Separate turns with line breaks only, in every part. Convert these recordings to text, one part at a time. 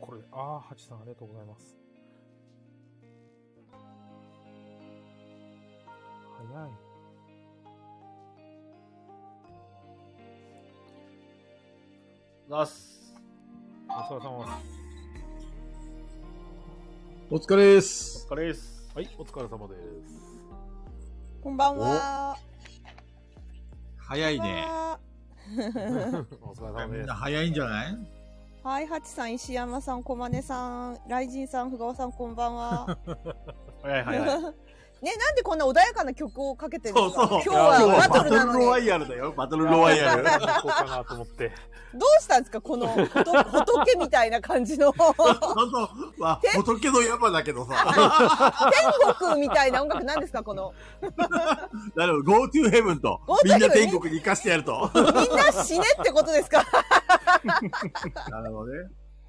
これ、ああ、ハチさんありがとうございます。早い。
ざっす。
お疲れ様です。
お疲れで
お
す。
疲れです。
はい、お疲れ様です。
こんばんは。
早いね。
お疲れ様
み
で
ん
す
な。早いんじゃない
はい、ハチさん、石山さん、小金さん、雷神さん、ふがおさん、こんばんは。
はいはい
ね、
はい。
なんでこんな穏やかな曲をかけてるんですか
そうそ
今
う
日はバトルなのに。ど
ヤルだよ、バトル
いや行こうかなと思って。
うしたんですかこのほと仏みたいな感じの、天
そうそう。 まあ、仏の山だけどさ。
国みたいな音楽なんですかこの。
なるほど、Go to Heaven と
Go to。
みんな
Heaven
天国に行かしてやると。
みんな死ねってことですか
なるほどね。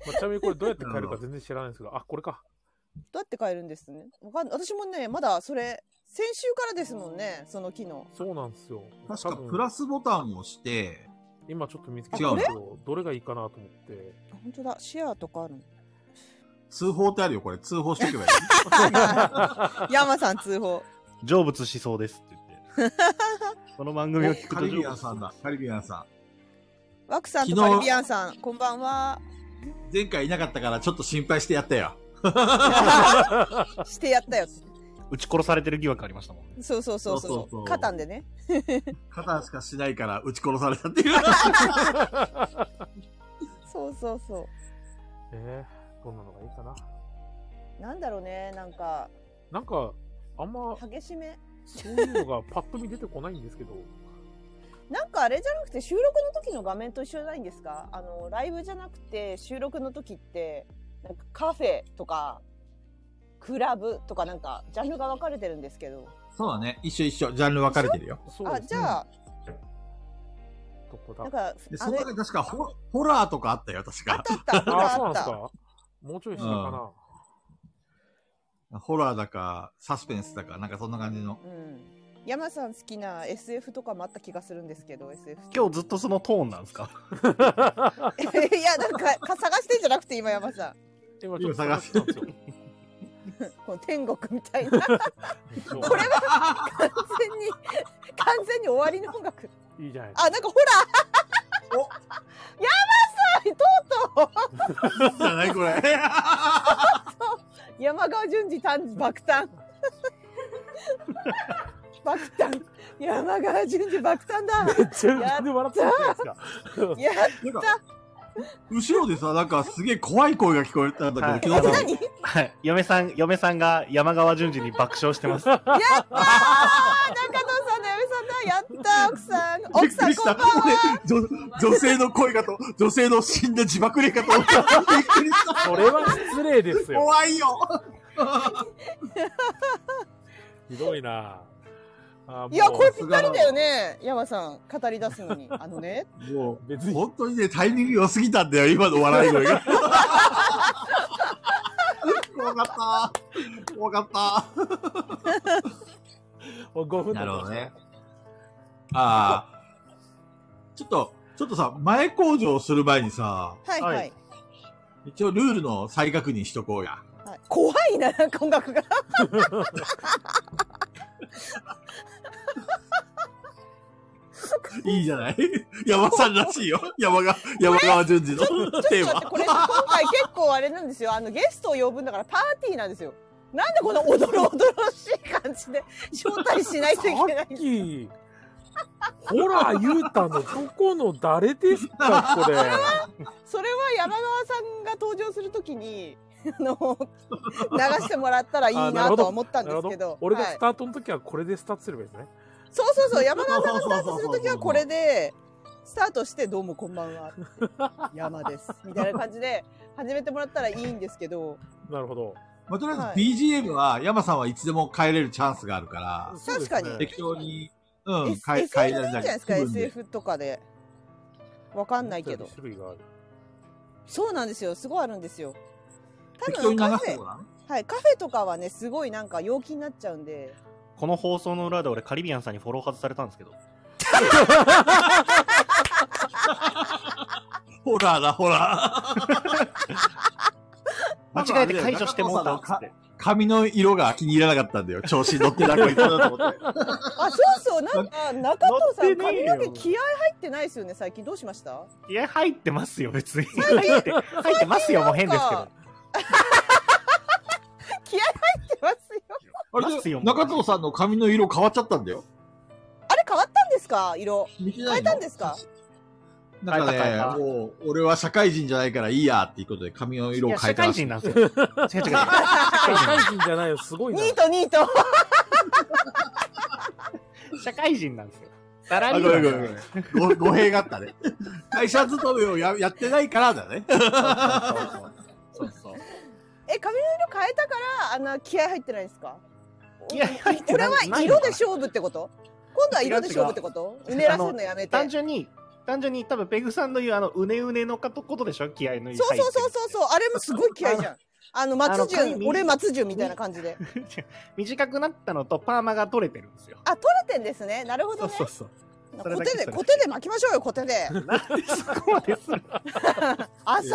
まあ、ちなみにこれどうやって変えるか全然知らないんですけど、あ、これか。
どうやって帰るんですねわかん私もね、まだそれ、先週からですもんね、その機能。
そうなんですよ。
確か
多分
プラスボタンを押して、
今ちょっと見つけたんですけど、どれがいいかなと思って。
あ本当だ、シェアとかある の。
通報ってあるよ、これ。通報しとけばいい。
山さん通報。
成仏しそうですって言 って。この番組を聞くと
カリビアンさんだ。カリビアンさ
ワクさんと
昨
カ
日
リビアンさん、こんばんは。
ん。前回いなかったからちょっと心配してやったよ。
してやったよ。
撃ち殺されてる疑惑ありましたもんね。
そうそうそう
そう
そ
そ
う
そう
う。カタンでね。
肩しかしないから撃ち殺されたっ ていう。
そうそうそ
えー、どんなのがいいかな。
う。なんだろうね、なんか、
なんか、あんま、
激しめ。
そういうのがパッと見出てこないんですけど、
なんかあれじゃなくて収録の時の画面と一緒じゃないんですかあの、ライブじゃなくて収録の時って、なんかカフェとか、クラブとかなんか、ジャンルが分かれてるんですけど。
そうだね。一緒一緒。ジャンル分かれてるよ。
そう
あ、
です
じゃあ、
どこだ
なんか、
で、
あ
その
れ、
中に確かホホラーとかあったよ、確
あっ
か。
たあった、
あー、
あ
そうな
っ
んです
た。
かもうちょい下かな。
ホラーだか、サスペンスだか、なんかそんな感じの。
うん。山さん好きな SF とかもあった気がするんですけど、SF。
今日ずっとそのトーンなんですか
いや、なんか、か探してんじゃなくて、今山さん。
今ちょっと探してたんですよ。
この天国みたいな。完これ全に、完全に終わりの音楽。
いいじゃないですか。
あ、なんかほら
お
山さんとうと
じゃないこ れ。
う山川淳二誕生爆誕爆誕山川淳二爆誕だ
全然笑ってないじゃないですか。
いや、
なんか、後ろでさ、なんかすげえ怖い声が聞こえたんだけど、
はい
昨日さ
何
はい。嫁さん、嫁さんが山川淳二に爆笑してます。
やったー中藤さんの嫁さんだやったー奥さん奥さんこんばんは
びっくりした女女性の声かと、女性の死んだ自爆霊かと思った。びっくりした。
それは失礼ですよ。
怖いよ。
ひどいなあ
いや、
もう
これぴったりだよね山さん語り出すのにあのね
も
別
う、
に、
本当にね、タイミング良すぎたんだよ、今の笑い声が。怖かった。怖かった。
5分だ
なるほどね。ああ。ちょっと、ちょっとさ、前向上する前にさ、
はいはい、はい
一応ルールの再確認しとこうや。
怖いな、なんか音楽が。
いいじゃない 山さんらし いよ。山が、山川淳二のテー
だって
マ。
これ、今回結構あれなんですよ。あの、ゲストを呼ぶんだからパーティーなんですよ。なんでこんなおどろおどろしい感じで招待しないといけない
さっき、ほら、ゆうたのどこの誰ですか、 これ。
それは山川さんが登場するときに、あの、流してもらったらいい
あなる
な
ほ
と
ど
は思ったんですけど。
俺が
はい
スタートの時はこれでスタートすればいいですね。
そうそうそう、山川さんがスタートするときはこれで、スタートして、どうもこんばんは。山です。みたいな感じで、始めてもらったらいいんですけど。
なるほど。
まあ、とり
は
あ
い
えず BGM は山さんはいつでも変えれるチャンスがあるから、
そうです
確か
ね
に
適当に、うん、
S-
変え、
SF
変え
でいいんじゃないですか、
気分で
SF とかで。わかんないけど。
種類がある。
そうなんですよ。すごいあるんですよ。多
適当
分
に流
カフ
す
ェ
と、か
はい、カフェとかはね、すごいなんか陽気になっちゃうんで。
この放送の裏で俺カリビアンさんにフォロー外されたんですけど。
な。ホラーだ、ホラー。
間違えて解除してもうたっつって。
髪の色が気に入らなかったんだよ。調子に乗って なくてだと思って。
あ、そうそう、なんか、中藤さ
乗
ん、
ってね
髪
えよ
の毛気合入ってないですよね、最近。どうしました
いや、入ってますよ、別に。入って、入ってますよ、もう変ですけど。
気合入ってますよ。
あれ
ます
で
よ
中藤さんの髪の色変わっちゃったんだよ。
あれ変わったんですか色。
見てない
変え
の
たんですか
なん
変えた変え
か
た
ね、もう、俺は社会人じゃないからいいやっていうことで髪の色
い
を
や、
変え
社
たら
会
しい
人なんです よ。違う違う違う。社
社
会人
会人じゃないよ、すごい
ニ
な。
ート、ニート。
社会人なんですよ。サラ
あ、
リ
ごめんご
ーマン
めんごめん。ご語弊があったね。会社勤めをややってないからだね。そうそう。
え、髪の色変えたから、あんな気合入ってないですか
気合入ってな
俺
い
は色で勝負ってこと今度は色で勝負ってこと
違う違う
うねらせるのやめて。
単純に、単純に多分ペグさんの言うあの、うねうねのかとことでしょ気合いの
そうそうそうそうそう、あれもすごい気合じゃん。あの、松
あの髪
潤、俺松潤みたいな感じで。
短くなったのとパーマが取れてるんですよ。
あ、取れてんですね。なるほどね。
そうそう。
コ
それだけ
テ
それだ
で、
け
コテで巻きましょうよ、コテで。
なんでそこまでする
気合
朝、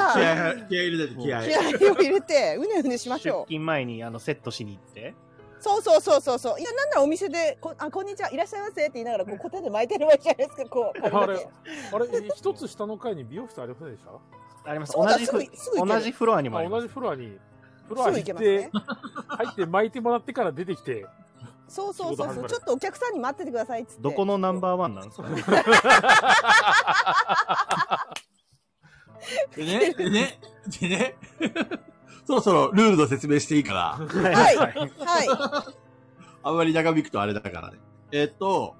気
入れ気合入れて気合入れて。
合を入れて、うねうねしまし
出
ょう。
勤前にあのセットしに行って。
そうそうそうそうそう。いや、なんならお店で、こあ、こんにちは、いらっしゃいませって言いながら、こう、コテで巻いてるわけじゃないですか、こう。
あれ、あれ、え一つ下の階に美容室ありませんでした
あります。
そう
同
だ
じ
すぐすぐ行ける
フ、同じフロアにもあ
あ
りま
同
す
じ。フロアに、フロ
す
ア
ぐ
行
行け
って、
ますね。
入って巻いてもらってから出てきて、
そうそうそう
仕事始
そ
ま
う。
る
ちょっとお客さんに待っててくださいっつって。
どこのナンバーワンなんですかね。
でね、でね、でね、そろそろルールの説明していいから。
はいはい。
あんまり長引くとあれだからね。えっと、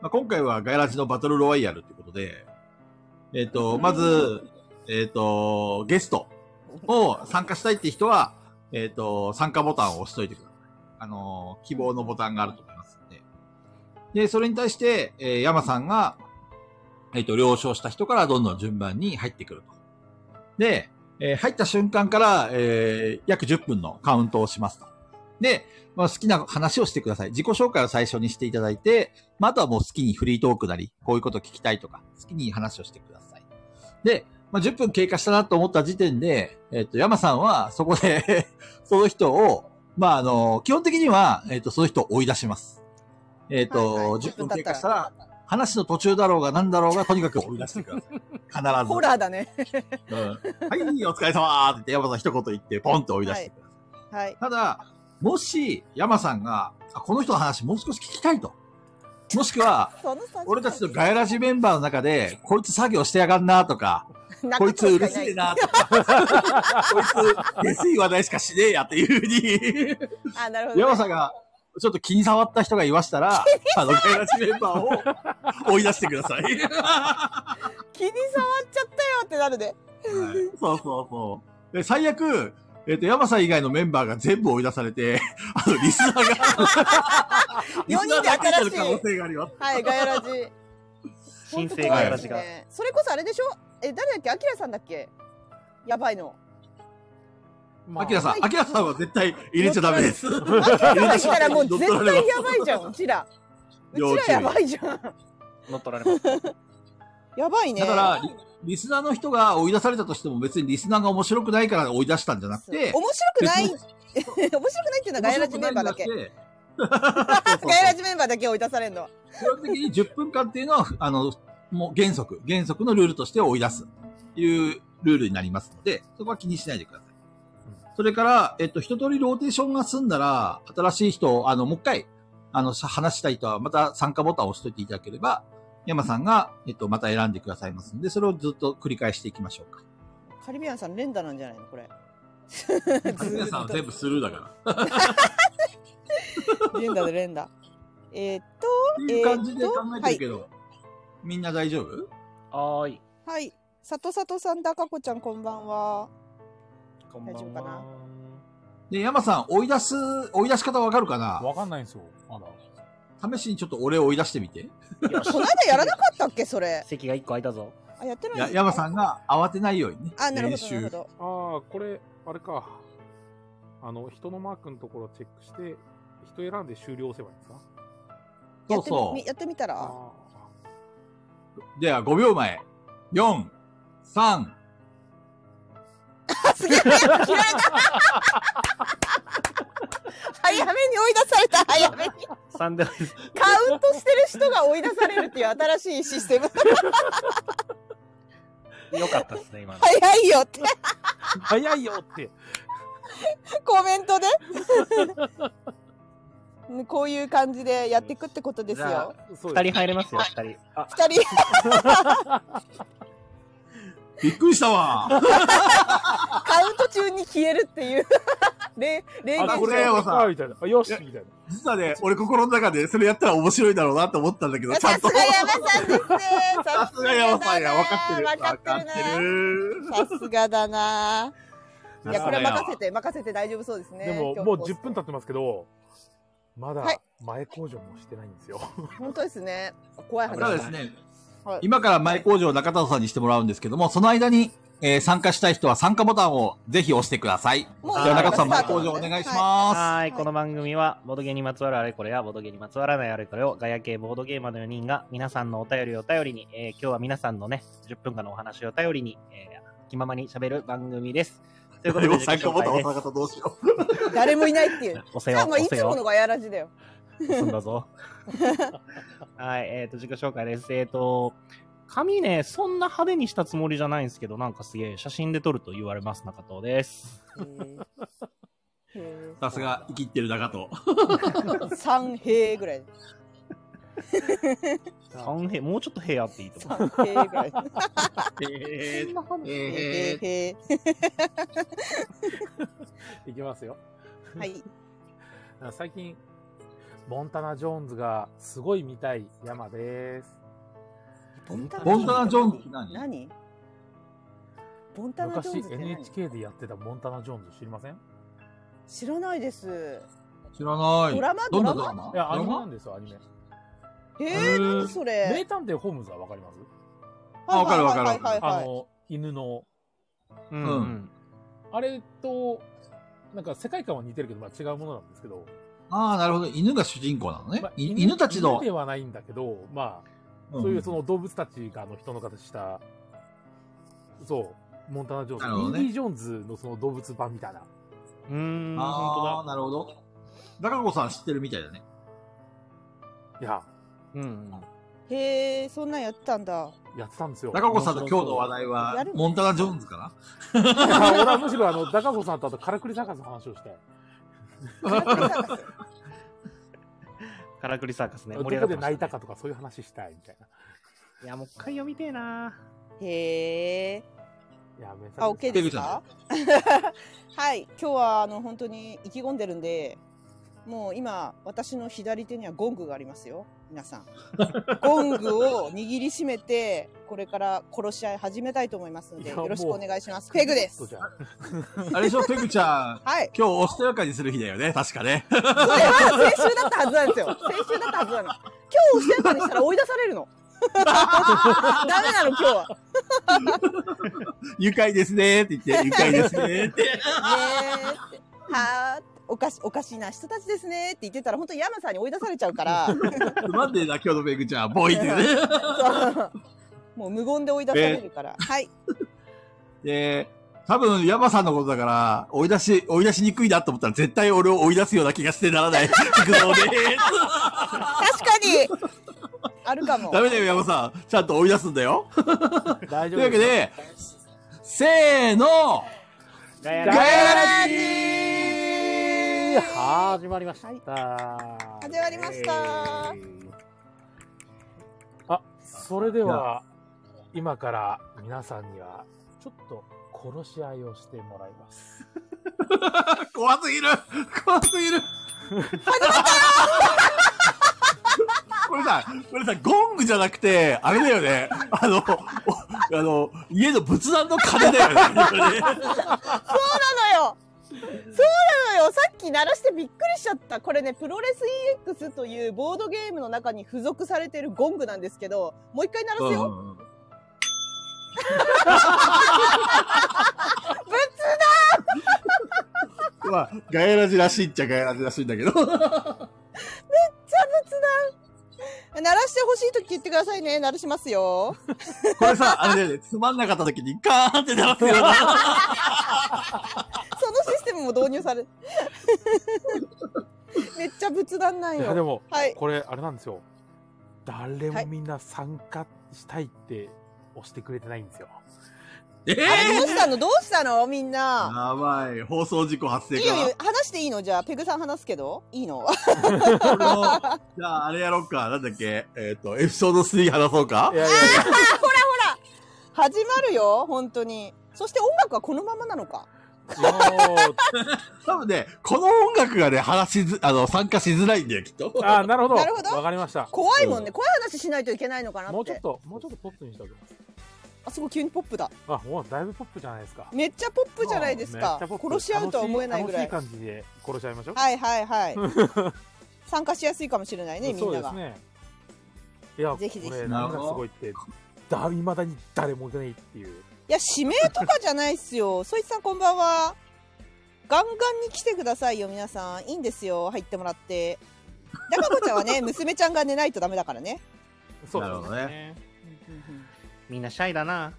まあ、今回はガイラジのバトルロワイヤルってことで、えっと、まず、えっと、ゲストを参加したいって人は、えっと、参加ボタンを押しといてください。あのー、希望のボタンがあると思いますんで。で、それに対して、えー、山さんが、えっと、了承した人からどんどん順番に入ってくると。で、えー入った瞬間から、えー約10分のカウントをしますと。で、まあ、好きな話をしてください。自己紹介を最初にしていただいて、まあ、あとはもう好きにフリートークなり、こういうこと聞きたいとか、好きに話をしてください。で、まあ、10分経過したなと思った時点で、えっ、と、山さんはそこで、 その人を、まあ、あの、基本的には、えっ、と、その人を追い出します。えっ、と、
はいはい
10分経過したら、話の途中だろうが何だろうが、とにかく追い出してください。必ず。
ホラーだね。
うんはい、お疲れ様って言って、山さん一言言って、ポンと追い出してください。
はい。
ただ、もし、山さんが、あこの人の話もう少し聞きたいと。もしくは、
その三
俺たちのガヤラジメンバーの中で、こいつ作業してやがんなとか、こいつうるせえ。なとか、こいつ下水話題しかしねえやっていうふ
中
う
藤しかいあ、なるほ
に、
ど。
山さんが、ちょっと気に障った人がいましたら、あの、ガヤラジメンバーを追い出してください。
気に触っちゃったよってなるで。
そうそうそう。で、最悪、えっ、と、山さん以外のメンバーが全部追い出されて、 あの、リス ナーが、リスナーだけになる可能性があります。
はい、ガヤラジ。
新生ガイラジが
本当怖いです。ねそれこそあれでしょえ、誰だっけアキラさんだっけやばいの。
ま
アキラさん、アキラさんは絶対入れちゃダメです。
アキラさんが来たらもう絶対やばいじゃん、うちら。う
要注
ち
意
らやばいじゃん。
乗っ取られます。
やばいね。
だから、リリスナーの人が追い出されたとしても別にリスナーが面白くないから追い出したんじゃなくて、
面白くない、
別
面白くないっていうのはガヤラジメンバーだけ。
面白くないんじゃなくて。
ガヤラジメンバーだけ追い出されんの。
基本的に10分間っていうのは、あの、もう原則、原則のルールとして追い出すというルールになりますので、そこは気にしないでください。それから、えっと、一通りローテーションが済んだら、新しい人を、あの、もう一回、あの、さ話したい人は、また参加ボタンを押しといていただければ、山さんが、えっと、また選んでくださいますので、それをずっと繰り返していきましょうか。
カリビアンさん連打なんじゃないのこれ。
皆さんは全部スルーだから。
連打で連打。えーっと、
っていう感じで考えてるけど、みんな大丈夫
はーい。
はい。さとさとさん、だかこちゃん、こんばんは。
こんばんは
大丈夫かな
で、山さん、追い出す、追い出し方わかるかな
わかんないんですよ、まだ。
試しにちょっと俺を追い出してみて。
よし
この間やらなかったっけそれ。
席が一個空いたぞ。
あ、やってない
や、山さんが慌てないようにね。
あ、なるほ
練
ど、なるほ。ど。
習
ああ、これ、あれか。あの、人のマークのところをチェックして、人選んで終了押せばいいんですか
やっ
そう
てみ
そ
やってみたら。
あ
う。では、5秒前。4、3、
あ、すげえ早く切られた早めに追い出された早めに
三で追い出
カウントしてる人が追い出されるっていう新しいシステム
すよかったですね、今の。
早いよって
早いよって。
コメントでこういう感じでやっていくってことです
じゃ
よ
あ。
そう
二
で
人入れますよ、二人。
二人、
びっくりしたわ。
カウント中に消えるっていう。れ霊
す。
言
あ
こ
こ
れ
れはさ
みたいな。あよしみたい
実はね、俺心の中でそれやったら面白いだろうなと思ったんだけど、ちゃ
さ
んと。
すが山さんですね。
さすが山さんや、分かってる。
分かってる
る
な。 さすがだな。いや、これ任せ
て。
て、任せて大丈夫そうですね。
な。でも、
今日
もう10分経ってますけど、まだ
はい
前工場もしてないんで すよ。
本当ですね。怖い
た
話。
だですね、
はい
今から前工場を中田さんにしてもらうんですけども、その間に、えー参加したい人は参加ボタンをぜひ押してください。
もう
じゃあ中田さん、
は
前
い
工場お願いし
は
ま
はい、この番組は、ボードゲームにまつわるあれこれや、ボードゲームにまつわらないあれこれを、ガヤ系ボードゲーマーの4人が、皆さんのお便りを頼りに、えー今日は皆さんのね、10分間のお話を頼りに、えー気ままに喋る番組です。という
す。
こ
で
と
も
で、
参加ボタン
自己紹介で
押さなかったどうしよ
誰もいないっていう。
お世
あ
話、
もうい
お
つ
世
もの
話、
がやらじだよ。
すんだ ぞ。はい、えっ、と、自己紹介です。えっ、と、髪ね、そんな派手にしたつもりじゃないんですけど、なんかすげえ、写真で撮ると言われます、中藤です。
へー
う。さすが、生きってる中と。
三平ぐらい。
三平、もうちょっと部屋あっていいと思う。
三平ぐらい。
えー、
へ
え
ーへ
いきますよ。
ーはい。
なんか最近、モンタナ・ジョーンズがすごい見たい山です。
ボンタ
ー、モンタナ・ジョーンズって何
何ボンタナ・ジョーン
昔
ズって何
NHK でやってたモンタナ・ジョーンズ知りません
知らないです。
知らない。
ドラマ
どんな
ド
ド
ラ
ラ
マ
マ
いや、アニメなん
で。
ですよ、アニメ。
え
へ
ー、
ー
何そ
名
れ。
探偵ホームズはわかります
あわかるわかる
はいはいはい
あ
はいはい。
の、犬の。
うん
うん
うん
あれと、なんか世界観は似てるけど、まあ違うものなんですけど。
ああ、なるほど。犬が主人公なのね。
まあ
い犬たちの
犬。ではないんだけど、まあ、
ん
そういうその動物たちがあの人の形した、そう、モンタナ・ジョ
なるほ
ーン
ど
ズ、
ね
インディ・ジョーンズのその動物版みたいな。
うーん、
ああ、
本
なるほど。中子さん知ってるみたいだね。
いや、
当だ。うん。
へえ、そんなんやってたんだ。
やってたんですよ。
中子さんの今日の話題は
やる、
モンタナ・ジョーンズかな
あ 俺はむしろあの、ダカ子さんとあとカラクリサーカスの話をして、
カラクリサーカスね、
どこ
盛り上がって
で
ました
泣
ね
いたかとかそういう話したいみたいな。
いや、もう一回読みてえな。
へえ。
いや、めちゃ
あ、OK
くち
ペ
で
グ
す
ちゃ
か はい、今日はあの本当に意気込んでるんで、もう今、私の左手にはゴングがありますよ、皆 さん。ゴングを握りしめて、これから殺し合い始めたいと思いますので、
いやもう
よろしくお願いします。
ゃ
ペグです。
じゃ
あれでしょ、ペグちゃん。
はい。
今日おしとやかにする日だよね、確かね。
それは先週だったはずなんですよ。先週だったはずなの。今日おしやかにしたら追い出される の。ダメなの、今日は。
愉快ですねって言って、愉快ですねって。
ねーって。はーって。おかし、おかしいな人たちですねーって言ってたら、本当に山さんに追い出されちゃうから。
つまんでえな、今日のペグちゃん。ボイってね。
そうもう無言で追い出されるから。はい。
で、多分、ヤマさんのことだから、追い出し、追い出しにくいなと思ったら、絶対俺を追い出すような気がしてならない。行くぞね。
確かにあるかも。
ダメだよ、ヤマさん。ちゃんと追い出すんだ よ。
あ大丈
という
夫
わけで、せーの
ガヤ
ガ
ラ
ヤラジ
始まりました。
はい
始
始まりました。
あ、それでは、今から皆さんには、ちょっと殺し合いをしてもらいます。
怖すぎる怖すぎるこれさ、これさ、ゴングじゃなくて、あれだよね。あの、おあの、家の仏壇の鐘だよね。
そうなのよそうなのよさっき鳴らしてびっくりしちゃった。これね、プロレス EX というボードゲームの中に付属されてるゴングなんですけど、もう一回鳴らすよ。
うん
ぶつ
まあ、ガヤラジらしいっちゃガヤラジらしいんだけど。
じゃぶつ鳴らしてほしいとき言ってくださいね。鳴らしますよ。
これさ、あれで、ね、つまんなかった時にガーンって鳴らすよな。
そのシステムも導入され。 めっちゃ仏壇なん
いや、で
よ。
も、
はい
これ、あれなんですよ。誰
は
も
い
みんな参加したいって押してくれてないんですよ。
え
あれどう
ー、
したのどうしたのみんな。
やばい。放送事故発
い
生
いよいいよ。
か
話していいのじゃあ、ペグさん話すけど。いいの
これをじゃあ、あれやろうか。なんだっけえっ、と、エピソード3話そうか
い。やいやいや、
始まるよ、本当に。そして音楽はこのままなのか。
多分ね、この音楽がね、話しず、あの、参加しづらいんだよ、きっと。
あー、なるほど。
なるほど
わかりました。
怖いもんね。怖い話しないといけないのかなって。
もうちょっと、もうちょっとポップにしたけど。
あ、すごい急にポップだ。
あ、もうだいぶポップじゃないですか。
めっちゃポップじゃないです
もう
か
めっちゃポッ。プ
殺し合うとは思えないぐらい。
楽しい楽しい感じで殺し合いましょう。
はいはいはい。 参加しやすいかもしれないね、み
そ
ん
う
な
で
が。
すね。いや、
ぜひぜひ
これ、何がすごいって、だ、未だに誰もいないっていう。
いや、指名とかじゃないっすよ。 そいつさんこんばんは。ガンガンに来てくださいよ、皆さん。いいんですよ、入ってもらって。中子ちゃんは ね、娘ちゃんが寝ないとダメだからね。
そう
なる
で
ほ
す
ど
ね。
みんなシャイだな。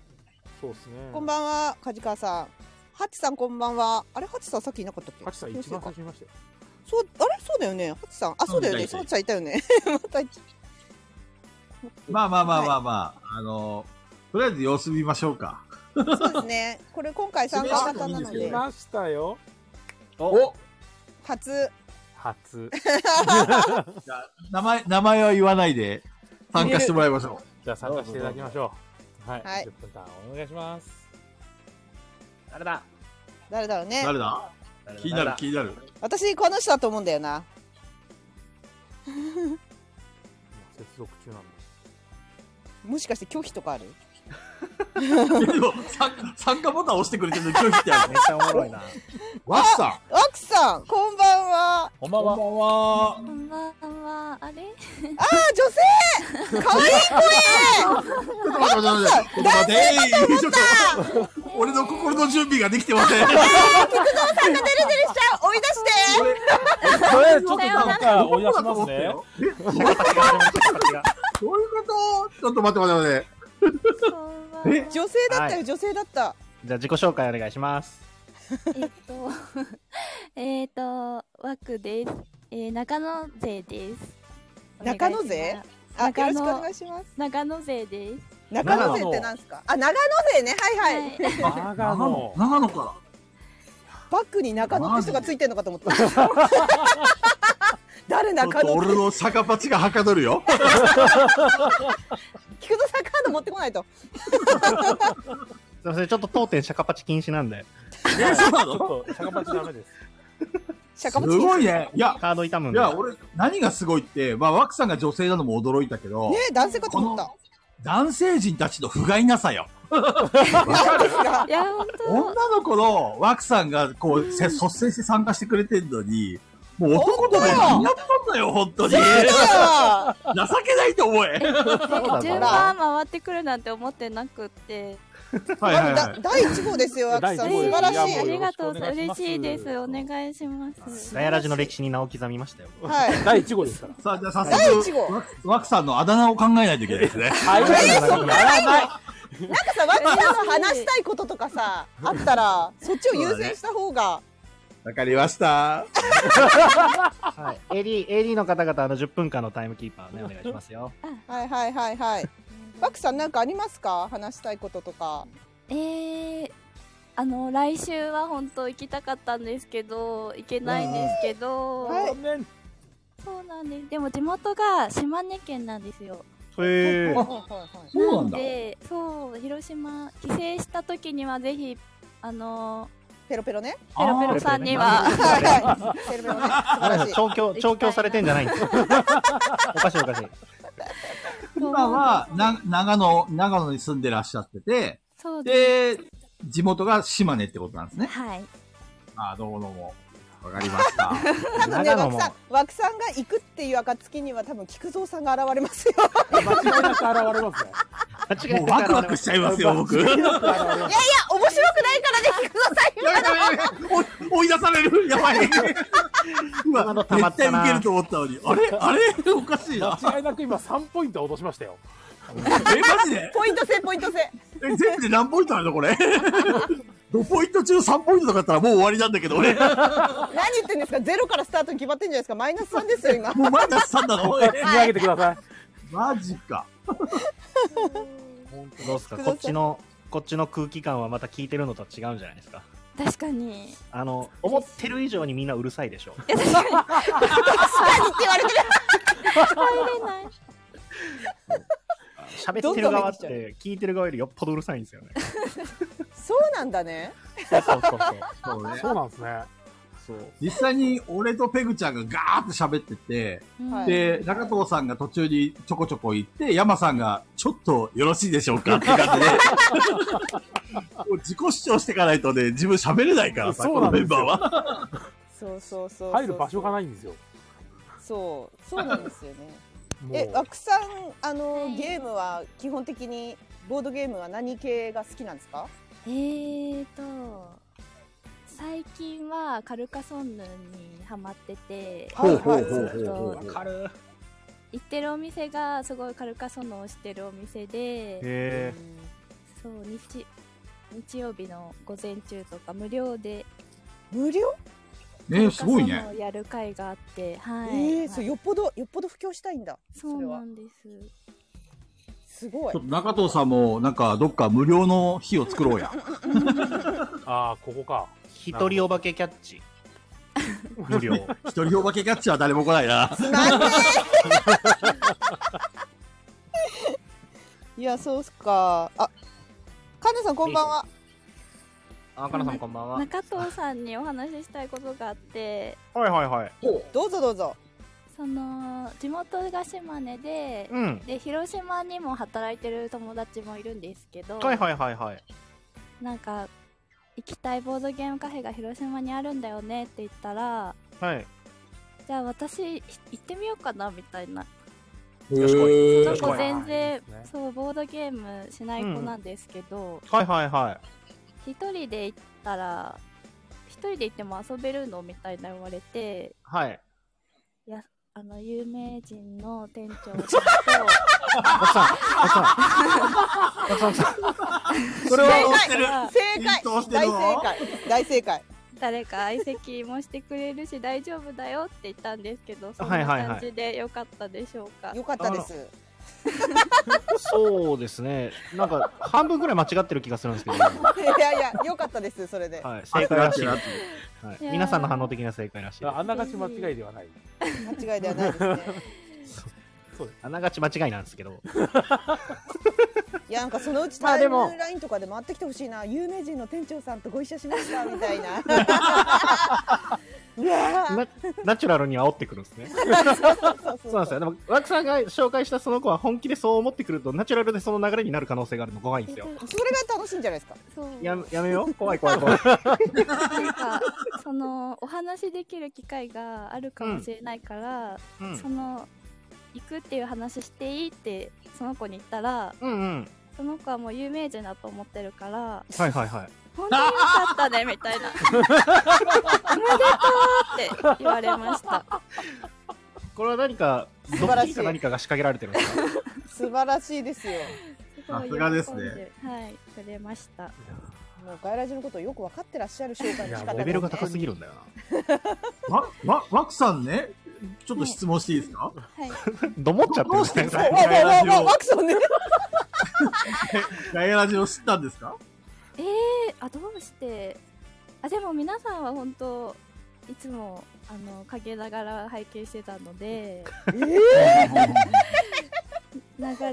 そうですね。
こんばんは、梶川さん。ハチさんこんばんは。あれ、ハチさんさっきいなかったっけ
ハチさん一番最初にいましたよ。
そう、あれそうだよね。ハチさん。あ、そうだよ
う
ね。
ん
そうちゃんいたよね。 またいた
まあまあまあまあまあ、あの、とりあえず様子見ましょうか。
そうですね。これ今回参加型なの
指名してもいいんです
い
で、
ましたよ。
お
初。
初。
名前、名前は言わないで、参加してもらいましょ
じゃあ参加していただきましょう。はい。
はい
10分間お願いします。
誰だ
誰だろう
う。
ね。
誰だ
誰だ
気になる
誰だ、
気になる。
私、この人だと思うんだよな。
今接続中なんです。
もしかして拒否とかある
でも、参加参加ボタン押してくれてるのに拒否ってある
めっちゃおも ろいな。
わっさん
奥さん、こんばんは。
こんばんは。
は
こ。んばんは。あれ
ああ、女性可愛い
ちょっと待って待って待って。ちょっと待ってちょっと俺の心の準備ができてません。
じゃあ、追い出して
それちょっとなんか追い出しますね。
どういうことちょっと待って待って待って。
こんばんは。
女性だった
は
よ、女性だった。
じゃあ自己紹介お願いします。
えっと、 えっと、ワクです。えー、中野勢です。
中野勢あ、よ
中
ろしく
野
お願 いします。
中野勢です。
中野
長
勢
野
ってなんですかあ、長野勢ね。はいはい。
はい
長野。
長野か
バックに中野って人がついてんのかと思 った。誰
ら。ちょ
中
っと
野
俺の坂パチがはかどるよ。
菊田さんカード持ってこないと。
すいません、ちょっと当店シャカパチ禁止なんで。
え、そうな
ち
の
ょっと、シャカパチダメです。
シャ
す
カパチ
ごいね。いや、
カード痛むん
い
で。
や、俺、何がすごいって、まあ、ワクさんが女性なのも驚いたけど、
ね男性かと思った。
男性人たちの不甲斐なさよ。
いや、本
女
当。
の子のワクさんが、こう、せ率先して参加してくれてるのに、もう男とも何やったんだよ、本当に。情
あ
け ないと思え。
だ
順番回ってくるなんて思ってなくって。
はいはいは
だ
い。
第1号ですよ、アキさん。
第
素晴
一号
ら
いや
し
も
あ
う
り
い。
がとうござい
よ
ま
ろし
す。
くお願い
嬉し
します
いです。お願いします。
ガヤラジの歴史に名を刻みましたよ。
はい。
第1号ですから。
さあ、じゃあ早
第1
速、
号。
ワクさんのあだ名を考えないといけないですね。
はい、
そんなないの
ない。
なんかさ、ワクさんの話したいこととかさ、あったら、そっちを優先した方が。
わかりまし
は
た。
い。AD、AD の方々、あの、10分間のタイムキーパーね、お願いしますよ。
はいはいはいはい。バクさんなんかありますか話したいこととか。
えー、あの来週は本当行きたかったんですけど行けないんですけど、
はい
残念
そうなんですでも地元が島根県なんですよ
へ
はいはいはい
そうなんだ。
でそう広島帰省した時にはぜひあの
ペロペロね。
ペロペロさんには
はいはい。ペロペロね。素晴らしい。
調教、調教されてんじゃないんですよおかしいおかしい。
今は、な、長野、長野に住んでらっしゃってて、
そうです
で、地元が島根ってことなんですね。
はい
ああ、どうもどうも。わかりました。
多分ね、
長野
枠
も
さん、枠さんが行くっていう暁には多分菊蔵さんが現れますよ。
間違い なく現れますね。
間違
もうワクワクしちゃいますよ、僕。
間違いなく現れます
いや、面白くないからね、菊蔵さん
やべやべ 追い追い出されるやばい。
今
今、
の溜まっ
絶対
たな
受けると思ったのに。あれあれおかしいな。
間違いなく今3ポイントは落としましたよ。
え、マジで
ポイント制、ポイント制。
え全部で何ポイントあるのこれ。5ポイント中3ポイントとかだったらもう終わりなんだけ ど、俺。
何言ってんですかゼロからスタートに決まってんじゃないですかマイナス3ですよ、今。
もうマイナス3だろ。え
見上げてください。
マジか。
本当
どうですかこっちのこっちの空気感はまた聞いてるのとは違うんじゃないですか
確かに。
あの思ってる以上にみんなうるさいでしょ
いや、確かに。
何って言われてる
入れない。
喋ってる側って聞いてる側よりよっぽどうるさいんですよね
そうなんだね。
そうそうそう
そうね
そうなんですね。
そうそう
実際に俺とペグちゃんがガーッと喋ってて、
はい
で、中藤さんが途中にちょこちょこ行って、山さんが、ちょっとよろしいでしょうかって 感じで、もう自己主張していかないとね、自分喋れないからさ、
そ
こ
うな
の
んで
メ
す
ン
よ
バーは。
そうそうそうそう。。
入る場所がないいんですよ。
そう、そうなんですよね。
も
え、
う
枠さん、あの、
はい
ゲームは基本的に、ボードゲームは何系が好きなんですか
えーと、最近はカルカソンヌにハマってて、
はい
ほうほうほう
ずっ
ほう
と
ほう
わかる
行ってるお店がすごいカルカソンヌをしてるお店で、
へ
そう、日、日曜日の午前中とか無料で、
無料
えー、すごい
カルカソ
ね
ン。ヌをやる会があって、はい。
ええ、そう、よっぽど、よっぽど布教したいんだ。
そ
そうれ
な
は。
んです。
すごい
ちょっ。と中藤さんも、なんか、どっか無料の日を作ろうや。
ああ、ここか。
一人お化けキャッチ無料
一人お化けキャッチは誰も来ないな。
なんでいや、そうっすか。あ、カンナさんこんばんは。
あかなさんこんばんは
中藤さんにお話ししたいことがあって、
はいはいはい
どうぞどうぞ。
その、地元が島根で、
うん
で広島にも働いてる友達もいるんですけど、
はいはいはいはい
なんか行きたいボードゲームカフェが広島にあるんだよねって言ったら
はい
じゃあ私ひ行ってみようかなみたいな
よしこい
その
確か
子
に
全然
いいですね
そうボードゲームしない子なんですけど
はいはいは
一、人で行ったら一人で行っても遊べるのみたいな言われ
い
て
はい
あの有名人の店長 と
おっさんおっさんおっさんおっさん
それは知ってる。
が
正解
いい人して
大
るの
正解大正解
誰か相席もしてくれるし大丈夫だよって言ったんですけどそん
は
ない
はいはい
感じでよかったでしょうか、
よかったです
そうですねなんか半分ぐらい間違ってる気がするんですけど
いやいやよかったですそれで
はい、正解らしいです、はい
いやー
皆さんの反応的な正解らしいです
ああんながち間違いではない。
間違いではないですね
あながち間違いなんですけど
いやなんかそのうち
まあ
タイ
で
ム
も
ラインとかで回ってきてほしいな有名人の店長さんとご一緒しましたみたいなうわー
なナチュラルに煽ってくるんですね
そう
そうなんですよでもワクさんが紹介したその子は本気でそう思ってくるとナチュラルでその流れになる可能性があるの怖いんですよ
それが楽しいんじゃないですか
そう
ややめよう怖い怖い怖い
なんかそのお話しできる機会があるかもしれないから、
うん
その行くっていう話していいってその子に言ったら
うんうん
その子はもう有名人だと思ってるから
はいはいはい
本当によかったねみたいなおめでとうって言われま した
これは何かド
素晴
ッ
ら
キリ
しい
か何かが仕掛けられてるんですか
素晴らしいですよ
ごい
さすがですね
喜んはいくれました
もうガイラジのことをよく分かってらっしゃる紹介の仕
い
方
や
レベルが高
す
すぎるんだよ
わ、わ、わくさんね、ちょっと質問していいですか
はい
などもっちゃってるんですね
わわわわわワクソンね
ガイラジを知ったんですか
えー、あどうしてあでも皆さんは本当いつもあの陰ながら拝見してたので流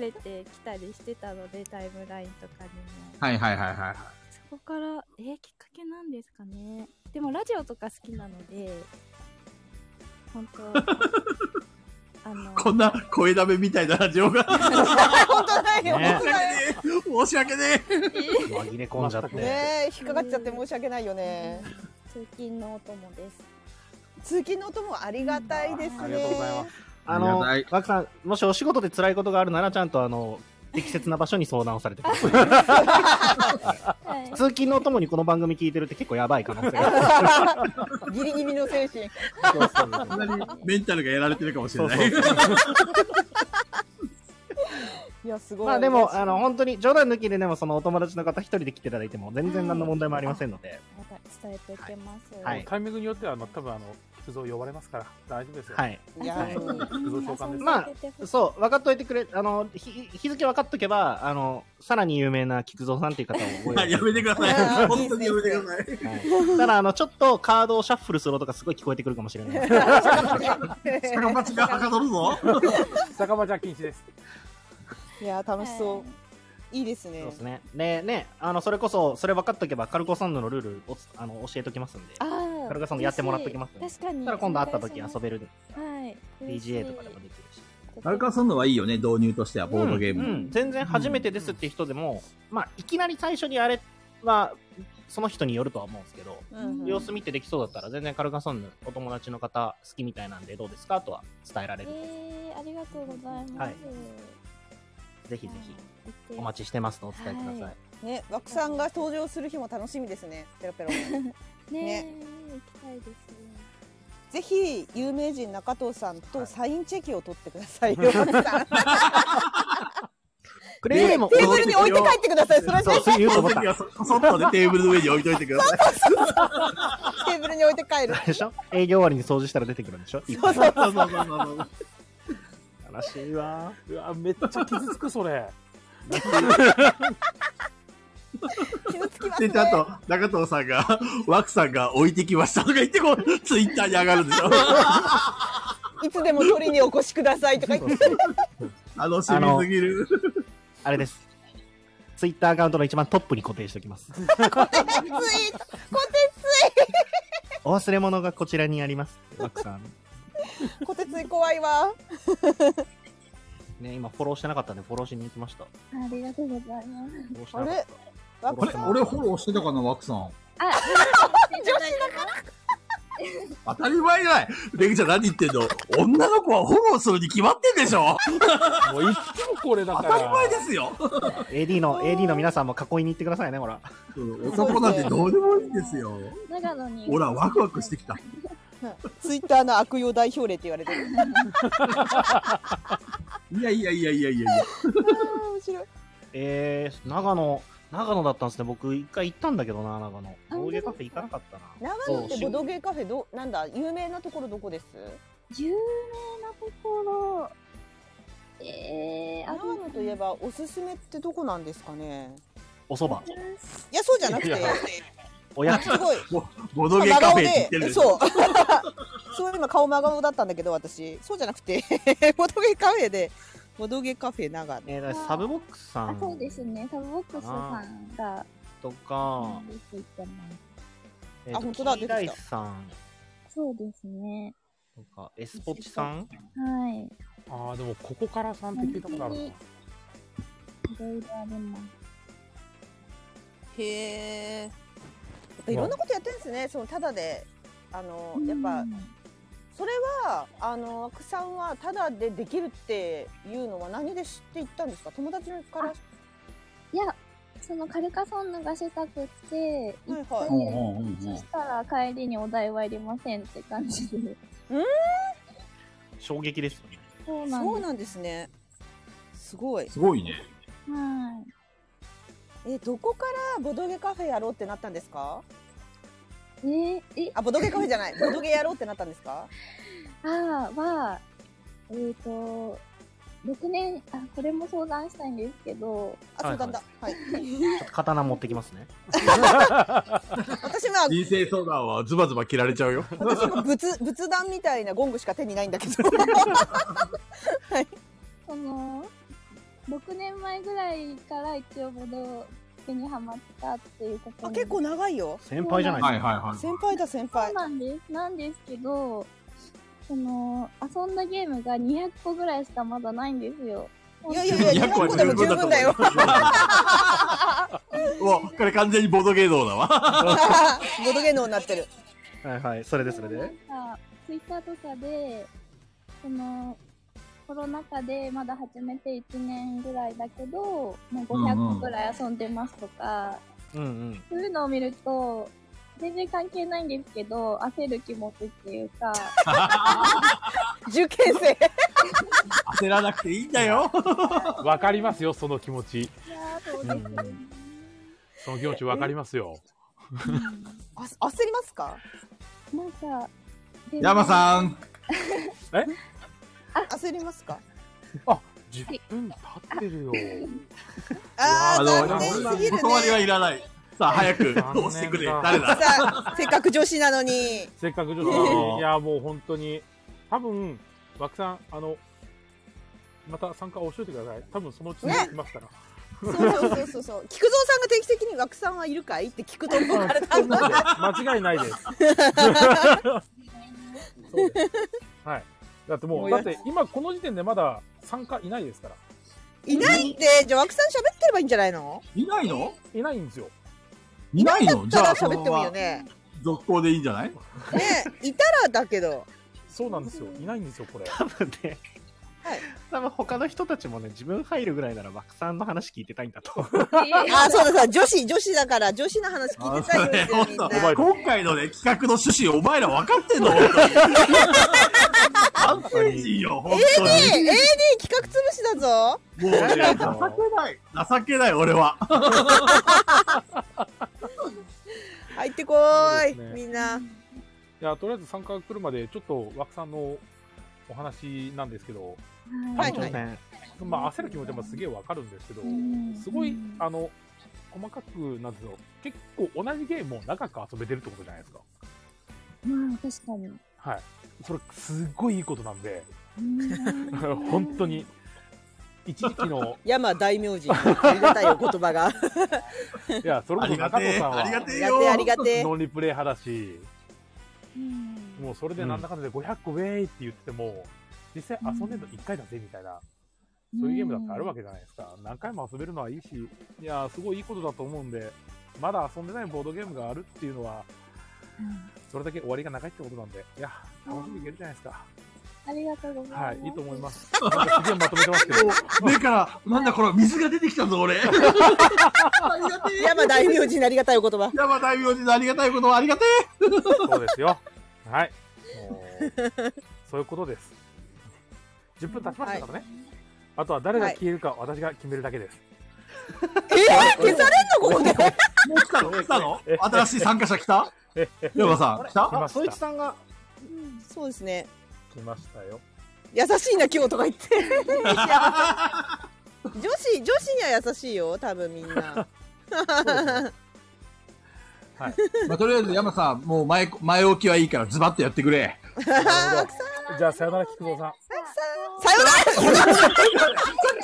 れてきたりしてたのでタイムラインとかにも
はいはいはいはいはい。
そこからえー、きっかけなんですかねでもラジオとか好きなので本当あの
こんな声だめみたいなラジオ が。
本当ないよ
ね
本当ないよ
申し訳ねえ。
紛れ込んじゃって、
ねえ引っかかっちゃって申し訳ないよね
通勤のお供です
通勤のお供ありがたいですね
ありがとうございます。
あ
あり
の
がたい
ワクさんもしお仕事で辛いことがあるならちゃんとあの適切な場所に相談をされてください。
はい
通勤のお供にこの番組聞いてるって結構やばい可能性がある。
ギリギリの精神。
そうそうそう
そんなにメンタルがやられてるかもしれない。
いや、すごい。
まあでも、あの、本当に冗談抜きででもそのお友達の方一人で来ていただいても全然何の問題もありませんので。
また伝えておきます。
はい
タイミングによっては、あの、多分あの、菊蔵呼ばれますから、大丈夫ですよ。。
はいい。
いや、
はい
うん
菊蔵召喚です。
まあそう、分かっといてくれ、あの、ひ日付分かっとけば、あの、さらに有名な菊蔵さんっていう方を覚えて
やめてください。本当にやめてください。
はい、ただ、あの、ちょっとカードをシャッフルする音がすごい聞こえてくるかもしれないです。
坂町 がはかどるぞ。
酒場じゃ禁止です。
いや、楽しそう。いいですね
そう。ですね。で、ね、あの、それこそ、それ分かっとけば、カルコサンドのルールをつ、あの、教えときますんで。
あ
そ
あ、
カルカさんもやってもらっときますね
嬉しい確かに。
したら今度会った時遊べ
る。
るんで。
はい。
PGA とかでもできるし。
アルカさんのはいいよね、導入としては、ボードゲーム。
うんうん全然初めてですっていう人でも、まあ、いきなり最初にあれは、その人によるとは思うんですけど、
うん
様子見てできそうだったら、全然カルカソンヌ、お友達の方、好きみたいなんで、どうですかとは伝えられる。
えー、ありがとうございます。
はいぜひぜひ、お待ちしてますのお伝えください。
はい
ね、枠さんが登場する日も楽しみですね。ペロペロ。
ち。 ね
ね
え、行きたいですね。
ぜひ有名人中藤さんとサインチェキを取ってくださ いよ。枠さん
くれぐれも、
テーブルに置いて帰ってくださ い。それで
そう、言うと
そ
思っ
の
た
時。はそそっとね、テーブルの上に置いといてください。
テーブルに置いて帰る。
でしょ営業終わりに掃除したら出てくるんでしょ
そうそうそうそうそう。
悲しいわ。
うわ、めっちゃ傷つく、それ。
傷つきます
で、
ね
ち。ゃんと、中藤さんが、ワクさんが置いてきましたとか言って、こう、ツイッターに上がるんでしょ。
いつでも取りにお越しくださいとか言って。
楽しみすぎる。
あれです。ツイッターアカウントの一番トップに固定しておきます。
コテツイート。コ
お忘れ物がこちらにあります。ワックさん。
テコテツイ怖いわ。
ね、今フォローしてなかったんで、フォローしに行きました。
ありがとうございます。
フォローして
あ
なかった
れ。枠さん。
ォローしてたかな、ワクさん。
あ、女子だから。
当たり前じゃない。レグちゃん何言ってんの女の子はフォローするに決まってんでしょ
もういつもこれだ
当
から。
たり前ですよ。
AD の、AD の皆さんも囲いに行ってくださいね、ほら。
男なんてどうでもいいんですよ。
長野に。
ほら、ワクワクしてきた。
ツイッターの悪用代表例って言われて る。
いやいやいやいやいやいや。
あー面白い。
えー、長野、長野だったんですね。僕、一回行ったんだけどな、長野。
あ
ボーゲカフェ行かなかったな。
長野っ
そう
て
仕事
ボドゲーカフェどうなんだ有名なところどこです？
有名なところ。えー、ある
長野といえばおすすめってどこなんですかね。
お蕎麦、
いやそうじゃなくて
いやいや
おやつ、
す ごい。
ボドゲカフェって言ってるでしょ。
そう。そう 今顔真顔だったんだけど私そうじゃなくて ボドゲカフェでボドゲカフェ長野。
えーだからサブボックスさ
あ
ん
そうですね、タブボックスさんが
とか、
出ていたの。
えーと
本当だ
キーライスさん
そうですね。
とか、エスポチさん
はい。
ああ、でも、ここからさんって聞いたことあるな。
いろいろあります。
へえ。やっぱいろんなことやってるんですね。そのただであのやっぱ
うん
それはあの枠さんはただでできるっていうのは何で知っていったんですか友達から
いや、そのカルカソンヌがしたくて、
は
行
い
って、
はい
うんうんうんう
そ
ん
したら帰りにお代はいりませんって感じで。
衝撃ですよね。
そうなん
そう
で
なんですねすごい
すごいね。
す。はい。
えどこからボドゲカフェやろうってなったんですか
えー、え、
あボドゲカフェじゃないボドゲやろうってなったんですか
あーは、えっ、ー、と、6年、あ、これも相談したいんですけど、
あ
はいは
相
い
談だはい、
ちょっと刀持ってきますね。
私は
人生相談はズバズバ切られちゃうよ。
私も仏仏壇みたいなゴングしか手にないんだけど
その、6年前ぐらいから一応ボドゲにハマったっていうこと
あ
に
結構長いよ
先輩じゃないですか。
はいは
先輩だ先
そう
輩
なんです。なんですけど、その、遊んだゲームが200個ぐらいしかまだないんですよ。
いやいやいや
200
200個でも十分だよ
もう、これ完全にボードゲー道だわ。
ボドゲ脳になってる
はいはい、それでそれで。
なんか、ツイッターとかで、その、
コロナ禍でまだ始めて1年ぐらいだけど、もう
うんう
500
ん
ぐらい遊んでますとか、
うんうん。
そういうのを見ると、全然関係ないんですけど、焦る気持ちっていうか、
受験生
焦らなくていいんだよ。
わかりますよ、その気持ち。
いやー、そうですよね。
その気持ちわかりますよ。
あ焦りますか
なんか、全然
山さん。
焦りますか
10分経ってるよ。
ああ
の
残念すぎるね
断りはいらない。さあ、早く、どうしてくれ。誰だ
さあせっかく女子なのに
せっかく女子なのに、いや、もう本当に、多分、枠さん、あの、また参加教えてください。多分そのうちに
ね
来ますから。
そうそうそうそうそう菊蔵さんが定期的に枠さんはいるかいって聞くと思うから多分
間違いない です。そうです。はい。だっても
も
う、
う
だ
や
って今この時点でまだ参加いないですから。
いないってじゃあ枠さん喋ってればいいんじゃないの
いないの
いないんですよ。
いないのじ
た
ゃ
だ
あ、その
喋って
ま
もいい
ま
よね
続行でいいんじゃない
ねいたらだけど
そうなんですよ。いないんですよ、これ。
多分ね
はい、
多分他の人たちもね、自分入るぐらいなら、枠さんの話聞いてたいん だと思う。
あそうだそうだ女子女子だから女子の話聞いてたいよねみんな
お前
今回のね、企画の趣旨、お前ら分かってんの本当に。いいよ、本
AD
当に。
AD 企画潰しだぞ
もうね、情けない。情けない、俺は。
入ってこー
そうです
い
ね
みんない
や、とりあえず参加が来るまで、ちょっと枠さんのお話なんですけど、
は
はい
いはい
ね
まあ、焦る気持ちもすげえわかるんですけど、
ん
すごい、あの、細かく、なんていうの、結構同じゲームを長く遊べてるってことじゃないですか。
まあ、確かに。
はい。それ、すっごいいいことなんで、
うん
本当に、一時期 の、
山大名人ありがたいお言葉が
いや、それ
あ
こそ
りが
中
て
藤
え、
さん
ありが
は、
てえ
や
よ
って。ありがてえ
ノンリプレイ派だし、
うん
もうそれでなんだかんだで500個ウェイって言っても、実際遊んでるの1回だぜみたいな、そういうゲームだってあるわけじゃないですか。何回も遊べるのはいいし、いや、すごいいいことだと思うんで、まだ遊んでないボードゲームがあるっていうのは、それだけ終わりが長いってことなんで、いや、楽しんでいけるじゃないですか。
ありがとうございます。
はい、いいと思います。なんかすげえまとめてますけど。
目から、なんだこれ、水が出てきたぞ、俺。
山大名人ありがたいお言葉
山大名人のありがたいことはありがてえ。
そうですよ。はい。もうそういうことです。10分経ちましたからね。あとは誰が消えるか、私が決めるだけです。
えー消されんのここで
もう来たの来たの新しい参加者来た山さん、来た
来ま
そい
し
ち
た。
さんが、
そうですね
来ましたよ。
優しいな今日とか言って幸せ女子女子には優しいよ多分みんな
まあ、とりあえず山さん、もう前、前置きはいいからズバッとやってくれ。
なるほどじゃあ、さよなら、菊蔵さん。
さよなら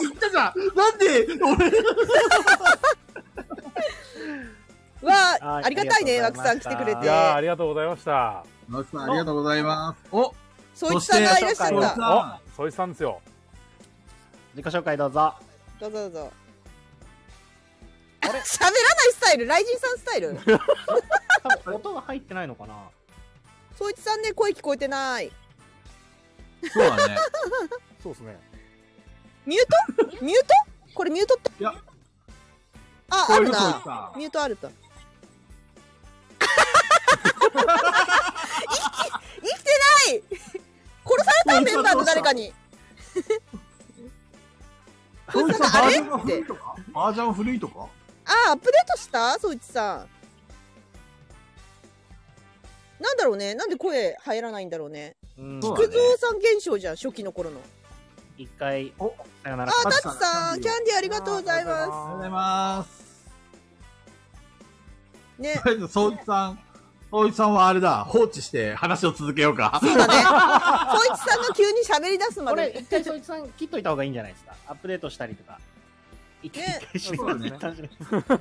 言ったじゃんなんで、俺、
わ
は
あ
い
ありがたいね
あ
枠
りがと
さ
うございま
ん
し
来
た
てくれ
いやー
て
ありがとうございました。
山さん、ありがとうございます。お、
そういちさんがいらっしゃっ
そ
して
た
お、そいつさんですよ。
自己紹介どうぞ。
どうぞどうぞ 喋らないスタイル雷神さんスタイ ル
多分音が入ってないのかな。
そういちさんね声聞こえてない
そうだね。
そうですね。
ミュートミュートこれミュートって
いや
ああ
こうい
る
うそう
な
さん。
ミュートあ ると。生き生きてない殺されたメンバーの誰かに。
そういさん、
あ
バー
れ
ジョンが古いとかバージョン古いとか
ああ、アップデートしたそういちさん。なんだろうねなんで声入らないんだろうね。
うん
そうだ
福
ね
蔵さん現象じゃん、初期の頃の。
一回、
お
さよな
あ
ら。
あ、タ
確かに
ツさん、キャンディーありがとうござい
ありがとう
ま
ございま
おはようございます。
す。ね
と。りあえず、そういさん。そういさんはあれだ、放置して話を続けようか。
そうだね。そういちさんが急に喋り出すま
これ、
で。
一回そいつさん切っといた方がいいんじゃないですか。アップデートしたりとか。一回、
ね
一回閉めますね。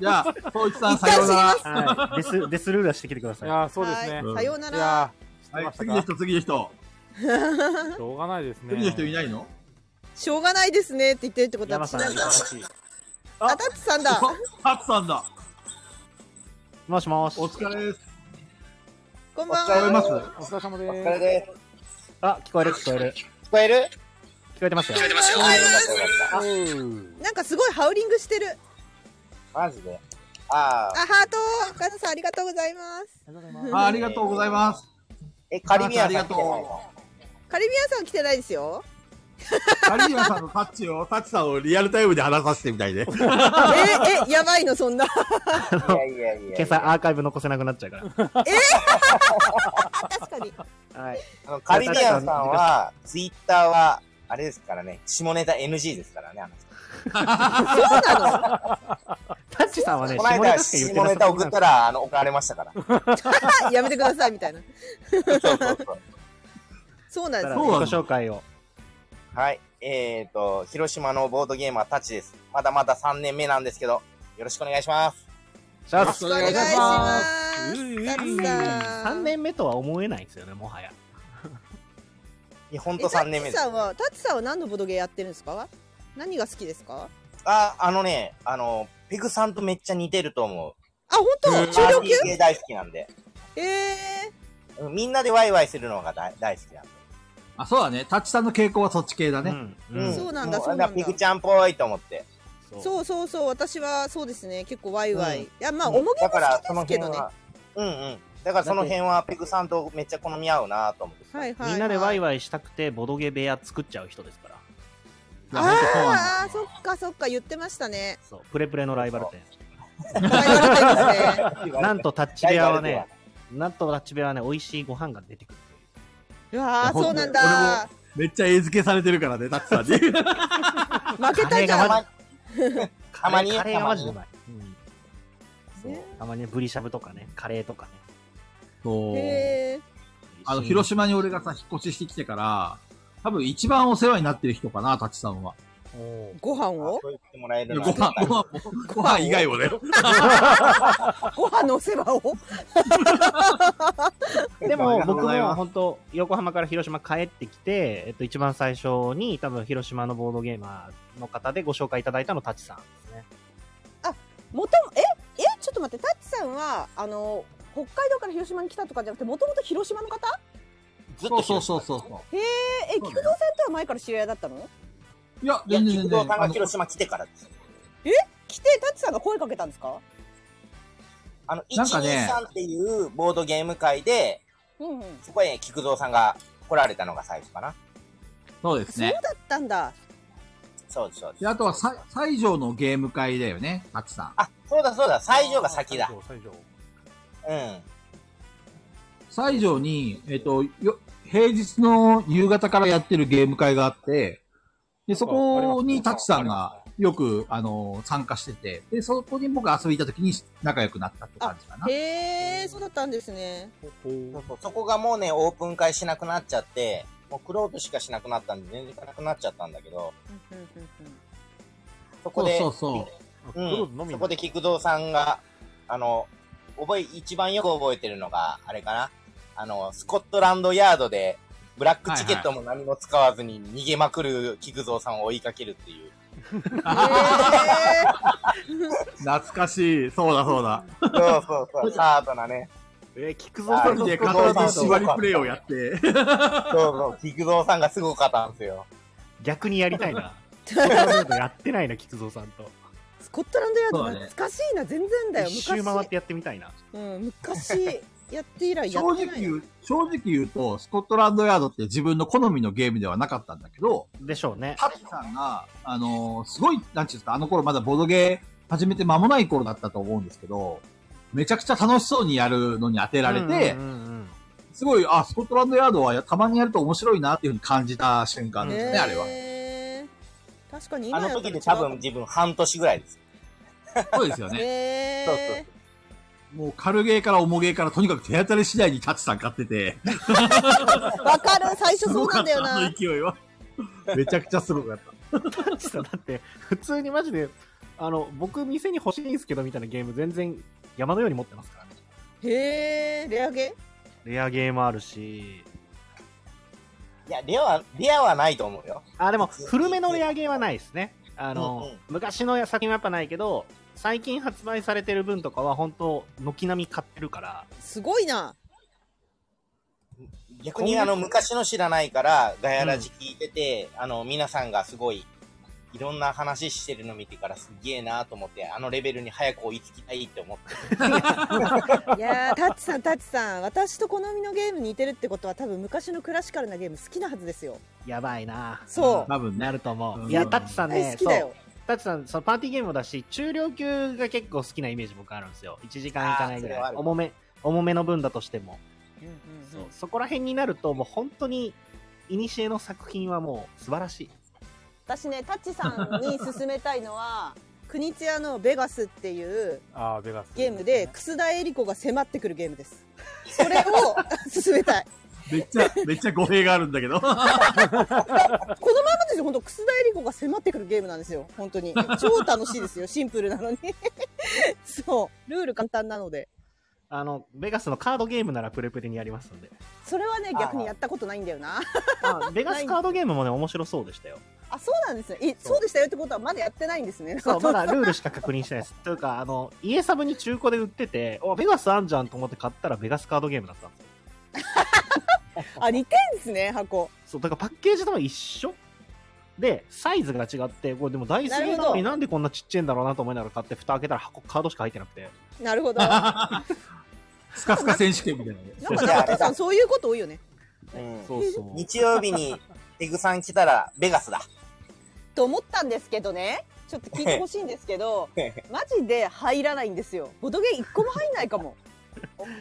じゃあ、そういさん、
一
さ
回
ようなら。
過
は
ぎ
い。デス、デスルーラーしてきてくだ
い
さい。
やーそうですね
は。
う
い
ん
さようないら
や。ー知って
は
ま
い、
したか
次の人、次の人。
しょうがないですね。
次の人いないの
しょうがないですねって言ってるってことは
山
私
さん、
なん
素晴
だ
ら。しい。
あ、タツさんだ。
ハツさんだ。
もしもし
お。疲れです。
こん
お
ばん
疲れ
聞こえ
は。
ます
お疲れ様
お疲れ
で
です。
あ、聞こえる聞こえる。
聞こえる
こえてますよ。
よかったよかっ
なんかすごいハウリングしてる。
た。マジで。あ
あ、
あ。
ハート、カズさんありがとうございます。
あありがとうございます。
え、カリミアさん来てな
あ
い
りがと
カリビアンさん来てないですよ。
カリーナさんのタッチを、タッチさんをリアルタイムで話させてみたいで。
え、え、やばいの、そんな。
のいやいやいやいや。
掲載アーカイブ残せなくなっちゃうから。
あ、確かに。
はい。
あのカリビアンさんは、ツイッターは、あれですからね、下ネタ NG ですからね、あの人
タッチさんはね、
この間、
しか
下ネタ送ったら、あの、怒られましたから。
あ やめてください、みたいな。
そうそうそう。
そうなん
だか
です
ら
ね。
自己紹介を。
はい。えっ、ー、と、広島のボードゲーマーたちです。まだまだ3年目なんですけど、よろしくお願いします。
じゃ
よろ
あ
し、く
お
お
願
願
い
い
し
し
ま。
ます
う
カ
ん
ズさ
3
ん。
年目とは思えないんですよね、もはや。
いや、ほん
え
と3年目で
タ
す
ッチさん。は、タッチさんは何のボドゲやってるんですか何が好きですか
あ、あのね、あの、ペグさんとめっちゃ似てると思う。
あ、本当中
パー
量
テ
級
ィー系大好きなんで。
ええ
うんみんなでワイワイするのが大大好きなんで。
あ、そうだね。タッチさんの傾向はそっち系だ
う
ね。
ん。
うん
そうなんだ
も
そうなんだ
ペグちゃんっぽいと思って。
そう
そうそうそう、私はそうですね、結構ワイワ
う
イ。
ん
いや、まあ、重げも
だから、そ
好きで
の辺
すけどね。は
は、うんうん。だからその辺は、ペグさんとめっちゃ好み合うなと思って。
いはい、はい。
みんなでワイ
ワイ。
ワイしたくて、ボドゲ部屋作っちゃう人ですから。
いやほんとそうなんだ
ああ、そっかそっか、言ってましたね。
そう。プレプレのライバル
ライバル店ですね。
店。 なんとタッチ部屋はね、なんとタッチ部屋はね、美味しいご飯が出てくる。
うわあ、
いや
そうなんだ。
めっちゃ絵付けされてるからね、タッチさん に。
負けたじゃ
カレーが
ん。
ま
ね
ず
たまに
カレーカレーがマジでう
た
まい。うんそう。たまにねブリシャブとかね、カレーとかね。
そう。
へえ。
あの、広島に俺がさ、引っ越ししてきてから、多分一番お世話になってる人かな、タッチさんは。
おー
ご飯
あ
を
そう言ってもらえる
ご
のは
飯、ご飯も、ご飯以外もね。
ご飯のお世話を
でも僕
ありがとうございま
も
す
本当横浜から広島帰ってきて、えっと、一番最初に多分広島のボードゲーマーの方でご紹介いただいたのタチさんですね
もともええちょっと待ってタッチさんはあの北海道から広島に来たとかじゃなくてもともと広島の方
ずっ
そ
と。
うそうそううそう。
へええ菊蔵さんとは前から知り合いだったの
いや、
いや、
全然
菊
全
堂さん
然。あ
が
の
広島来てからです。
来てタッチさんが声かけたんですか
あの、
なんかね
123っていうボードゲーム会で、
うん、うん、そ
そこへ菊蔵さんが来られたのが最初かな。
そうです
う
ね。
だったんだ
そうです、そうで。
ですあとは、さ西条のゲーム会だよね、タッチさん。
あ、そうだそうだ、西条が先だ。
西条西条
うん。
西条に、えっ、と、よ、平日の夕方からやってるゲーム会があって、で、そこにタッチさんがよく、あの、参加してて、で、そこに僕遊びに行った時に仲良くなったって感じかな。
へえそうだったんですね
ほほ
そう
う
そうそこがもうね、オープン会しなくなっちゃって、もうクロートしかしなくなったんで、全然行かなくなっちゃったんだけど、そこで、
そうそうそう
ク
うん
ローズのみ
そこで菊蔵さんが、あの、覚え、一番よく覚えてるのが、あれかな。あの、スコットランドヤードで、ブラックチケットも何も使わずに逃げまくる菊蔵さんを追いかけるっていう。
へえ
懐かしい。そうだそうだ。
そうそうそう、ハードなね。
えー、菊
蔵さんの
で、
で
片
片
手
手
縛
縛
り
り
プ
プ
レ
レ
イ
イ
を
を
や
や
っ
そ
て。
うそう、菊蔵さんがすごかったんですよ。
逆にやりたいな そういうことやってないな菊蔵さんと
スコットランドヤード
そうだね
懐かしいな全然だよ
一周回ってやってみたいな
昔,、うん、昔やって以来や
正
って
直
ない
言
な
う、正直言うと、スコットランドヤードって自分の好みのゲームではなかったんだけど、
でしょうね
タッチさんが、あのーすごい、なんちゅうんですか、あの頃まだボドゲー始めて間もない頃だったと思うんですけど、めちゃくちゃ楽しそうにやるのに当てられて、
うんうんうん
すごい、あ、スコットランドヤードはやたまにやると面白いなっていうふうに感じた瞬間ですね、
へー
あれは。
確かに
あ
今
の
やっ
時
たら違
で
う
多分自分半年ぐらいです。
そうですよね。
へ
そうそう
え
もう軽ゲーから重ゲーからとにかく手当たり次第にタッチさん買ってて、
わかる最初そうなんだよ
すごかったあ
な
の勢いは。 めちゃくちゃすごかっ た。
タッチさんだって普通にマジであの僕店に欲しいんですけどみたいなゲーム全然山のように持ってますからね
へえレアゲ
レアゲームあるし
いや、レアは、レアはないと思うよ。
あ、でも、古めのレアゲーはないですね。あ
う
の、
んうん
昔の作品はやっぱないけど、最近発売されてる分とかは本当軒並み買ってるから、
すごいな
逆にあの、昔の知らないから、ガヤラジ聞いてて、あの、皆さんがすごい、いろんな話してるの見てからすげえなと思って、あのレベルに早く追いつきたいって思って。
いやータッチさんタッチさん私と好みのゲーム似てるってことは多分昔のクラシカルなゲーム好きなはずですよ
やばいな
そう
多分ね。
なると思う、
うん
いやタッチさん
大
ね
好きだよ
そうタッチさんそのパーティーゲームもだし中量級が結構好きなイメージ僕あるんですよ1時間いかな
あー
いぐ
それは
ら
あ
い
る
重め重めの分だとしても
うんうんうん
そうそこら辺になるともう本当に古の作品はもう素晴らしい
私ねタッチさんに勧めたいのは国津屋の「ベガス」っていう
ああ、ベガス。
ゲームで楠田絵理子が迫ってくるゲームですそれを勧めたい
めっちゃ、めっちゃ語弊があるんだけど。
このままですよ本当楠田絵理子が迫ってくるゲームなんですよ本当に超楽しいですよシンプルなのにそうルール簡単なので
あのベガスのカードゲームならプレプレにやりますんで
それはね
あー
逆にやったことないんだよな
あベガスカードゲームもね面白そうでしたよ
あそうなんですねえそうでしたよってことはまだやってないんですね
そうまだ ルールしか確認してないですというかあの家サブに中古で売ってておベガスあんじゃんと思って買ったらベガスカードゲームだったんですよ
あ似てんですね箱
そうだからパッケージとも一緒でサイズが違ってこれでも大好きな
なる
の
ほ
に
ど
なんでこんなちっちゃいんだろうなと思いながら買って蓋開けたら箱カードしか入ってなくて
なるほ どなんか
スカスカ選手権みたいなね。
ねタッチさんそういうこと多いよね
うん
そうそう
日曜日に、ペグさん来たら、ベガスだ。
と思ったんですけどねちょっと聞いてほしいんですけ どマジで入らないんですよボドゲ一個も入んないか も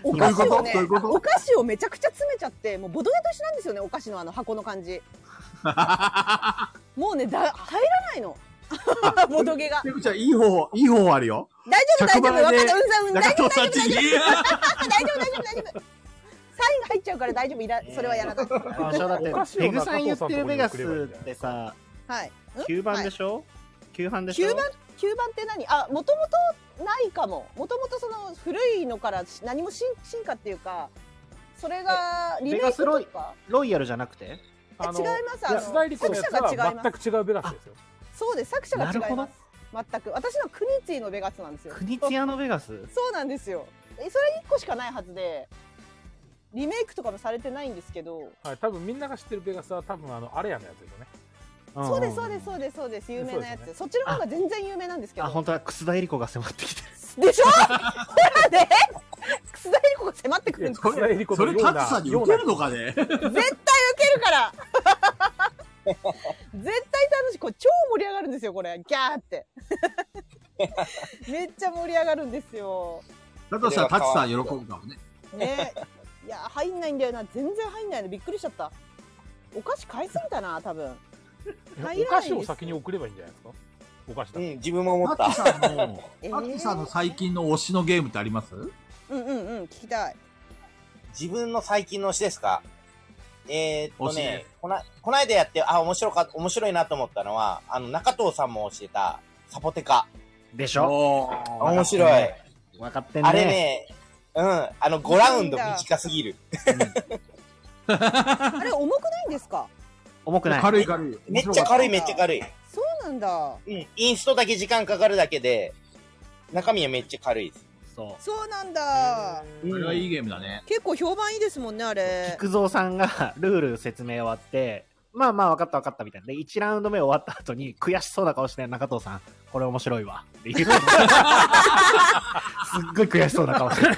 おお
どうい
菓子
うこと
をね
どういうこと
お菓子をめちゃくちゃ詰めちゃってもうボドゲと一緒なんですよねお菓子のあの箱の感 じもうねだ入らないの ボド ゲが
ペグちゃん、いい方法、いい方法あるよ。
大丈夫大丈夫
100
分か
倍
っ
で
たうんざうん大丈夫
中藤さんちに。
大丈夫大丈夫大丈夫 サインが入っちゃうから大丈夫いらそれはやらない
あそうだって
お菓子を
ペグさん言ってるベガス
中藤さんのとこに送れば
ってさ9番
はい
いいんじゃない
で
し
しょ、?9 番でしょ
9番9番って何あもともとないかももともとその古いのからし何も進進化っていうかそれがリメイクと
ベ
か
ロイヤルじゃなくて
あ違いますあ
安田
の
絵理子の
作
や
者
つ
が違い
は
ま
全
す
く違うベガスですよ。
そうです作者が違
なる
い
ほ
ま
ど
す全く私のはクニツィのベガスなんですよ
国津屋のベガス
そうなんですよえそれ1個しかないはずでリメイクとかもされてないんですけど、
はい、多分みんなが知ってるベガスは多分あの、アレアのやつですよね。
そうですそうです
う
そうですそうです有名なやつ
そう
そ,、っちの方が全然有名なんですけ
ん
ど
あ本当だ楠田絵理子が迫ってきて
でしょほらね楠田絵理子が迫ってくるんですよ
いやそれ
それ、タッチさんに受けるのかね。
絶対受けるから 絶対楽しいこれ超盛り上がるんですよこれギャーって めっちゃ盛り上がるんですよ
だとしたら、タッチさん喜ぶかもね。
ねいや入んないんだよな全然入んないのびっくりしちゃったお菓子買いすぎたな多分入
お
らない
菓
です
子を先に送ればいいんじゃないですかお菓子
う
だ。
ん、自分も思っ
タッチ
た。
さんの、
えー
タッチさんの最近の推しのゲームってあります
うんうんうん聞きたい
自分の最近の推しですかえー、っと
推し
ね
ね
こな、こないだやって、あ、面白か、面白いなと思ったのは、あの、中藤さんも教えた、サポテカ。
でしょ
お
あ面白い。
分かってんね
あれね、うん、あの、5ラウンド短すぎる。
あれ重くないんですか
重くない
軽い軽い。
めっちゃ軽い、
面
め
白
っち
かった
ゃ軽い。
そうなんだ
うん、インストだけ時間かかるだけで、中身はめっちゃ軽いです。
そ
そうなんだ
うん
これはいいゲームだね。
結構評判いいですもんねあ
う
れ
菊蔵さんがルール説明終わってまあまあ分かった分かったみたいなで1ラウンド目終わった後に悔しそうな顔して中藤さんこれ面白いわって言うすっごい悔しそうな顔して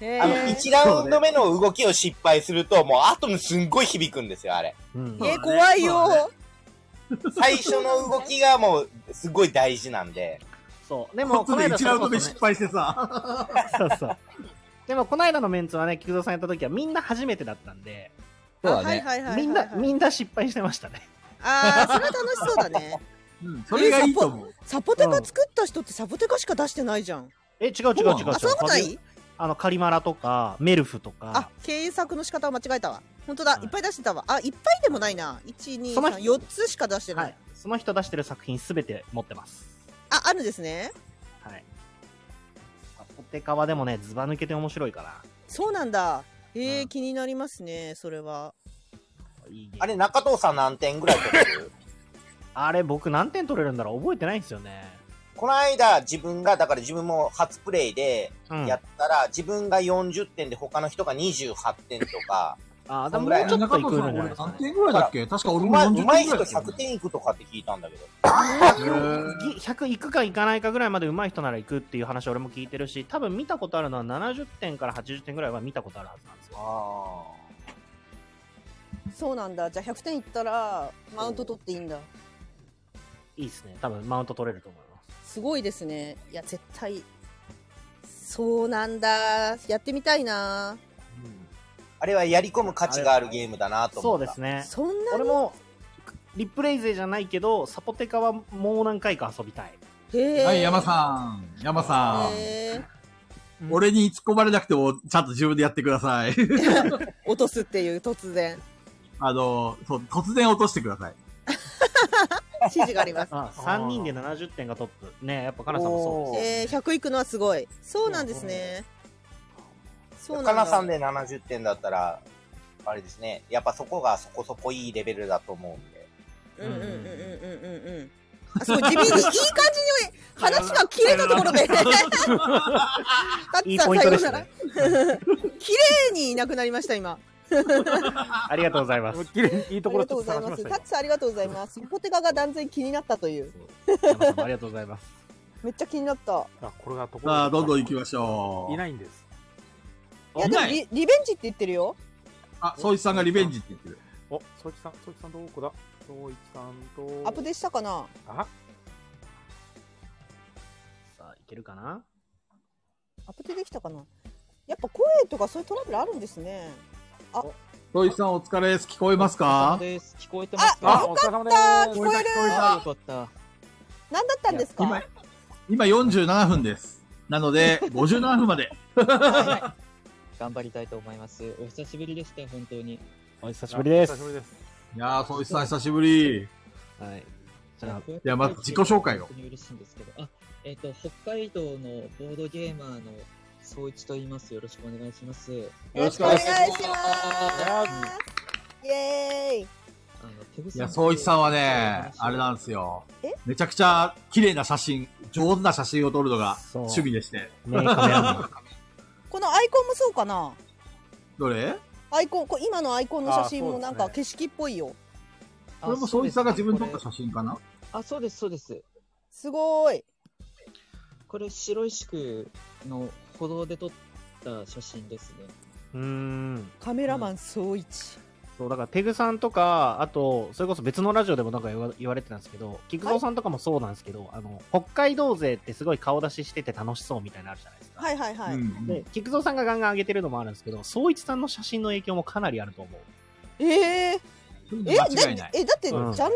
ね
あの、1ラウンド目の動きを失敗すると、もう後にすんごい響くんですよ、あれ。
うん
え怖い
そうだ
よ
最初の動きがもう、すごい大事なんで。
そうでも
もう、
こ
こ
の
れ
間
1
そ
ラ
れ
ウンド
こ
目
そね
失敗してさ。
そうそうでもこの間のメンツはね菊蔵さんやった時はみんな初めてだったんで
あはいはいはいはいはい
みんなみんな失敗してましたね
あーそれは楽しそうだね
うんそれがいいと思う。
サポテカ作った人ってサポテカしか出してないじゃん
え違う違う違う違う
あそういうことな
初め
い
あのカリマラとかメルフと
あ
か
検索の仕方を間違えたわ本当だ、
はい
い、っぱい出してたわあいっぱいでもないな
その人
1234つしか出してない、
はい、その人出してる作品すべて持ってます
ああるんですね
はいサポテカはでもねずば抜けて面白いから
そうなんだえー
うん
気になりますねそれはい
いゲーム
あれ、中藤さん何点ぐらい取れる
あれ僕何点取れるんだろう覚えてないんですよね
この間自分が、だから自分も初プレイで
うん
やったら、自分が40点で他の人が28点とか、
あーでももうちょっといくんじゃないですか
何点ぐらいだっけ確か
う
俺も
まい
40
う
点ぐ
ま
ら
い
いだ
人
ったよ
100点いくとかって聞いたんだけど。
ぎ100いくかいかないかぐらいまで上手い人なら行くっていう話俺も聞いてるし多分見たことあるのは70点から80点ぐらいは見たことあるはずなんですよ
あ
そうなんだじゃあ100点いったらマウント取っていいんだ
いいですね多分マウント取れると思います
すごいですねいや絶対そうなんだやってみたいな
あ。あれはやり込む価値があるゲームだなと
そ
思
う
った。
ですね
そんな
俺もリプレイ勢じゃないけどサポテカはもう何回か遊びたい
へえ
はい、山さん。山さ
へえ
ん。俺に突っ込まれなくても、ちゃんと自分でやってください。
落とすっていう突然
あの、そう、突然落としてください。
指示 があります
あ3人で70点がトップねやっぱかなさんもそうです
えー、100いくのはすごいそうなんですねそうなんだ
かなさんで70点だったら、あれですね。やっぱそこがそこそこいいレベルだと思うんで。
うんうんうんうんうんうんうんあすごい地味にいい感じに話が切れたところでだって
いい
さ
ポイントで
最後
し
な
た
ら
ね
綺麗にいなくなりました今
ありがとうございます
綺麗にいいと
あ
こ
りが
ろち
と
ょ
うご
っと
ざい
探し
ま
まし
す
た
タッツさんありがとうございますポテカが断然気になったという
山さんもありがとうございます
めっちゃ気になった
今あこれがところ
さあ、どんどん行きましょう。
いないんです
いやでもリリベンジって言ってるよ
あ、宗一さんがリベンジって言ってる。
おそいちさんそいちさんどこだそいちさんと
アップデートしたかな
あ
さあいけるかな
アップデートできたかなやっぱ声とかそういうトラブルあるんですね
宗一さんお疲れです。聞こえますか
です聞こえてます
あ
か
お疲れ様で
あ
ーす
聞こえる
あよかった。
何だったんですか
今、今47分です。なの で、57分まで。
頑張りたいと思います。お久しぶりでした、本当に。
お久し
あ
ぶりで
お久しぶ
す
りです
いやー、宗一さん久しぶり。
はい。
じゃあ
い
やまず自己紹介を
本当に嬉しいんですけど。あ、えっ、と、北海道のボードゲーマーの総一と言います。よろしくお願いします。
よろしくお願いしますイエーイ
あの、手ぐ
いや、宗一さんはね、あれなんですよ。めちゃくちゃ綺麗な写真、上手な写真を撮るのが
そう
趣味でして。
ねカメラマン
このアイコンもそうかな
どれ
アイコンこ今のアイコンの写真もなん
あ
か
そう
景色っぽいよ
あ
これも宗一さんが自分撮った写真かな
あ、そうです、そうです。
すごい
これ、白石区の歩道で撮った写真ですね。
うーん
カメラマン総一、
そうだからペグさんとかあとそれこそ別のラジオでもなんか言わ言われてたんですけど菊蔵さんとかもそうなんですけど、あの北海道勢ってすごい顔出ししてて楽しそうみたいなのあるじゃないですか、
はいはいはい、
うん
で菊蔵さんがガンガン上げてるのもあるんですけど総一さんの写真の影響もかなりあると思う
えええだ
間違いない。
えだってジャ
う
ン
ん
ルが違くない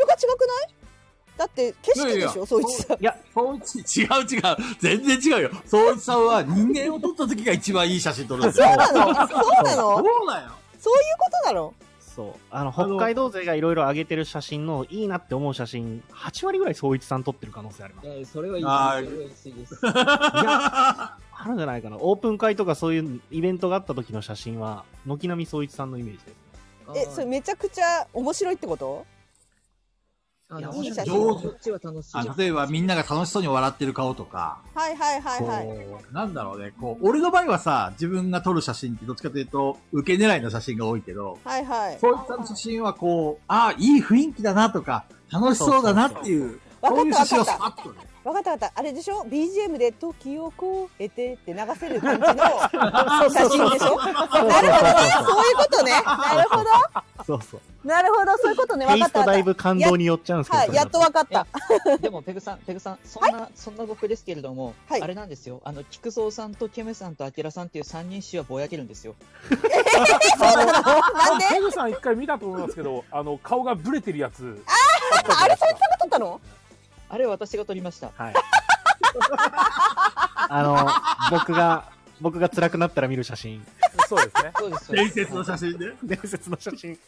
だって景色
い
で
やい
し
や
ょ総一さん
いや
宗一、 違う違う。全然違うよ。宗一さんは人間を撮った時が一番いい写真撮るんですよ。
そうなのあそうな
そ
の
うだよ。
そういうことなの
そうあの北海道勢がいろいろ上げてる写真のいいなって思う写真8割ぐらい総一さん撮ってる可能性あります
えそれはい
あ
い
ー
です。それはい いです。
あるんじゃないかなオープン会とかそういうイベントがあった時の写真は軒並み総一さんのイメージです
えそれめちゃくちゃ面白いってこと
あ
いや
面白
写真
上手こっちは楽しい。
あ例えばみんなが楽しそうに笑ってる顔とか、
はいはいはいはい
そうなんだろうね、こう、俺の場合はさ、自分が撮る写真ってどっちかというと、受け狙いの写真が多いけど、
はいはい
そういった写真はこう、ああ、いい雰囲気だなとか、楽しそうだなっていう、
そうそうそう
そういう写真を
わか
ス
った
パッとね。
わかったわかったあれでしょ BGM で「時を超えて」って流せる感じの写真でしょなるほどねそういうことねなるほど
そうそう
なるほどそういうことね
テ
わ
イ
かっ
スト
たわ
だ
か
い
っ
ぶ感動に寄っちゃうんです
た
けど
はいやっとわかった
でも、ペグさん、ペグさん、そんな、そんな僕ですけれども、
はい
あれなんですよ。あの、菊蔵さんとケムさんとアキラさんっていう三人衆はぼやけるんですよ。
なんで
ペグさん一回見たと思いますけど、あの顔がブレてるやつ。
あれそれ使っとったの
あれは私が撮りました。
はい。 あの、僕が、僕が辛くなったら見る写真。
そうですね。
そうです。そうで
伝
す
説の写真で。
伝説の写真。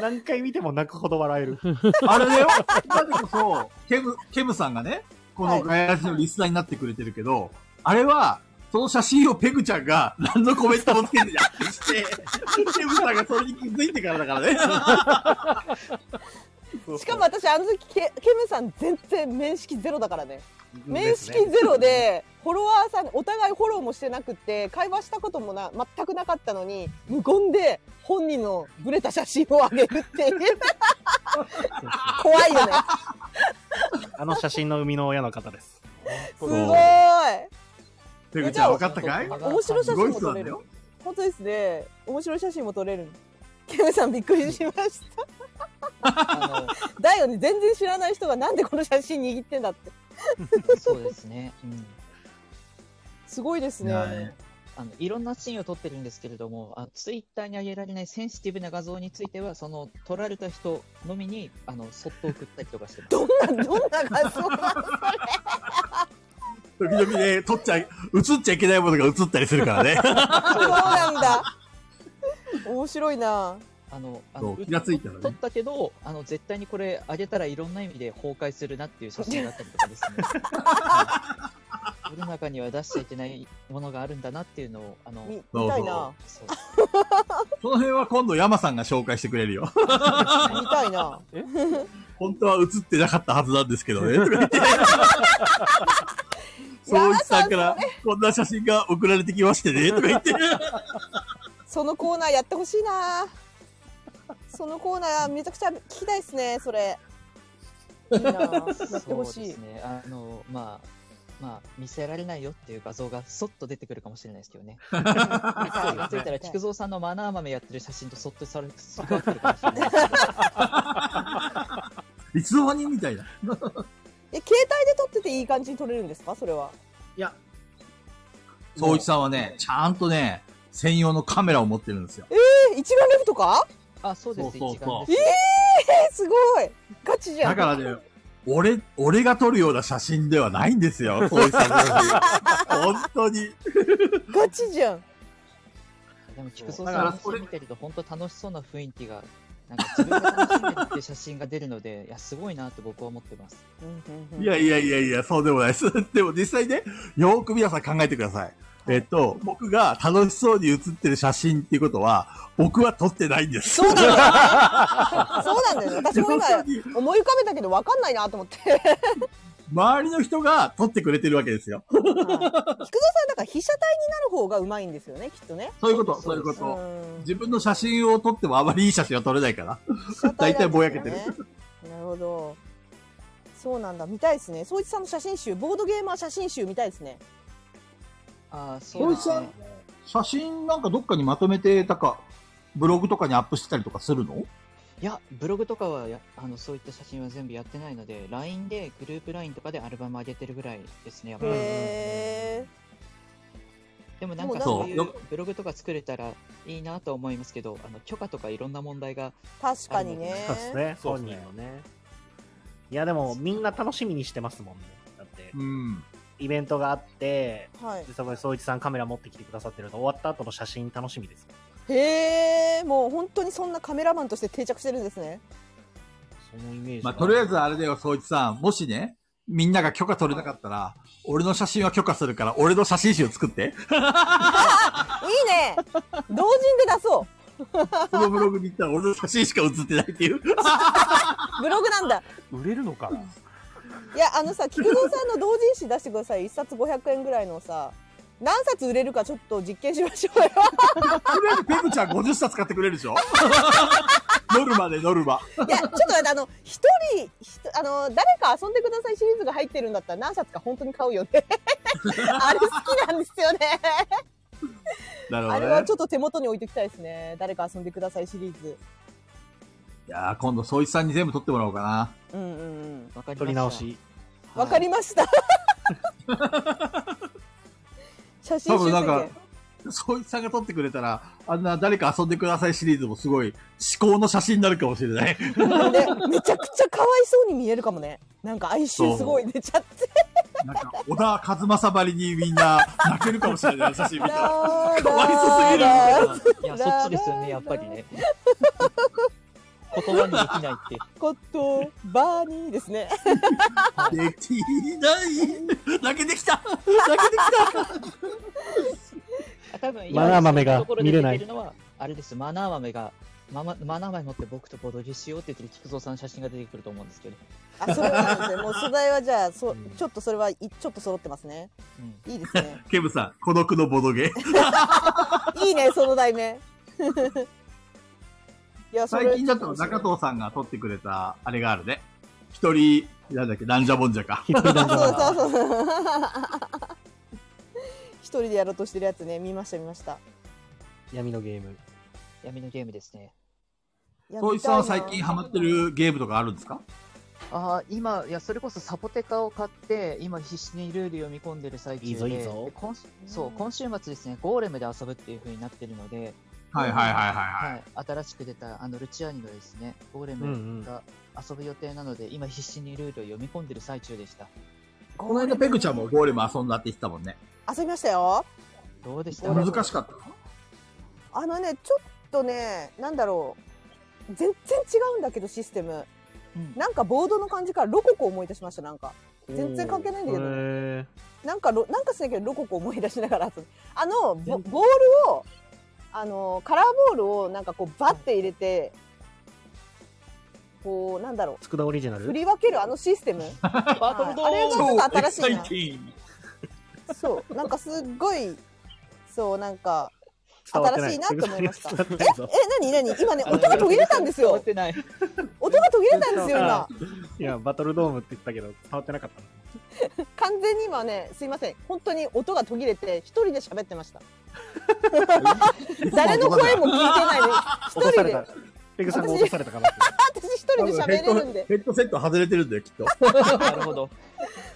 何回見ても泣くほど笑える。
あれだよ、だってこそ、ケム、ケムさんがね、このガヤラジのリスナーになってくれてるけど、あれは、その写真をペグちゃんが何のコメントもつけてやってして、ケムさんがそれに気づいてからだからね。
しかも私あの時ケケムさん全然面識ゼロだからね面識ゼロ
すね
でフォロワーさんお互いフォローもしてなくて会話したこともな全くなかったの に無言で本人のブレた写真をあげるっていう怖いよね
あの写真の生みの親の方です。
すごい
手口は分かったかい
面白い写真も
すごい人な
撮
ん
れ
だ
る
よ
本当ですね面白い写真も撮れるケムさんびっくりしました
あ
だよね全然知らない人がなんでこの写真握ってんだって
の、そうですね。うん。
すごいですね
はい
あのいろんなシーンを撮ってるんですけれども、あツイッターに上げられないセンシティブな画像については、その撮られた人のみにあのそっと送ったりとかしてます。
どんなどんな画像なんですか
時々ね、撮っちゃい、映っちゃいけないものが映ったりするからね。
そうなんだ。面白いな。
あのあ
そ
の
う、気がついたら
撮っ
ね。
たけど、あの絶対にこれ上げたらいろんな意味で崩壊するなっていう写真だったりとかですね。 はい世の中には出しちゃいけないものがあるんだなっていうのをあの
み
そう
見たいな。
そう
その辺は今度山さんが紹介してくれるよ。
見たいな。
本当は映ってなかったはずなんです けどね。とか言ってそういさんから、こんな写真が送られてきましてね。とか言って。
そのコーナーやってほしいな。そのコーナーめちゃくちゃ聞きたいですね。それ。いいな。やってほ
そう
し
で
い
す。ね。あのまあ。まあ、見せられないよっていう画像がそっと出てくるかもしれないですけどね。気がついたら、菊蔵さんのマナー豆やってる写真とそっとされそっと出てくるかもしれないですけど。
いつの間にみたいな。
え、携帯で撮ってていい感じに撮れるんですか？それは。
そういさんはね、ちゃんとね、専用のカメラを持ってるんですよ。
え、一眼レフとか？
あ、そうです、
そうそうそう
一眼です。
え、すごい。ガチじゃ
だ
ん。
からね、俺、俺が撮るような写真ではないんですよ。そういさんの写真。本当に。
ガチじゃん。
でも菊蔵さ
だか
ん
ら
の写
それ
真見てると本当楽しそうな雰囲気が、なんか自分が楽しんでるっていう写真が出るので、いや、すごいなって僕は思ってます。
いやいやいやいや、そうでもないです。 でも実際ね、よーく皆さん考えてください。えっと、僕が楽しそうに写ってる写真っていうことは、僕は撮ってないんです。
そうなんだよ。そうなんだ よ。私も今
本当に
思い浮かべたけど分かんないなと思って。
周りの人が撮ってくれてるわけですよ。
はい菊蔵さんだから被写体になる方がうまいんですよね。きっとね。
そういうこと、そういうこと。
うん
自分の写真を撮ってもあまりいい写真は撮れないから。大体ぼやけてる
被写体なんですよねなるほど。そうなんだ。見たいですね。総一さんの写真集、ボードゲーマー写真集見たいですね。
あーそうですね。
写真なんかどっかにまとめてたか、ブログとかにアップしてたりとかするの
いや、ブログとかはやあのそういった写真は全部やってないので、LINE で、グループ LINE とかでアルバム上げてるぐらいですね、やっぱり。
へえ。
でもなんか
もう
そうい
そううよ
ブログとか作れたらいいなとは思いますけど、あの許可とかいろんな問題が、
確かにね。
そうですね。
そうっ
本
すね
人のね。いや、でもみんな楽しみにしてますもんね。だって、
うん。
イベントがあって、
はい。
でそこで総一さんカメラ持ってきてくださってるの終わった後の写真楽しみです。
へえ。もう本当にそんなカメラマンとして定着してるんで すね。
そのイメージ。
まあ、とりあえずあれだよ、総一さん。もしね、みんなが許可取れなかったら、俺の写真は許可するから、俺の写真集を作って、
いいね。同人で出そう。
このブログに行ったら俺の写真しか写ってない っていう。
ブログなんだ。
売れるのかない
や、あのさ、菊蔵さんの同人誌出してください。一冊500円ぐらいのさ。何冊売れるかちょっと実験しまし ょうよ。
とりあえずペグちゃん50冊買ってくれるでしょ ノルマでノルマ。
いや、ちょっと待って、あの、一人、ひとあの、誰か遊んでくださいシリーズが入ってるんだったら何冊か本当に買うよね。 あれ好きなんですよね。
なる
あ
ほ
れ
ど
は
ね
ち。ょっと手元に置いておきたいですね。誰か遊んでくださいシリーズ。
いやー、今度総一さんに全部撮ってもらおうかな。
うんうんうん。
わかりました
撮り直。し。
はい
わかりま した。写真集
多分なん
宣
か、総一さんが撮ってくれたら、あんな誰か遊んでくださいシリーズもすごい、思考の写真になるかもしれない。
言。で、めちゃくちゃかわいそうに見えるかもね。なんか哀愁すごい出ちゃって。
なんか、小田和正ばりにみんな泣けるかもしれない、写真見たら。
わい
かわいそうすぎ
い
る
や、そっちですよね、やっぱりね。言葉にできないって。
こと、バーニーです ね。
できない。泣けてきた。泣けてきた。
あ多分
マナー豆が見れない
今言ってるのはあれですマナー豆がマママナーマイ持って僕とボドゲしようって言ってる菊蔵さんの写真が出てくると思うんですけど。
あ、そうなんですね。もう素材はじゃあ、そ、ちょっとそれはい、ちょっと揃ってますね。いいですね。
ケムさん、孤独のボドゲ。
いいね、その題名。 いや、それ
最近だと中藤さんが撮ってくれた、あれがあるね。一人、なんだっけ、なんじゃもんじゃ か。
そうそうそう。 一人でやろうとしてるやつね、見ました見ました。
闇のゲーム。
闇のゲームですね。
いや
そういさんは最。
見
近
たいな
ハマってるゲームとかあるんですか
ああ、今、いや、それこそサポテカを買って、今必死にルール読み込んでる最中で。
いいぞいいぞ
で今週そう、今週末ですね、ゴーレムで遊ぶっていう風になってるので、
はいはい
は
はいはいはい。
い、新しく出た、あの、ルチアーニのですね、ゴーレ
うんうん
ムが遊ぶ予定なので、今必死にルールを読み込んでる最中でした。
この間ペグちゃんもゴーレム遊んだって言ってたもんね。
遊びましたよ。
どうでした
難しかったの
あのね、ちょっとね、なんだろう。全然違うんだけど、システム。
うん
なんかボードの感じからロココ思い出しました、なんか。全然関係ないんだけど。
へ
なんかロ、なんかしないけど、ロココ思い出しながら遊ぶ。あの、ボボールを、あの、カラーボールをなんかこう、バッて入れて、こう、なんだろ
つくだオリジナ
う、
ル
振り分けるあのシステム。
バ
トルドーンあれはちょっと新しいな
超エキサイティング
そう。なんかすっごい、そう、なんか、
伝わって
新しいなと思いました
伝わってないぞ
え、なになに今ね、音が途切れたんですよ。
てない。
音が途切れたんですよ、今。
いや、バトルドームって言ったけど、伝わってなかったな。
完全に今ね、すいません。本当に音が途切れて、一人で喋ってました。誰の声も聞いてないで、
落と
一人
され
で。
た。ペグさんが落とされたかもし
私一人で喋れるんで。
ヘッドセット外れてるんだよ、きっと。
なるほど。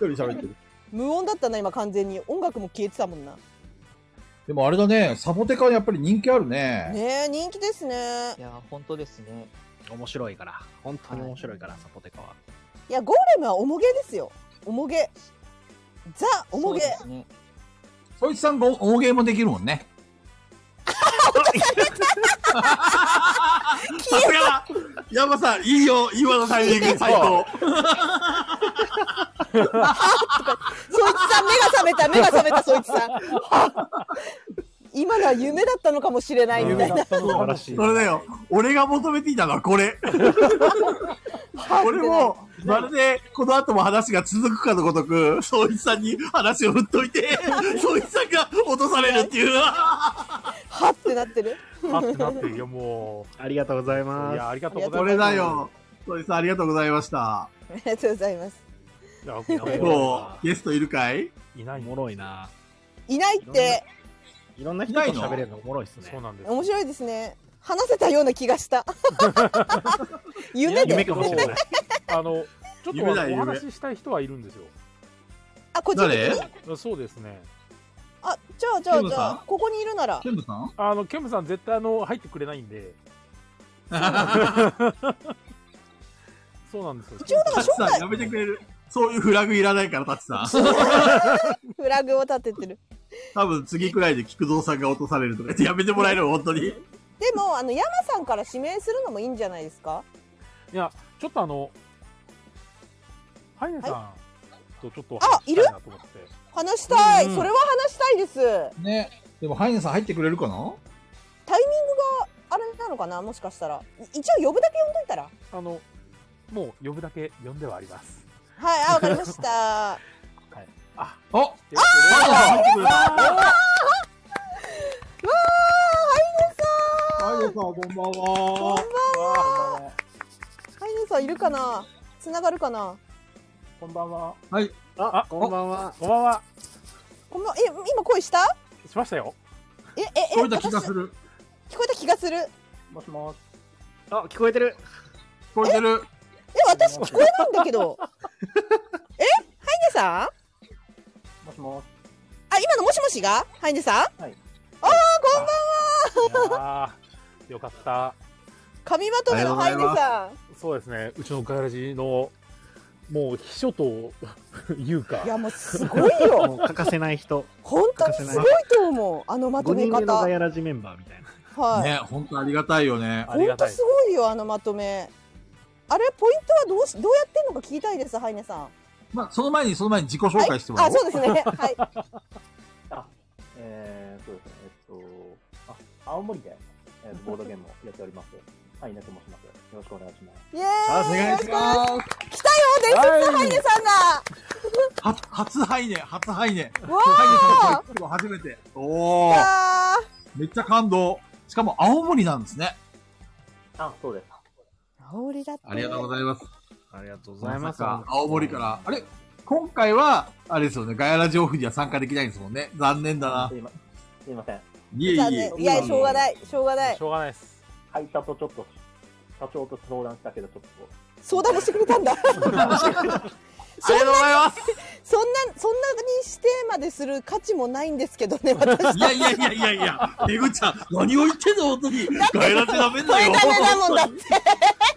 一人喋ってる。
無音だったな、今完全に。音楽も消えてたもんな。
でもあれだね、サボテカはやっぱり人気あるね。
ねえ、人気ですね
い。や、本当ですね。
れない。面白いから。本当に面白いから、サポテカは。
いや、ゴーレムは重げですよ。重げ。ザ、重げ
そう。ですね。
そいつさん、お大ゲーもできるもんね。さすがだ山さん、いいよ、今のタイミング最高。
そいつさん、目が覚めた、目が覚めた、そいつさん。 今のは夢だったのかもしれないみたいな。
素晴らしい
そ。れだよ、俺が求めていたのはこれ。俺も、まるで、この後も話が続くかのごとく、そいつさんに話を振っといて、 そいつさんが落とされるってい う。
はってなってる。
はってなってるよ、も。
ありがとうございう
いや、
ま
ありがとうござい
こ
ます。
れだよ。そいつさん、ありがとうございました。
ありがとうございます。
いや。
どうゲストいるかい
いな
す。お
い
も
も
ろいな。
いないって、
いろんな人と喋れるのおもろいっすね。
そうなんです。
面白いですね。話せたような気がした。夢
夢
で。
かもし れない。
あの、ちょっと
夢だ
あの
よ
お
夢
話ししたい人はいるんですよ。
あ、こっち
誰
そうですね。
あ、じゃあじゃ
ケ
あ
ム
じ
さ
ゃ
ん
あ、ここにいるなら。
ケムさん
あの、ケムさん絶対あの、入ってくれないんで。そうなんですよ。
一応だか
タ
ら
チさん、やめてくれる。そういうフラグいらないから、タチさ ん。
フラグを立ててる。
多分次くらいで菊蔵さんが落とされるとか言ってやめてもらえる本当に。
でも、あの、山さんから指名するのもいいんじゃないですか
いや、ちょっとあの、ハイネさんとちょっとお
あ
話し
い
した
る
いなと思って。
話したい、
うん
それは話したいです
ね。でも、ハイネさん入ってくれるかな
タイミングがあれなのかなもしかしたらい一応呼ぶだけ呼んどいたら
あの、もう呼ぶだけ呼んではあります。
はいあわかりました
あ、
あ
でそれ
ハイネさん入ってくれるハイネさん、こんばん
こんばん
は。
はハイネさんいるかなつながるかな
こんばんは。
はい。
あ、こんばんは。
こんばんは。
こんばんえ今声した
しましたよ。
えええ
そういった気がする。
私聞こえた気がするえ
もしもし。
あ、聞こえてる。
聞こえてる。
私聞こえないんだけ どえハイネさんあ
もしもし。
今のもしもしがハイネさん
いやーよかった。
髪まとめのハイネさ
そうですね。うちのガヤラジの、もう秘書というか
んい、やもうすごいよ
もう欠かせない人。
本当にすごいと思うあのま
5
とめ
人目
方
のガ
はい
ヤラジメンバーみたいな。
ね、本当ありがたいよね。
あり
ほ
が
んと
たい
す。ごいよあのまとめあれポイントはどうしどうやってんのか聞きたいですハイネさん
まあ、その前に、その前に自己紹
はい
介してもらお
あ
う。
そうです ねはい
えー、そうですね、えっと、あ、青森で、えーボードゲームをやっております。はい、稲と申します。よろしくお願いします。
イエーイ
ます。
来たよ伝説のハイネさんだ
初、初ハイネ、初ハイネ。
わー
ハイネさんの声聞くの初めて。おー。
あ
めっちゃ感動。しかも青森なんですね。
あ、そうです。
ー煽りだった
ありがとうございます。
ありがとうご
ま
ざいます。
さか、青森から。あれ今回は、あれですよね、ガヤラジオフには参加できないんですもんね。残念だな
す。いま、すいません。
いえい
残
え
念。いやしょうがないしょうがない
しょうがないです。
会社とちょっと、社長と相談したけど、ちょっと、
相談もしてくれたん だ
ありがとうございます。
そんなそんなにしてまでする価値もないんですけど ね私
いやいやいやいやいや、ペグちゃん、何を言ってんの、本当に。ガイラジダメ
こ
だ
れ
よ。
ダメだもんだって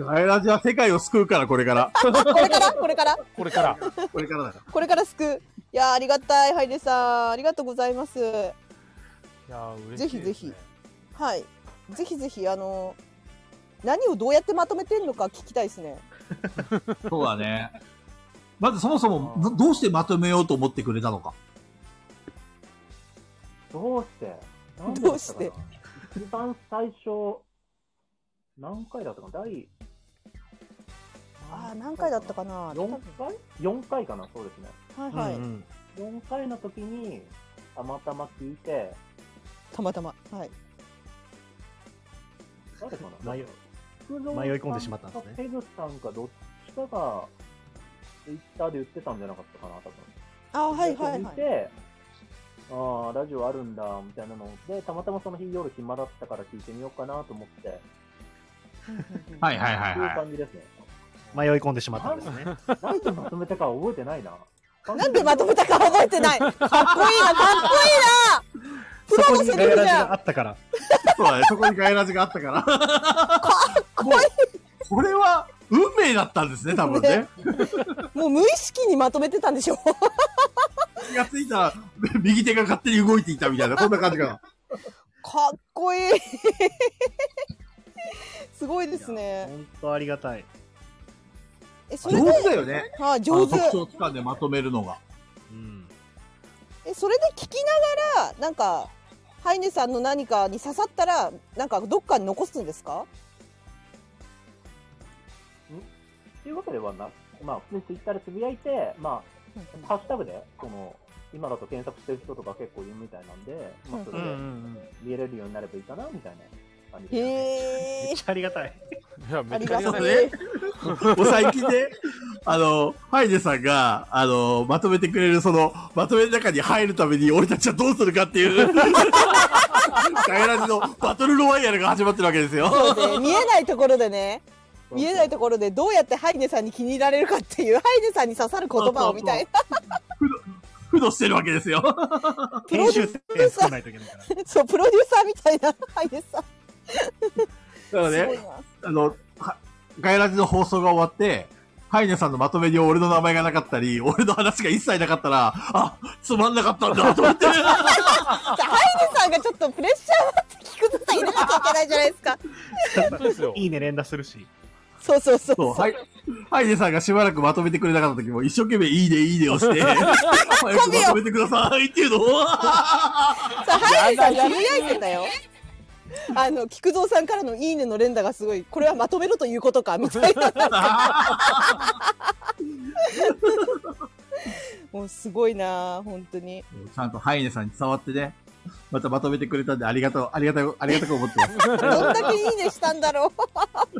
ガイラジは世界を救うから、これから。
これからこれから
これから。
これからだから。
これから救ういやーありがたいハイネさんありがとうございます
いやー嬉しいですね
ぜひぜひはいぜひぜひあの何をどうやってまとめてんのか聞きたいですね
そうだね。まずそもそも、どどうしてまとめようと思ってくれたのか。
どうしてなんで
どうして
だったかな一番最初、何回だったかな第、
ああ何回だったかな
4回 ?4 回かなそうですね。
はいはい、
うんうん
4回の時に、たまたま聞いて、
たまたまはい
誰かな
迷い
福蔵さ
迷い込んでしまったんですね
かペグさんかどっちかが、ツイッターで言ってたんじゃなかったかな多分。
ああはいはいは
見
い
て、ああ、ラジオあるんだ、みたいなので、たまたまその日夜暇だったから聞いてみようかなと思って、
はいはいは
そういう感じですね。
迷い込んでしまったんですね。
何でまとめたか覚えてないな。
なんでまとめたか覚えてない。かっこいいな、かっこいいな。プロのセ
ガ
リ
ヤ
フ
ラ
じ
ジ
ゃん。
が
か
あったから。
そうだね、そこにガイラジがあったから。
っこい
これは、運命だったんですね、多分ね
ね。い。もう無意識にまとめてたんでしょ。
気がついたら、右手が勝手に動いていたみたいな、こんな感じかな。
かっこいい。すごいですね。
本当ありがたい。
え、それ
上
で、
手だよね。
あー、
あの
上手
特。徴つかんでまとめるのが。
うん。
え、それで聞きながら、なんか。ハイネさんの何かに刺さったら、なんかどっかに残すんです か。
ということではな、まあ、普通にツイッターでつぶやいて、まあ、ハッシュタグで、その、今だと検索してる人とか結構いるみたいなんで、まあ、それ
うんうんう
で
ん。
見れるようになればいいかな、みたいな感じ
へ
で。
め
え
っ。ちゃありがたい。
いや、め
あ
っ
り
ちゃあ
が
り
とう
がた
ね
い。
もう最近ね、あの、ハイネさんが、あの、まとめてくれる、その、まとめの中に入るために、俺たちはどうするかっ ていう、ガイラジのバトルロワイヤルが始まってるわけですよ。
そうで見えないところでね。見えないところでどうやってハイネさんに気に入られるかっていうハイネさんに刺さる言葉をみたいな
苦労してるわけですよ。
プロ
編
デ
集
ュ
点作んないといけないから。
そうプロデューサーみたいなハイネさん
だから
すごい
ね、
な
あの、はガイラジの放送が終わって、ハイネさんのまとめに俺の名前がなかったり、俺の話が一切なかったら、あ、つまんなかったんだ、と思って。
じゃあハイネさんがちょっとプレッシャーを持って聞くとさ入れなきゃいけないじゃないですか
そうですよ。
いいね連打するし。
そうそうそう
そ
そ
う、
う
はい。ハイネさんがしばらくまとめてくれなかった時も、一生懸命いいね、いいね をして、 早くまとめてくださいっていうのを、
さハイネさんつぶやいてたよあの菊蔵さんからの「いいね」の連打がすごいこれはまとめろということかみたいなもうすごいな本当に
ちゃんとハイネさんに伝わってね、またまとめてくれたんで、ありがとう、ありがたい、ありがたく思ってます。
どんだけ「いいね」したんだろう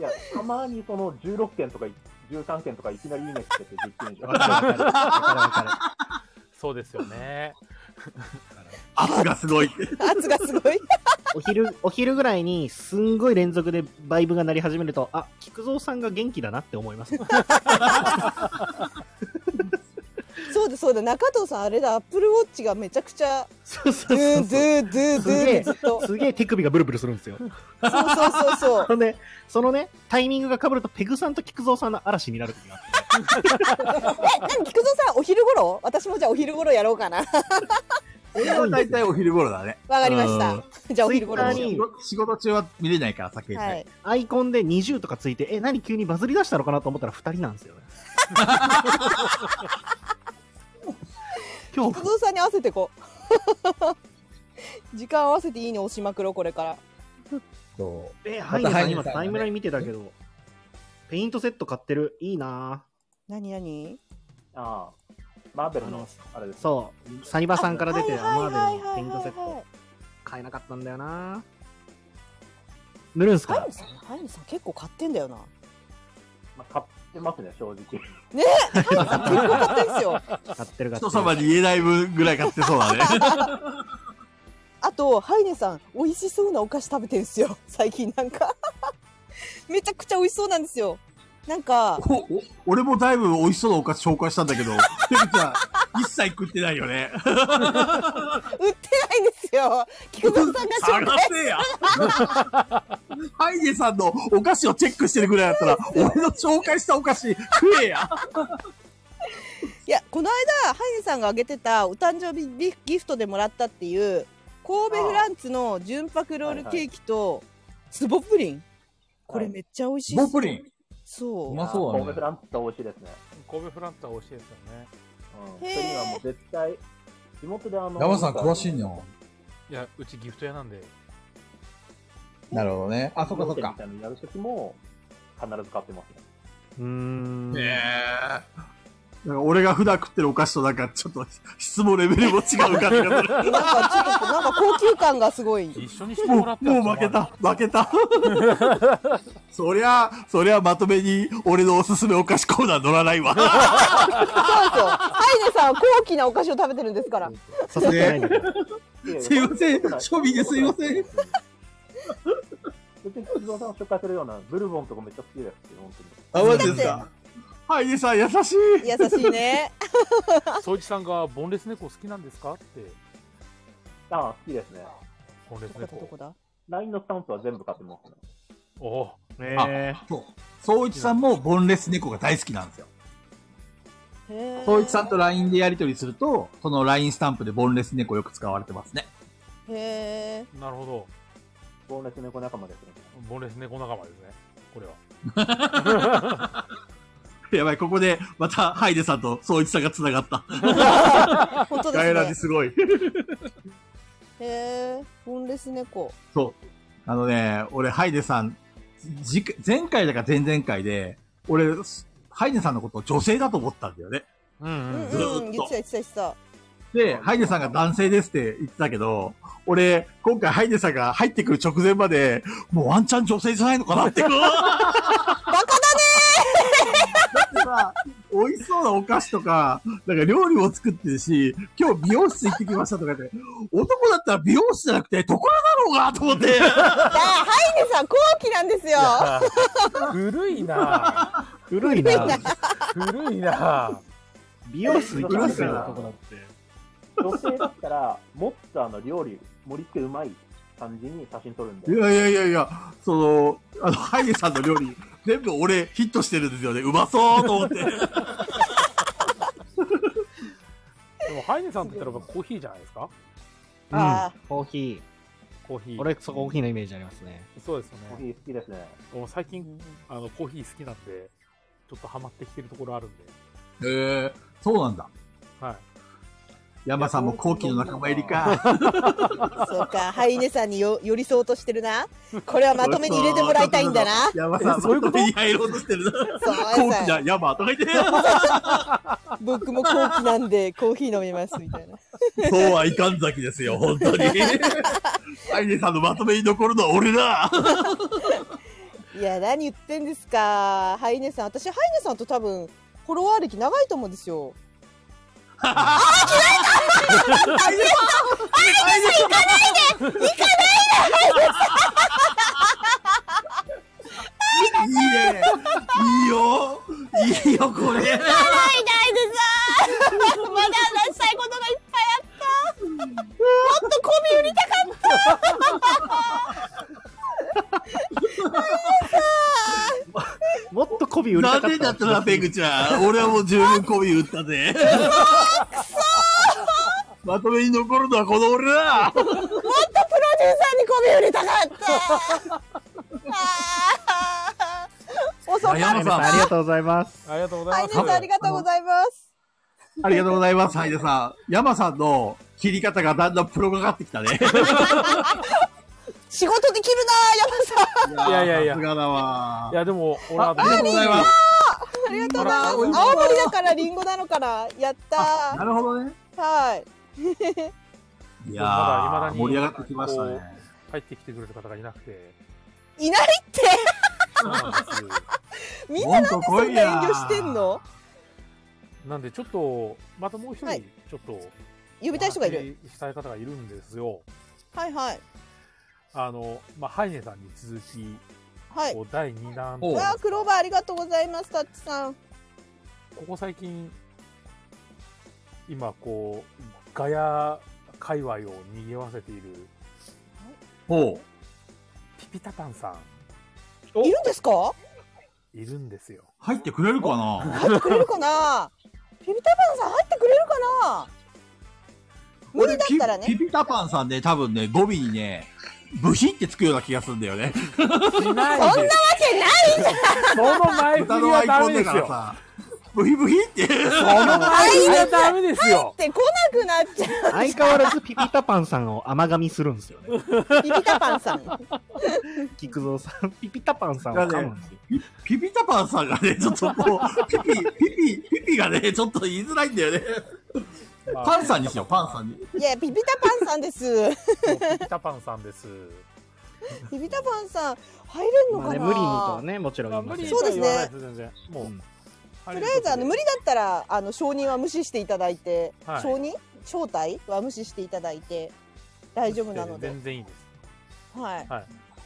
いや、たまにその16件とか13件とかいきなりいいねってて10件以上。
わかるわかる。わかるわかる。
そうですよね。
圧がすごいって。
圧がすごい
お昼、お昼ぐらいに、すんごい連続でバイブが鳴り始めると、あ、菊蔵さんが元気だなって思います。
そうだそうだ中藤さんあれだアップルウォッチがめちゃく ちゃ
そうそ
ド
う
ゥ
そ
ー
うそう。
ドゥードゥードゥーってずっと
すげえ手首がブルブルするんですよ。
そうそうそうそう
ほん で、そのね、タイミングが被ると、ペグさんと菊蔵さんの嵐になる時があって。
え何菊蔵さんお昼頃私もじゃあお昼頃やろ うかなわ
俺は大体お昼頃だね。
かりましたじゃあお昼頃にしよ
うん
仕事仕事中は見れないから、酒
う
に、
はい
アイコンで20とかついて、え、何急にバズり出したのかなと思ったら2人なんですよね。今
菊
日、
蔵さんに合わせ てこう時間合わせていいね押しまくろうこれから
と、
え、
また
ハイネ
が
さん今
ね
タイムライン見てたけど、ペイントセット買ってる。いいな
何何
ああ。マーベルの、あれです。
そう、サニバさんから出てる
あ
マ
はいは
ー
い
ベルの
は
ペ
い
イン
は
ト
い
セ
はい
ット。買えなかったんだよな塗るんすか
ハイネさん、ハイネさん結構買ってんだよな。
まあ、買ってますね、正直。
ねえ、ハイネさん結構買ってん すよ。
買ってる買ってる
人様に言えない分ぐらい買ってそうだね。
あと、ハイネさん、美味しそうなお菓子食べてんすよ。最近なんか。めちゃくちゃ美味しそうなんですよ。なんか、
おお俺もだいぶ美味しそうなお菓子紹介したんだ けど、ペグちゃん、一切食ってないよね。
売ってないんですよ。菊蔵さんが紹介
せや。ハイネさんのお菓子をチェックしてるぐらいだった ら、俺の紹介したお菓子食えや。
いや、この間、ハイネさんがあげてたお誕生日ギフトでもらったっていう、神戸フランツの純白ロールケーキと、つぼプリン。これめっちゃ美味しいです。
ボプリン
そう。
神戸フランスって美味しいですね。
神戸フランツは美味しいですよね。
うん。それにはもう絶対、地元であの、
山さん詳しいな。
いや、うちギフト屋なんで。
なるほどね。あ、そっかそ
料
っ
亭み
か。
たいなのやるときも、必ず買ってますね。
うーん。
ねえ。なんか俺が普段食ってるお菓子となんかちょっと質問レベルも違う感じがす る。
なんかちょっと、なんか高級感がすごい。
一緒にしてもらった
もう負けた、負けた。 そりゃ、そりゃまとめに俺のおすすめお菓子コーナー乗らないわ。
そうですよ。ハイネさんは高貴なお菓子を食べてるんですから。
刺さってないんだけど。
すいません、庶民ですいません。
別に菊蔵さんを紹介するような、ブルボンとかめっちゃ好きですよ、本当に。
あ、マジですか。ハイネさん優しい。
優しい ね。
宗一さんが、ボンレス猫好きなんですかって、
ああ、好きですね。
ボンレス
どこ
猫。
だ
LINE のスタンプは全部買ってますね。
おお
ね
そう。総一さんもボンレス猫が大好きなんですよ。
へー
総一さんと LINE でやり取りすると、その LINE スタンプでボンレス猫よく使われてますね。
へえ。
ー、なるほど。
ボーナス猫仲間ですね。
ボンレス猫仲間ですね。これは。
やばい、ここでまたハイデさんと総一さんが繋がった。
本当で
ガ
す
イラジ
ね。
すごい。
へえ。ボンレス猫。
そう。あのね、俺、ハイデさん、じ前回だか前々回で、俺、ハイデさんのことを女性だと思ったんだよね。
うん
う
うん
ん
うん。
うん。言ってた言ってた言ってた。
で、ハイデさんが男性ですって言ってたけど、俺、今回ハイデさんが入ってくる直前まで、もうワンチャン女性じゃないのかなって。バカ だねだってさ、美味しそうなお菓子とか、なんか料理も作ってるし、今日美容室行ってきましたとかって、男だったら美容室じゃなくて、ところだろうがと思って。
あ、ハイネさん高貴なんですよ。
古いな
古いな。
古いな
美容室行きますよ、
古いな
ここだって。
女性だったら、もっとあの料理、盛り付けうまい感じに写真撮るんで
い。やいやいやいや、その、あの、ハイネさんの料理、全部俺ヒットしてるんですよね。うまそうと思って。
でも、ハイネさんって言ったらコーヒーじゃないですか
うん
あ。
コーヒ
コーヒ
ー。
ー。
俺、そこコーヒーのイメージありますね。
そうです
コーヒ
ね。
ー好きですね。
もう最近、あの、コーヒー好きなんで、ちょっとハマってきてるところあるんで。
ええそうなんだ。
はい。
山さんも後期の仲間入りか。
そうか。ハイネさんによ寄り添おうとしてるな。これはまとめに入れてもらいたいんだな。
山さん、
えそういうこと
まめに入ろうとしてるな。
そう
後期
さ
だ、山とか言って。
僕も高貴なんでコーヒー飲みますみたいな。
そうはいかんざきですよ、本 当に。ハイネさんのまとめに残るのは俺だ。
いや何言ってんですか。ハイネさん、私ハイネさんと多分フォロワー歴長いと思うんですよ。
いいね。いいよ。いいよ、これ。
みたいでさまだ話したいことがいっぱいあったもっとコミ売りたか
もっと媚び売りた
なん
かった。
でだったら、ペグちゃん。俺はもう十分媚び打っ たぜ。まとめに残るのはこの俺だ。
ったプロデューサーにコミ売りたかったあー遅かった
山さん
ありがとうございます。
ありがとうござ
ハ
い
イネ
ます。
さんありがとうございます
ありがとうございます、ハイデさん。山さんの切り方がだんだんプロがかってきたね。
仕事できる なー、山さん。
いやいやいや。
さすがだわ。
いや、でも、俺
あ
は、。
りがとうございますありがとう
あら美
ござい
味
ます。
しそう
青森だからリンゴなのかな。やったー。
なるほどね。
はい。
い
い
やー
まだ未だに
盛り上がってきましたね
こう。入ってきてくれる方がいなくて。
いないって。 みんななんでそんな遠慮してんの？
なんで、ちょっと、またもう一人、
はい
ちょっと、
呼びたい人がいる。
お話ししたい方がいるんですよ。
はいはい
あの、まあ、ハイネさんに続き、
はい。
こう第2弾
うわあ、クローバーありがとうございます、タッチさん。
ここ最近、今、こう、ガヤ界隈を賑わせている、
ほう。
ピピタパンさん、
いるんですか？
いるんですよ。
入ってくれるかな
入ってくれるかな。ピピタパンさん入ってくれるかな。無理だったらね
ピピピタパンさんね、多分ね、語尾にね、部品ってつくような気がするんだよね。
そんな
わけないじゃん。
その前振
歌
り
のア
は
イ
ダ
コ
メ
ンだ
で
か
す
ら
よ。
さ、ブヒブヒって。そ
の前振りはダメですよ。
入ってこなくなっちゃう。
相変わらずピピタパンさんを甘噛みするんですよね。
ピピタパンさん。
菊蔵さん、ピピタパンさんを噛むんですよ。
ピピタパンさんがね、ちょっとこう、ピピ、ピピ、ピピがね、ちょっと言いづらいんだよね。パンさんにしよう、パンさんに。
いや、ピピタパンさん です。
ピピタパンさんです。
ピピタパンさん、入れんの
まあ
か
ね、
な。
無理にとはね、もちろん言いません
そうですね
全然。もう、
とりあえずあの無理だったらあの承認は無視していただいて、
はい
承認招待は無視していただいて大丈夫なので、
全然いいです。
はい。
はい。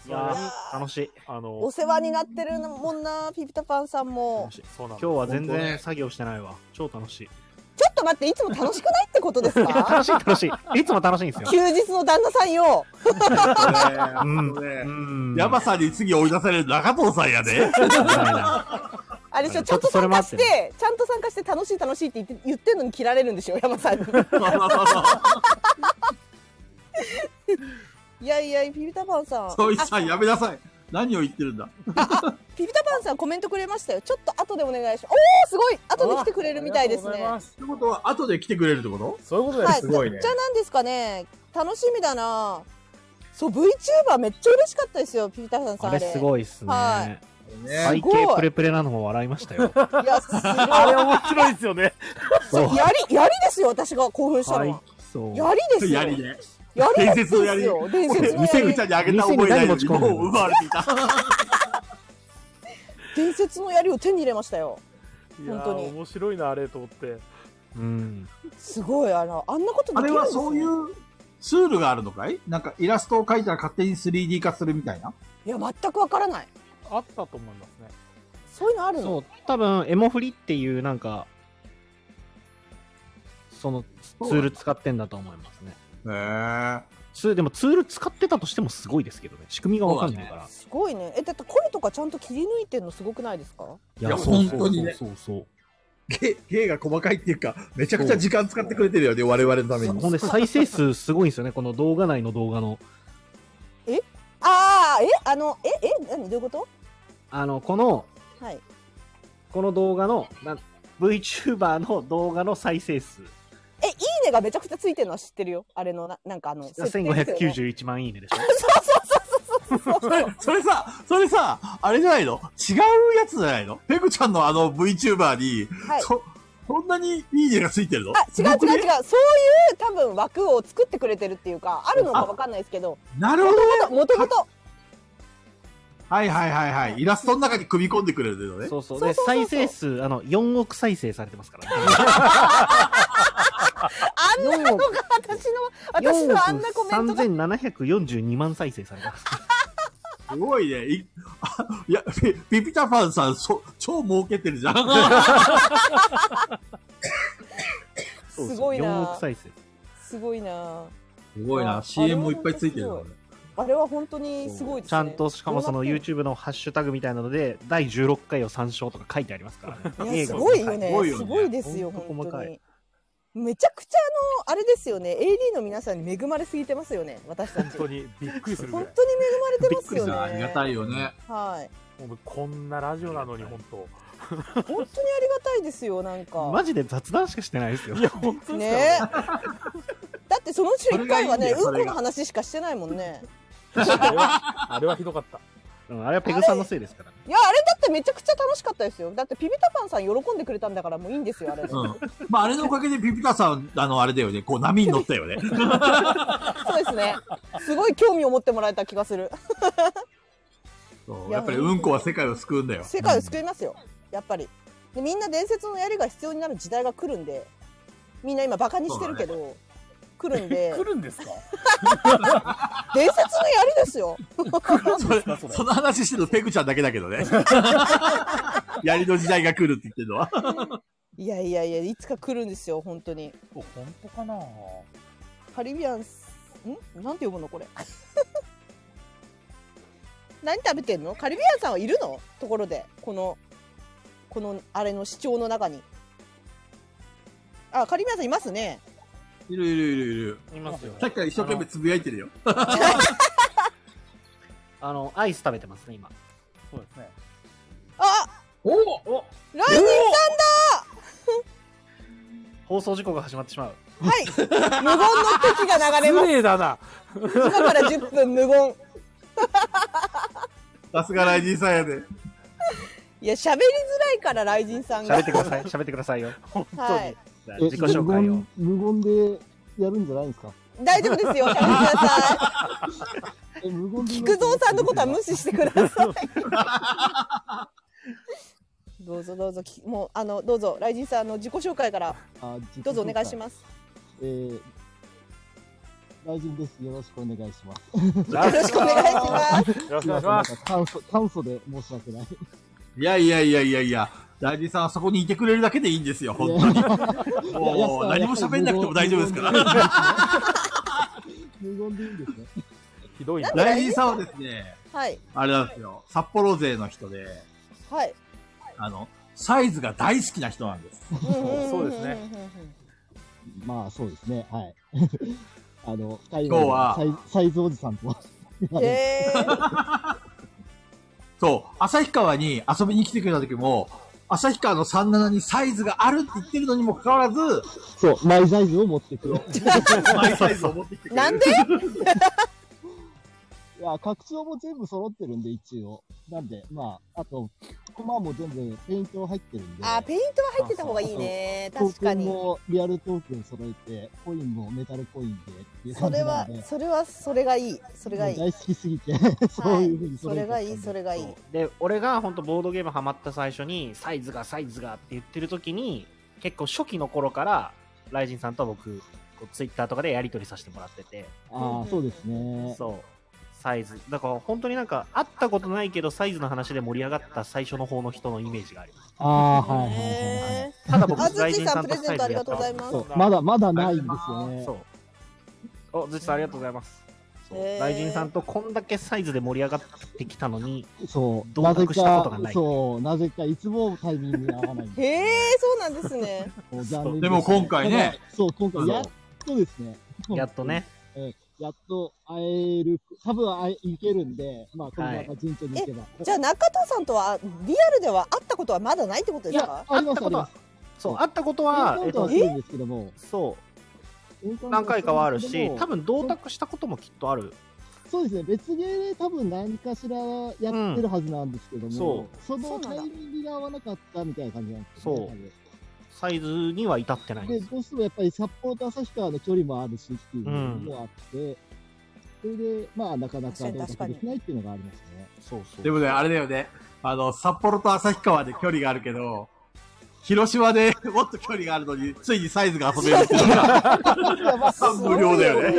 いやー楽しい。
あの
お世話になってるもんなピピタパンさんもち
そうなんです
今日は全然作業してないわ。超楽しい。
ょっと待っていつも楽しくないってことですか
楽しい楽しい。いつも楽しいんですよ。
休日の旦那さ んよ
うん。うん
ヤマさんに次追い出される中藤さんやで。
あれでしょち
ち
ゃ
ょ
ん
っ
と
とそれ
参
もあ
加
っ
してて
ね
ちゃんと参加して楽しい楽しいって言って言ってんのに切られるんでしょ山 さんにいやいやピピタパンさん
そいつさん、やめなさい。何を言ってるんだ。
ピピタパンさんコメントくれましたよちょっと後でお願いしますおおすごい後で来てくれるみたいですね
ってことは、後で来てくれるってこと
そういうことで
は
す。
い、
すごいね
じゃあ何ですかね楽しみだなそう VTuber めっちゃ嬉しかったですよピピタパンさん
あ
あ
れ
れ
すごいっす
は
ね。
す
背
ごい
景プレプレなのも笑いましたよ。
いやすごい
あれ面白いですよね。
そう。
やりやりですよ私が興奮したのは
そう。
やりですよ
やりね。
やり
伝
です
説のやり
よ。伝説の
店
や
口
り
にあげた覚えな
店
いのに、
に何持ち込むの
もう奪われていた。
伝説のやりを手に入れましたよ
いやー
本当に
面白いなあれと思って。
うん。
すごいあのあんなことで
あ
き
れ
るんで
は
すね
そういうツールがあるのかいなんかイラストを描いたら勝手に 3D 化するみたいな。
いや全くわからない
あったと思いますね。
そういうのある
そ
の
う、多分、エモフリっていうなんか、そのツール使ってんだと思いますね。
へ
ツでもツール使ってたとしてもすごいですけどね。仕組みがわかんないから。
すごいねえだって声とかちゃんと切り抜いてんのすごくないですか
い
いや
そうそう
本当にね
そうそう
え。芸芸が細かいっていうか、めちゃくちゃ時間使ってくれてるよね、我々のため
そう。ほんで、再生数すごいんですよね。この動画内の動画の。
ああえあのええ何どういうこと
あの、この、
はい
この動画の、なん VTuber の動画の再生数。
え、いいねがめちゃくちゃついてるのは知ってるよ。あれのな、なんか あの、設定ですよね。
1591万いいねでしょ。
それ、それさ、それさ、あれじゃないの違うやつじゃないのペグちゃんのあの VTuber に、
はい
そ、そんなにいいねがついてるの
あ、違う
僕
違う違
ね
う。そういう多分枠を作ってくれてるっていうか、あるのかわかんないですけど、
なるほどね。
もともと、
はいはいはいはい。イラストの中に組み込んでくれるのね。
そうそう。で、再生数、あの、4億再生されてますからね。
あんなのが 私の、私のあんなコメントが。
3742万再生されてます。
すごい ね。いあいや、ピピピタパンさん、そ超儲けてるじ ゃん。
すごい
4億
な
再生。
すごいな
すごい
あ
な。CM もいっぱいついてるのね。
あれは本当にすごいですね。
ちゃんと、しかもその
どうなって
YouTube のハッシュタグみたいなので、第16回を参照とか書いてありますから
んの
ね。
いや、
映
す
画
ごいよね。
す
す
ご
ご
い
い
よね
ですよ、
ほんと
本
細
当
かい
に。めちゃくちゃあの、あれですよね。AD の皆さんに恵まれすぎてますよね。私たち。
本当にびっくりするぐら
本
い。
当に恵まれてます
びっ
よ
く
ね。
りしたありがたいよね。
はい。
もうこんなラジオなのに本当。
本当にありがたいですよ、なんか。
マジで雑談しかしてないですよ。
本当です
ねえ。だってそのうちの1回はね、
そ
うんこ
れがいいんだよ
の話しかしてないもんね。
あれはひどかった。
うん、あれはペグさんのせいですから。
いやあれだってめちゃくちゃ楽しかったですよだってピピタパンさん喜んでくれたんだからもういいんですよあれ、
うん。まあ、あれのおかげでピピタさん、あの、あれだよね、こう波に乗ったよね。
そうですねすごい興味を持ってもらえた気がする
そうやっぱりうんこは世界を救うんだよ。
世界を救いますよやっぱりでみんな伝説の槍が必要になる時代が来るんでみんな今バカにしてるけど、来るんで
来るんですか
伝説の槍ですよ
それその話してるのペグちゃんだけだけどね。槍の時代が来るって言ってるのは。
いやいやいやいつか来るんですよ本当に
本当かな
カリビアンスんなんて呼ぶのこれ 何食べてんのカリビアンさんはいるのところでこのこのあれの視聴の中にあカリビアンさんいますね
いるいるいるいる。
いますよ
さっきから一生懸命つぶやいてるよ。
あの、アイス食べてますね、今。
そうですね。
あ
おお
ライジン
放送事故が始まってしまう。
さんだはい無言の時が流れます
礼だな。
今から10分無言
さすがライジンさんやで。
いや喋りづらいからライジンさんが
喋ってください、喋ってくださいよ。本当に。
はい
じゃあ自己紹介を。
無言無言でやるんじゃないんですか
大丈夫ですよ喋ってく ださ
え無言
い
で
菊蔵さんのことは無視してくださいどうぞどうぞきもうあのどうぞライジンさんの自己紹介から
あ自己紹介
どうぞお願いします
えー、大臣です。よろしくお願いします。
よろしくお願いします。
よろしくお願いします
なんか簡素簡素で申し訳ない。
いやいやいやいやいや。ライジンさんはそこにいてくれるだけでいいんですよ、本当に。もう、
いや
何も喋んなくても大丈夫ですから。
無言でいいんですね。
ひどいな。
ライジンさんはですね、
はい
あれなんですよ、札幌勢の人で、
はい
あの、サイズが大好きな人なんです。
そうですね。
まあそうですね。はい。あの、今
今日は
サイサイズおじさんと。
えー、
そう、旭川に遊びに来てくれた時も、旭川の37にサイズがあるって言ってるのにもかかわらず、
そう、マイサイズを持ってく る。
マイサイズを持ってきてくれる。
なんで
いや、拡張も全部揃ってるんで、一応。なんで、まあ、あと、コマも全部ペイント入ってるんで。
あペイントは入ってた方がいいね
ト
確
ー
か
クン
に
もリアルトークン揃えて、コインもメタルコインでっていう
そ
感じ
れ
な
は
んで、
それはそれがいいそれがいい
もう大好きすぎて、そういうふうに
そ
揃え
れ
てた
が
んで
いいそれがいい
で、俺が本当ボードゲームハマった最初に、サイズがサイズがって言ってる時に、結構初期の頃から、ライジンさんと僕、こうツイッターとかでやり取りさせてもらってて、
ああ、そうですね。
そう。サイズ。だから本当になんか、会ったことないけど、サイズの話で盛り上がった最初の方の人のイメージがあります。
ああ、はいはいはいはい。
え
ただ
ー、
僕、
あず
ライ
っ
ジ
ち
ン
さ
さ
ん
ん
プ
と
レゼントあり
や
が
っ
と
た
う
こ
ご
とな
ざ
いい
そ
ます
う、まだ、まだないんですよね。
そう。お、ずちさんありがとうございます。そう
へー
ライジンさんとこんだけサイズで盛り上がってきたのに、
そう、
同
なぜ
格したことが
か
な、い
そう、なぜか、いつもタイミングに合わないんで。
へえそうなんですね
もう残念
でも
すね
今回ね。
そう、今
あ
回、
の
やっとですね。
やっとね。
やっと会える、多分会えいけるんで、まあ、この
はい
まま順調にいけば。
じゃあ中田さんとはリアルでは会ったことはまだないってことですか
あります、
会った
あり
こと
ま
は
す。
そう、会ったことは、
エ
え
ンカウン
っ
トは
と
す、るんですけども、
そう、
エンカウントはするんですけども
何回かはあるし、多分同卓したこともきっとある。
そうですね、別ゲーで多分何かしらやってるはずなんですけども、
んそ
そ
そ
の
うなん
タ
だ
イミングが合わなかったみたいな感じなんですよね。
そうサイズには至ってないん
で、
です。
どうしてもやっぱり札幌と旭川の距離もあるしっていうの
うん
もあって、それで、まあ、なかなか
確かに
同
確か
卓
に
できないっていうのがありますね。
そう そう。
でもね、あれだよね。あの、札幌と旭川で距離があるけど、広島で もっと距離があるのに、ついにサイズが遊べるっていうのが、 感無量だよね。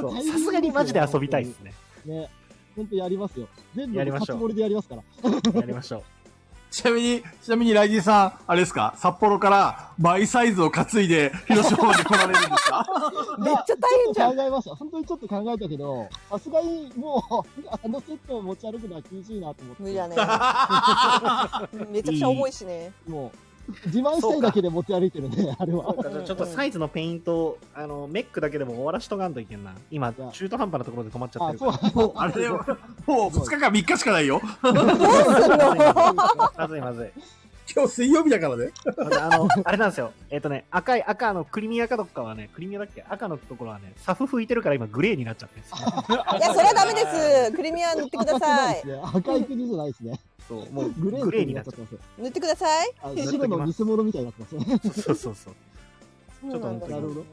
そう
さすがにマジで遊びたいですね。
ね、本当やりますよ。全部
やりましょう
勝ち盛りでやりますから。
やりましょう。
ちなみに、ちなみにライジンさん、あれですか札幌からマイサイズを担いで、広島まで来ら れるんですか
めっちゃ大変じゃん
考えました。本当にちょっと考えたけど、さすがにもう、あのセットを持ち歩くのは厳しいなと思って。
無理だねめちゃくちゃ重いしね
もう、自慢したいだけで持ち歩いてるね、あれは。
じゃあちょっとサイズのペイント、あの、メックだけでも終わらしとかんといけんな。今、中途半端なところで止まっちゃって
あ、
る
そう
か。
そう
あれだよ。もう2日か3日しかないよ。
ら。まずいまずい。
今日水曜日だからね。
あの、あれなんですよ。えっ、とね、赤い、赤のクリミアかどっかはね、クリミアだっけ赤のところはね、サフ吹いてるから今グレーになっちゃってるんです
いや、それはダメです。クリミア塗ってくださ い。
赤い国じゃないですね。
そう、もう
グレーの
グレ
国
ーに
に
な
な
っ
っ
ち
ちゃ
ゃっ
っててます。
塗ってください。
あ
塗っとき
白の
ま
偽
す
物みたいになってますね。
そうそうそう。
そうなんだ
なるほど。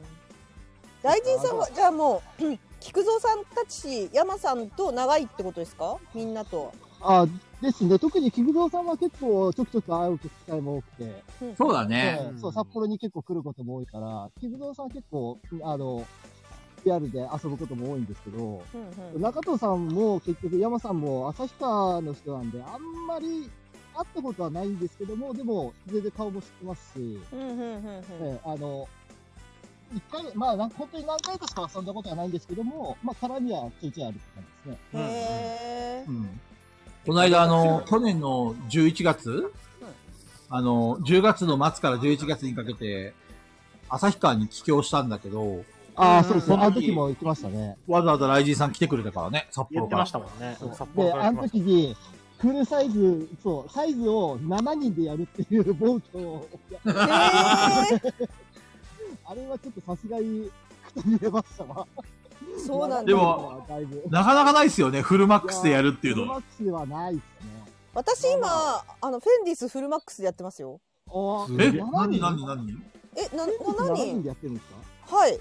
大臣さんは、じゃあもう、 うん菊蔵さんたち、山さんと長いってことですかみんなと。
あですね、特に菊蔵さんは結構ちょくちょく会う機会も多くて、
そうだね
ええそう、札幌に結構来ることも多いから、菊蔵さんは結構、あの、リアルで遊ぶことも多いんですけど、中藤さんも結局山さんも旭川の人なんで、あんまり会ったことはないんですけども、でも、全然顔も知ってますし、
うんうんうんうん。
ええあの、一回、まあ、なんか本当に何回かしか遊んだことはないんですけども、まあ、絡みはちょいちょいあるって感じですね。
へ
うんこの間、あの、去年の11月あの、10月の末から11月にかけて、旭川に帰郷したんだけど、
ああ、そうですね。あの時も行きましたね。
わざわざライジンさん来てくれたからね、札幌から。
ね。
札
で、あの時に、フルサイズ、そう、サイズを7人でやるっていう暴挙を。 あれはちょっとさすがに、くたびれましたわ。
そうなんだ
でも
だいぶ、
なかなかないですよね、フルマックスでやるっていう
いや
の
ーフルマ
は。
ックスではないですね。
私今、あの、フェンディスフルマックスでやってますよ。
あ
え、なになになに
え、な、
7
7
人
人
でやってるんですか
はい。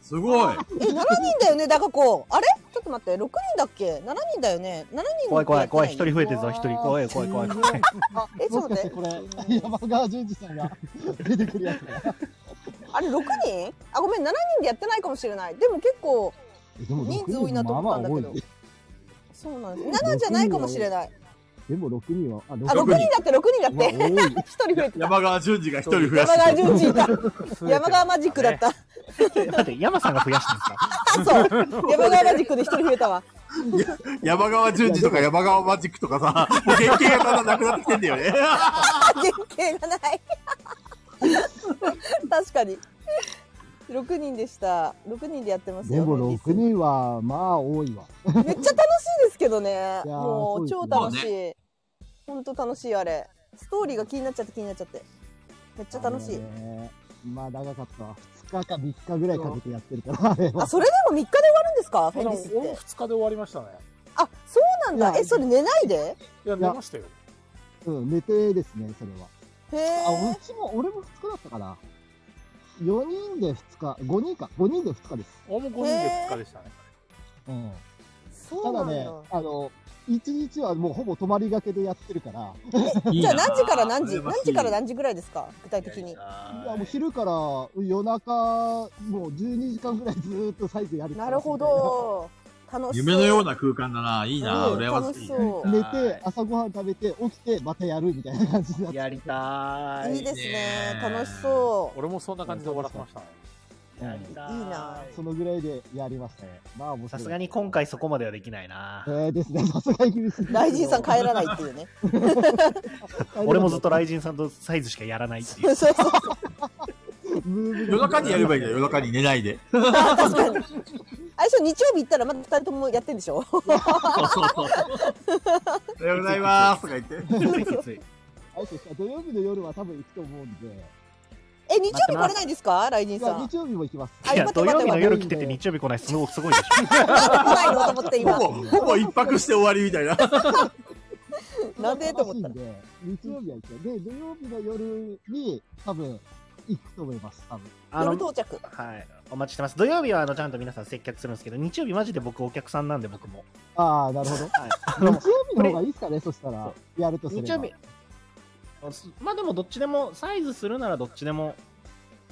すごい。
え、7人だよね、ダカ子。あれちょっと待って、6人だっけ ?7 人だよね。7人
怖い怖い怖い、一
やって
人
な
増えてるぞ、一人。怖い怖い怖い怖い。
あえ、ちょっと待って。
これ、山川淳二さんが出てくるやつだ。
あれ、6人あ、ごめん、7人でやってないかもしれない。でも結構、
えでも
人
六
数多いなと思ったんだけど
まあまあ多い
そうなんです。7じゃないかもしれない。
でも6人は、あ、
あ、6人だって、6人だっ
まあ多い
て。一人増えてた。
山川淳二が一人増
山
やして
川淳二いた。山川マジックだった。
待って、山さんが増やしてるんですか
そう。山川マジックで一人増えたわ。
山川淳二とか山川マジックとかさ、もう原型がだんだんなくなってきてんだよね。
原型がない。 確かに。6人でした。6人でやってます
で
よ。
も6人は、まあ多いわ。
めっちゃ楽しいですけどね。
いやー
もう
そ
超
うですね
楽しい。本当楽しいあれ。ストーリーが気になっちゃって気になっちゃって。めっちゃ楽しい。
い。まあ長かったわ。2日か3日ぐらいかけてやってるから、あれは。
あ、それでも3日で終わるんですかフェンリスって。
俺も2日で終わりましたね。
あ、そうなんだ。え、それ寝ないで
いや、
いや
寝ましたよ。
うん、寝てですね、それは。
へえ。
あ、うちも、俺も2日だったかな。4人で2日、5人か、5人で2日です。
俺も5人で2日でしたね。
うん。
そ
た
うな
だ
んだ。
ね、あの、1日はもうほぼ泊まりがけでやってるから、
えじゃあ何時から何時
羨ましい
何時から何時ぐらいですか具体的に。
いやもう昼から夜中、もう12時間ぐらいずーっとサイズやる
なるほど。楽しい。
夢のような空間だな。いいな。
うん
羨ましい。
そう
寝て、朝ごはん食べて、起きて、またやるみたいな感じでやって
やりた
いいですね。楽しそう。
俺もそんな感じで終わらせましたね。
やり
た
いいな。
そのぐらいでやりましたね。まあ面白い。
さすがに今回そこまではできないな
え。ーですね、さ すがに厳しい。
大臣さん帰らないっていうね。
俺もずっと雷神さんとサイズしかやらないっていう。
そうそう。
夜中にやればいいじゃん。夜中に寝ないで。
確かに。あれでしょ日曜日行ったらまた二人ともやってんでしょ
おはようございますとか言って。
あれですか土曜日の夜は多分行くと思うんで。
え、日曜日来れないんですか雷神
いや
さん。
日曜日も行きます。
いや、土曜日の夜来てて日曜日来ない、すごい、すごいでし
ないのと思って今。
ほぼ、ほぼ一泊して終わりみたいな。
なんでと思ったら。
で、日曜日は行く。で、土曜日の夜に多分行くと思います。多分。
あ
夜
の、
到着。
はい。お待ちしてます。土曜日はあのちゃんと皆さん接客するんですけど、日曜日マジで僕お客さんなんで僕も。
ああ、なるほど。
はい。
日曜日の方がいいですかね、そしたら。やるとすれば。
日曜日。まあでもどっちでも、サイズするならどっちでも、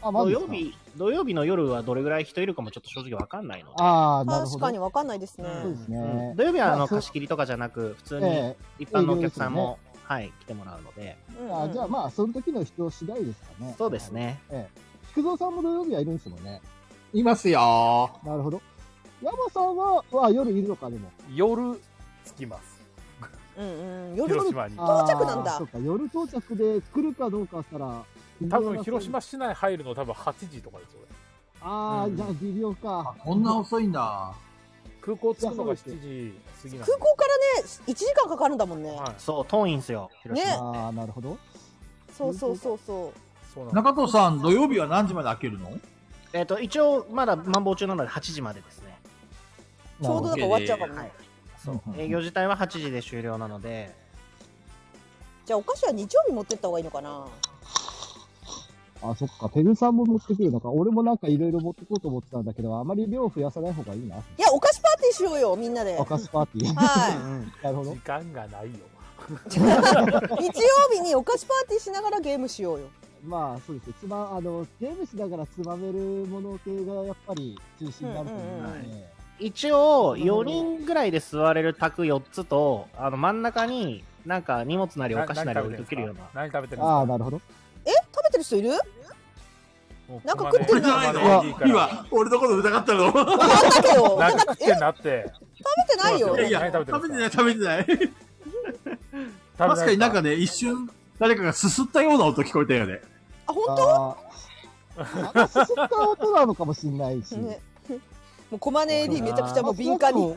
あ、マ
土
ジです
曜
か
日、土曜日の夜はどれぐらい人いるかもちょっと正直わかんないので。
ああ、なるほ
確
ど。
かにわかんないですね。
そうですね。
土曜日はあ
ま
の
そ
貸し切りとかじゃなく、普通に
え
一般のお客さんも、はい、来てもらうので。
あじゃあ
あ。
まあ、その時の人次第ですかね。
そうですね。
ええ。菊蔵さんも土曜日はいるんですもんね。
いますよ。
なるほど。山さんは、は夜いるのか、でも。
夜、着きます。
うんうん。夜
広
到
島に。
着なん
あー
だ
そう。か、夜到着で来るかどうかしたら、
多分、広島市内入るの多分8時とかですよ、俺
ああ、
うん
じゃあ微妙か。
こんな遅いんだ。
空港着くのが7時過ぎなんで
空港からね、1時間かかるんだもんね。
はい
そう、遠いんすよ、広
ね
島。
ああ、なるほど。
そうそうそうそう
中藤さん、土曜日は何時まで開けるの
えっ、と、一応、まだ満房中なので8時までですね。
ちょうどなんか終わっちゃうかもね、
はい営業自体は8時で終了なので、
じゃあお菓子は日曜日持ってった方がいいのかな
あ、そっか。ペグさんも持ってくるのか。俺もなんかいろいろ持ってこうと思ってたんだけど、あまり量増やさない方がいいな。
いやお菓子パーティーしようよみんなで
お菓子パーティー。
はい。
なるほど。
時間がないよ。
日曜日にお菓子パーティーしながらゲームしようよ
まあそうですね。つま、あの、ゲームしながらつまめるもの系がやっぱり中心になると思うので、
一応、4人ぐらいで座れる卓4つと、あの、真ん中に、なんか荷物なりお菓子なり置いておけるような。
何食べてる
ああ、なるほど。
え食べてる人いるなんか食ってる
俺じ
な
ゃないの今、俺のこと疑ったの
ったけど
なんか食ってんなって。
食べてないよ
いやいや、食べてない、食べてない。確かになんかね、一瞬、誰かがすすったような音聞こえたよね。
あ本
当すすった音なのかもしれないし。
ねもうコマネ AD めちゃくちゃもう敏感に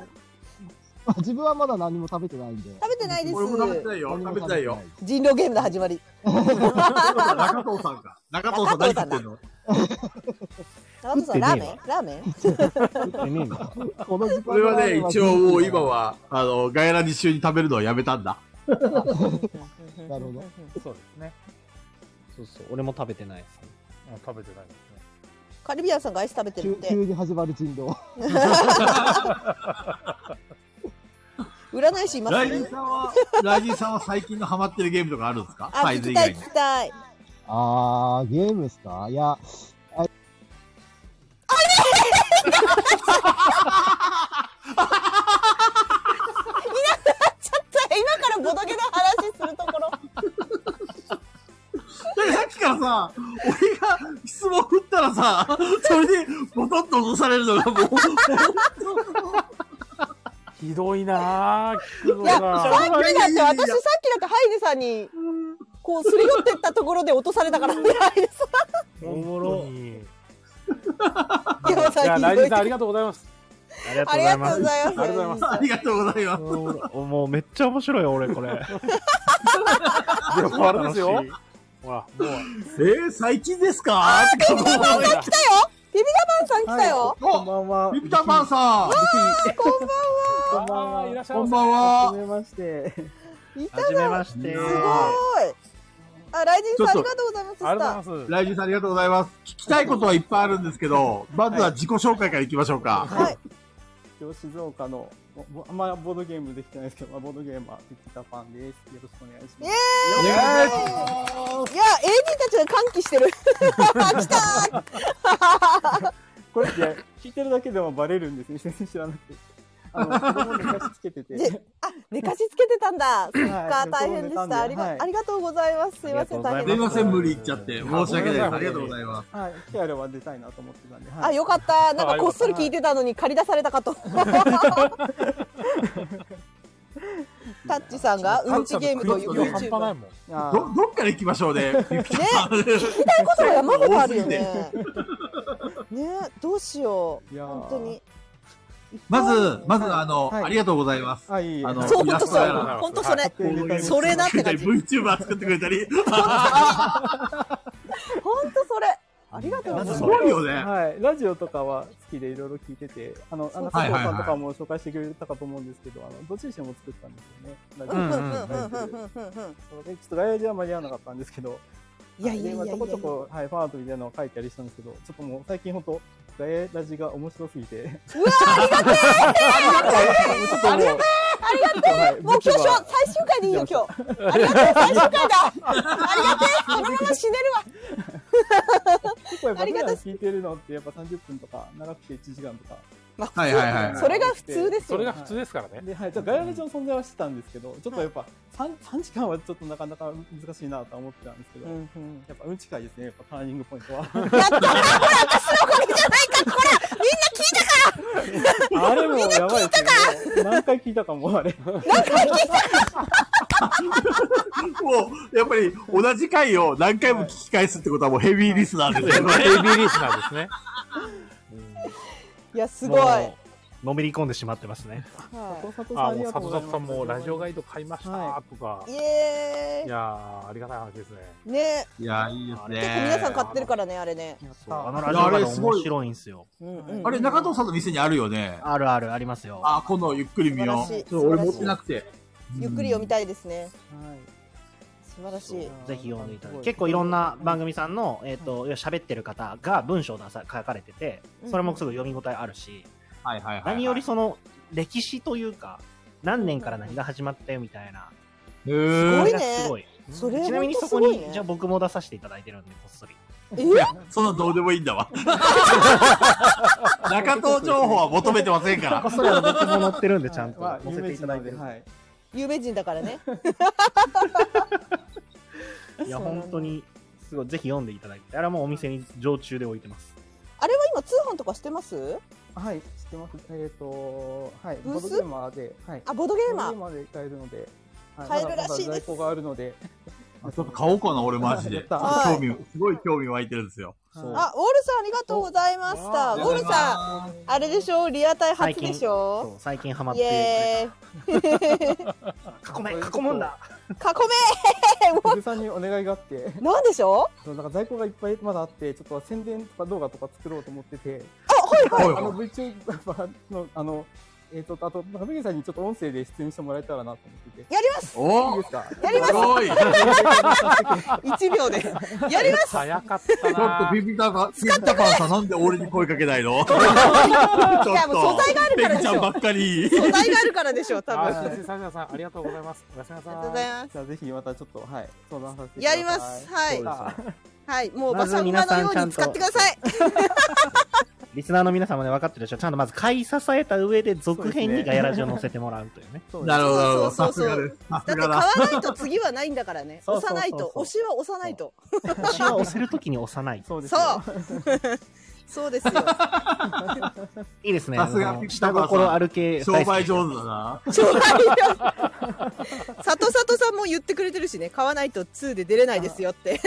まあ自分はまだ何も食べてないんで。
食べてないです
俺も食べてない
よ食べてないよ
人狼ゲームの始まり
中藤さんか。中藤さん何食ってんの
中藤さんラーメンラーメン
この時間
俺はね、一応もう今は、あの、ガヤラに中に食べるのをやめたんだ。
なるほど。
そうですね。
そうそう、俺も食べてないですね。
食べてないですね。
カリビアンさんがアイス食べて
急
るって
急に始まる人狼。
占い師います
ライジンさんは、ライジンさんは最近のハマってるゲームとかあるんですか
あ
サイ
聞
ズ
き
以
た
外
い
に。
聞きたい
ああ、ゲームですかいや、あ
いなくなっちゃったよ今からボドゲの話するところ
だってさっきからさ、俺が質問振ったらさ、それでボトッと落とされるのがもう、
ひどいなぁ。
いやさっきだって
いやい
私
や
さっきなんかハイネさんにこうすり寄ってったところで落とされた から ねハイネさん
おもろ。い
でもさ
や、ラ
ひ
イ
ど
ジン
い
さんありがとうございます。
ありがとうございます
ありがとうございます。。
ありがとうございます
もうめっちゃ面白いよ、俺、 これ。
でもあれですよ。ほら、もう。
えー、最近ですかあ
ビビタパンさん来たよビビタパンさん来 たよ
こん
ばんは。
ビビタパンさん。
こん
こんばんは。いらっし
ゃいませ
はじめまして。
い
ただ。じめまして。
すごいあライジンさんありがとうございますした
ライジンさんありがとうございます。聞きたいことはいっぱいあるんですけど、まずは自己紹介からいきましょうか。
今日静岡の、ぼぼあんまボードゲームできてないですけど、まあボードゲーマー、ピピタパンです。よろしくお願いしま
イ
す。
エーイいや AD たちが歓喜 してる来た
これって聞いてるだけでもバレるんですね。全然知らなくて。あの、子供に貸し付けてて。
寝かしつけてたんだそっか
はい
大変でし
寝込んでたんで
たあり
は
が
い
ありがとうございますすいません大変
す
で
い
し
ま
た
せん、無理言っちゃって。申し訳ないです。ありがとうございます。
す。はい。今日あれば出たいなと思ってたんで。
あ、よかった。なんかこっそり聞いてたのに借り出されたか と。タッチさんがうんちゲームという YouTube。
もん。
ど、どっから行きましょうね。ビビタパン。聞
きたいことが山ほどある よね。ね、どうしよう。
やー
本当に。
まず、まず、あの、ありがとうございます。
あ、いい
あの
そう、本当そう。
ほ
本当それ。そ
そ
れなって感じ。本
VTuber 作ってくれたり。
当それ。ありがとうございます。
はい、ラジオとかは好きでいろいろ聞いてて、あの、あの、
はい
加
はいはい
藤さんとかも紹介してくれたかと思うんですけど、あの、どっちにしても作ったんですよね。ラジオ
うんうんうん
ラジオ
うんうんうんうん
でちょっと外来では間に合わなかったんですけど、
いやいやいやいや
はいちょこちょこ、はい、ファンアートみたいなのを書いたりしたんですけど、ちょっともう最近本当外来ラジが面白すぎて。うわ あり
ありが
がて
とう。
はい
もう今日しょ最終回でいいよ今日。ありがとう最終回だ。ありがてえ。このまま死ね
結構やっぱ
あり
普
が
段
とう
聞いてるのってやっぱ30分とか長くて1時間とか。
ま
あはいはいはい
それが普通ですよそれが
普通ですからね。
で、はい、ちょっとガヤラジの存在はしてたんですけど、ちょっとやっぱ 3, 3時間はちょっとなかなか難しいなとは思ってたんですけど、やっぱうんち会ですね、やっぱターニングポイントは。やったほら、私のおかげじゃないか、ほら、みんな聞いたからあれもやばいですね。何回聞いたかも、あれ。
もう、やっぱり、同じ回を何回も聞き返すってことはもうヘビー リスナーですよね。
ヘビーリスナーですね。
いやすごい。
もう
のめり込んでしまってますね。
はい
佐藤さん
あ
あり
もう
が
里
とうござい
里
ます
さんもラジオガイド買いましたとか、
イエーイ
いやーありがたい話ですね
ね
いや、いいですね。
結構皆さん買ってるからねあれね
あのラジオガイド面白いんですよ。
あれ、中藤さんの店にあるよね。
あるある、ありますよ。
あ、今度ゆっくり見
素晴ら
よ。
しいう
そう俺持ってなくて。
ゆっくり読みたいですね、素晴らしい
ぜひ読んでいただいて結構いろんな番組さんの、えっと要は喋ってる方が文章を出さ書かれててそれもすぐ読み応えあるし、
はいはいはい。
何よりその歴史というか何年から何が始まってみたいな、
す
ごいね
すごい
それ
ちなみにそこ
ほんと
に、
すごいね
じゃあ僕も出させていただいてるんでこっそり
え
いや、そんなどうでもいいんだ わ。中藤情報は求めてません から。
こっそりあの僕も載ってるんでちゃんと
まあ
載せていただいてる、
有名人だからね
い、や本当にすごいぜひ読んでいただいてあれはもうお店に常駐で置いてます
あれは今通販とかしてます
はい知ってますえっ、とはい
ブース
ボードゲーマーで、はい、
あボードゲーマー
ボードゲーマーで買えるので、は
買えるらしいです
まだまだ在庫があるので
ちょっと買おうかな、俺マジで。
はい
興味、すごい興味湧いてるんですよ。
あウォルさんありがとうございましたウォルさんあれでしょリアタイ初でしょ
最近ハマっ
イ
て
エー イ
囲め囲むんだ
囲め
おじさんにお願いがあって
なんでしょ
うそうなんか在庫がいっぱいまだあってちょっと宣伝とか動画とか作ろうと思ってて
あはい
あの VTuber のあのえっ、とあと中峯さんにちょっと音声で出演してもらえたらなと思ってて
やります
お
いいですか
やります
すご い
一秒でやります
早かっ
ちょっとピピタパン、ピピタパンさんなんで俺に声かけ ないのちょっと
いやもう素材があるから
ペ
で
グ
し
ち
ょ
ゃんばっかり。
素材があるからでしょ多
あ
分
新生サジャさんありがとうございますおやすみなさい
ありがとうございます
じゃあぜひまたちょっとはい相談させてくだ
や
さい
りますはい
あ
はいもう馬車馬のように使ってください
リスナーの皆様ね分かってるでしょちゃんとまず買い支えた上で続編
そう
に
ですね
ガヤラジを載せてもらうというね
なるほど、なるほど。
そうそ
さす
うそう
がです。さ
だっ
す
て買
がだ
わ。ないと次はないんだからね
そう
押
そう
さ
そう
な
そう
いと推しは押さないと
推しは押せるときに押さない
そう
そうそう ですよ
いいですね
さす
あ
が
の
ピピ
下
タパン
心
さ
あ
ん
る系
商売上手だな。
佐藤佐藤さんも言ってくれてるしね買わないと2で出れないですよって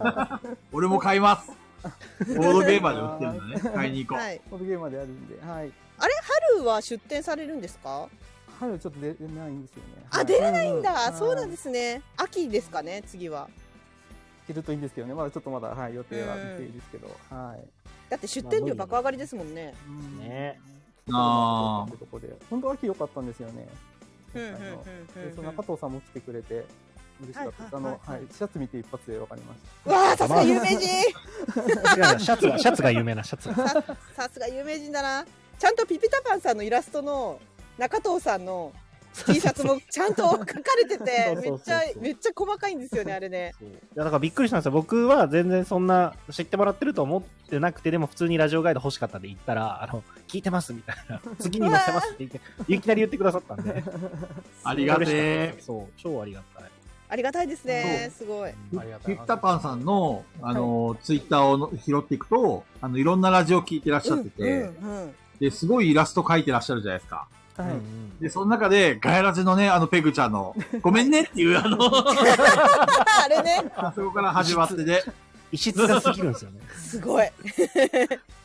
俺も買います。ボードゲーマーで売ってる んだね。買いに行こ
はいう
ボードゲーマーであるんではい
あれ春は出店されるんですか
春ちょっと出れないんですよね
あ出れないんだ、
う
そうなんですすね秋ですかね次は
けるといいんですけどねまだちょっとまだはい予定は未定ですけどはい
だって出店料爆上がりですもんね、
ね
う。あ
とこで本当秋良かったんですよね
うんうんうんうん
でその中藤さんも来てくれて嬉しかったですあ
はいはい
の
はい
はいシャツ見て一発でわかりました
わあさすが有名人
違うなシャツがシャツが有名なシャツが
ささすが有名人だなちゃんとピピタパンさんのイラストの中藤さんの T シャツもちゃんと書かれてて
そう
め
そうそ
っ
う
ちゃめっちゃ細かいんですよねあれね
いやだからびっくりしたんですよ僕は全然そんな知ってもらってると思ってなくてでも普通にラジオガイド欲しかったんで行ったらあの聞いてますみたい な次に載せますって言っていきなり言ってくださったんで
ありがてえ
そう超ありがたい
ありがたいですねすごい
あ。ピピタパンさんの、あの、ツイッターをの拾っていくと、あの、いろんなラジオ聞いてらっしゃってて、
うん
で、すごいイラスト描いてらっしゃるじゃないですか。
はい
で、その中で、ガヤラジのね、あの、ペグちゃんの、ごめんねってい う、あの、
あれね
そこから始まってで、
異質が過ぎるんですよね。
すごい
や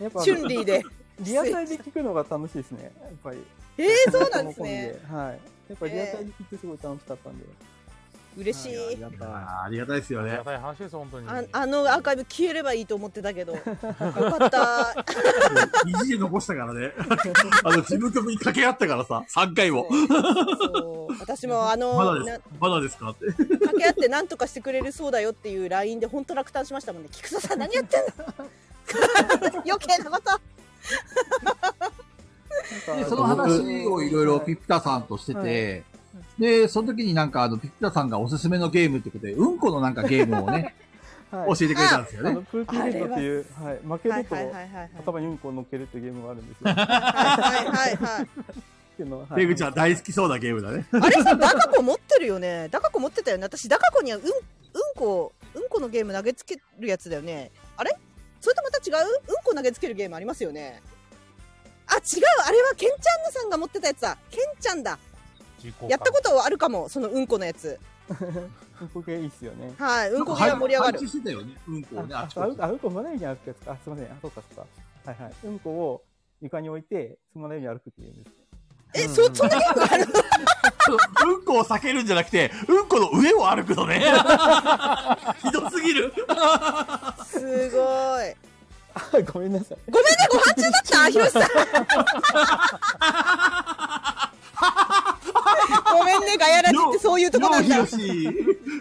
っぱ
チュンリーで
リアタイで聞くのが楽しいですねやっぱり
えー、そうなんですね
込みではいやっぱリアタイで聞いてすごい楽しかったんで
嬉しい
あーありがたいですよ
あり
ね
が。たい話です本当に
ああのアーカイブ消えればいいと思ってたけどよかった
意地で残したからね。 あの、自分曲に掛け合ったからさ、3回も。
そう私もあの
まだで
な
すかまだですかって。
掛け合って何とかしてくれるそうだよっていう LINE で本当落胆しましたもんね菊田さん何やってんだ 余計なこと
でその話をいろいろピピタさんとしてて、で、その時になんかあの、ピピタさんがおすすめのゲームってことで、うんこのなんかゲームをね、
は
教えてくれたんですよね
あのプーピーレッドっていう、はい、負けると、
はいはいはいはい
頭にうんこを乗っけるっていうゲームがあるんです
は
よ。
いはいはい
っていうのは、
ペグちゃん大好きそうなゲームだね。
あれさダカ子持ってるよねダカ子持ってたよね私ダカ子にはうんうんこうんこのゲーム投げつけるやつだよねあれそれとまた違ううんこ投げつけるゲームありますよねあ違うあれはケンちゃんのさんが持ってたやつだケンちゃんだやったことあるかもそのうんこのやつ
うんこ系いいっすよね。
はいうんこ系が盛り上がる
配置してたよね、うんこをね、
あ
あ
あ
ち
そうあ
こ
うんこあうんこまないにあるやつか。あすみません。あそうかそうか。はいはい。うんこを床に置いて、つまないように歩くっていうゲームですね。
え、そ、そんなゲームある
うんこを避けるんじゃなくて、うんこの上を歩くのね。ひどすぎる。
すごい。
あごめんなさい。
ごめんね、ご飯中だった、ひろしさん。ごめんね、ガヤラジってそういうとこなんだ。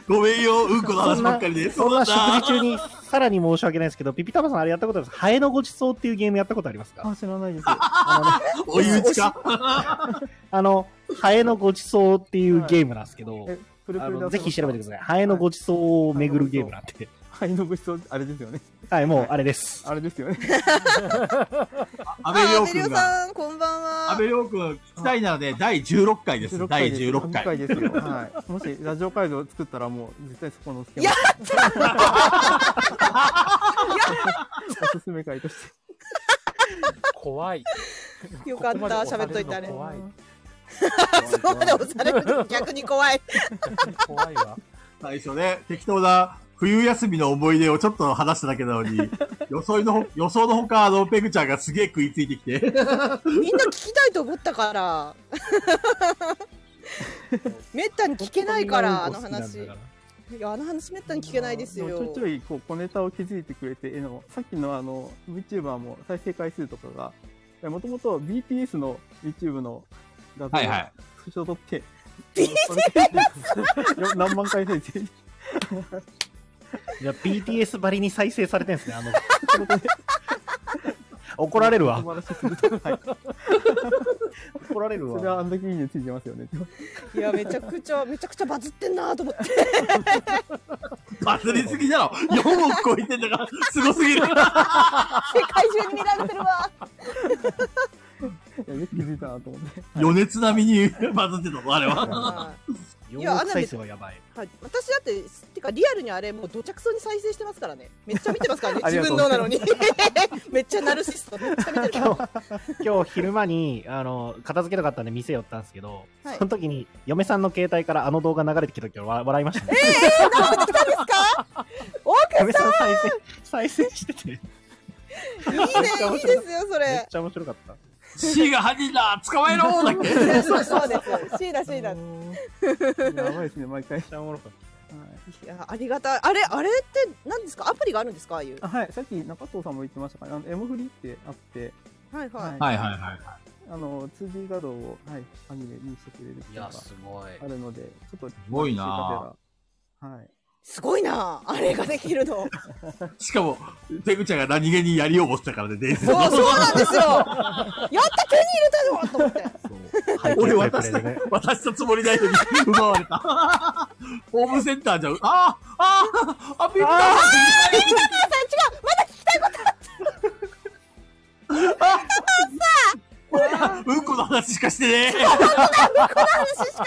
ごめんよ、うんこの話ばっかりで。
そんな
そうだ
食事中に、さらに申し訳ないですけど、ピピタマさんあれやったことありますハエのごちそうっていうゲームやったことありますか
あ、知らないです。
お湯打ちか
あの、ハエのごちそうっていうゲームなんですけど、
プルプ
あ
ル
のぜひ調べてください。ハエのごちそうを巡るゲームなんで。
ハエのごちそう、あれですよね。
はい、もうあれです。
あれですよね。
安倍亮
あべりょ
君
う
が、
さん、こんばんは。
安倍亮君、聞きたいならね、第16回です。第16回。
ですよ。はい。もしラジオ会場作ったらもう絶対そこのやおすすめ会として。
怖い。
よかった
ここまで押され
喋
るの
っといてあれ
怖い。
そこまで押されると逆に怖い。
怖いわ。
最初ね、適当な冬休みの思い出をちょっと話しただけなのに、予想のほ、予想のほか、あの、ペグちゃんがすげえ食いついてき
み
て
ん。な聞きたいと思った から。めったに聞けないから、あの話。いや、あの話めったに聞けないです
でもちょ
よ
い。ちょいこう小ネタを気づいてくれてえのさっきのあの VTuber も再生回数とかがもともと BTS の YouTube の画像を
はいはい
スクショ撮って、よ何万回再生
じゃあ BTS ばりに再生されてんですね、あの。怒られるわ。
素晴らしすぎてはい
怒られるわ
それはあんだけいいねついてますよね
いや、めちゃくちゃ、めちゃくちゃバズってんなと思って。
バズりすぎだろ !4 億超えてんだから、すご すぎる
世界中に見られてるわ。
いやよく気づいたなと思って
余熱並みに バズってたの、あれは。
いやあんな別
はやばい。
はい、私だって、てかリアルにあれ、もうどちゃくそに再生してますからね。めっちゃ見てますからね、
あり
自
がとう
分のなのに。めっちゃナルシスト、めっちゃ見てるから。
今日昼間に、あの、片付けなかったんで店寄ったんですけど、
はい
その時に嫁さんの携帯からあの動画流れてきた時は笑いましたね。
奥
嫁
さ
さ
ん
ん再生、再生してて。めっ
いいね、いいですよ、それ。
ちゃ面白かった。
C が犯人だ捕まえろだっけ
そうそうです。シーラシーラ。
やばいですね毎回
おもろかっ
いやありがたい。あれあれって何ですか？アプリがあるんですか？ああいう。
あはいさっき中藤さんも言ってましたからあの M フリってあって
はいはい。
はいはいはいはい。
あの 2D 画像を、はい、アニメにしてくれるっていうのが
いやすごい
あるので、ちょっとす
ごいな
はい。
すごいなあれができるの。
しかも、ペグちゃんが何気にやりを持ってたからね、伝説
そう
の
そうなんですよ。やった手に入れたぞと思って。
俺渡した、渡したつもりないのに奪われた。 ホームセンターじゃん。あああああピッタ
あー違うまだ
ー
聞きたいことあった。
うんこの 話しかしてね
さあ、こんなこの話しかしてない。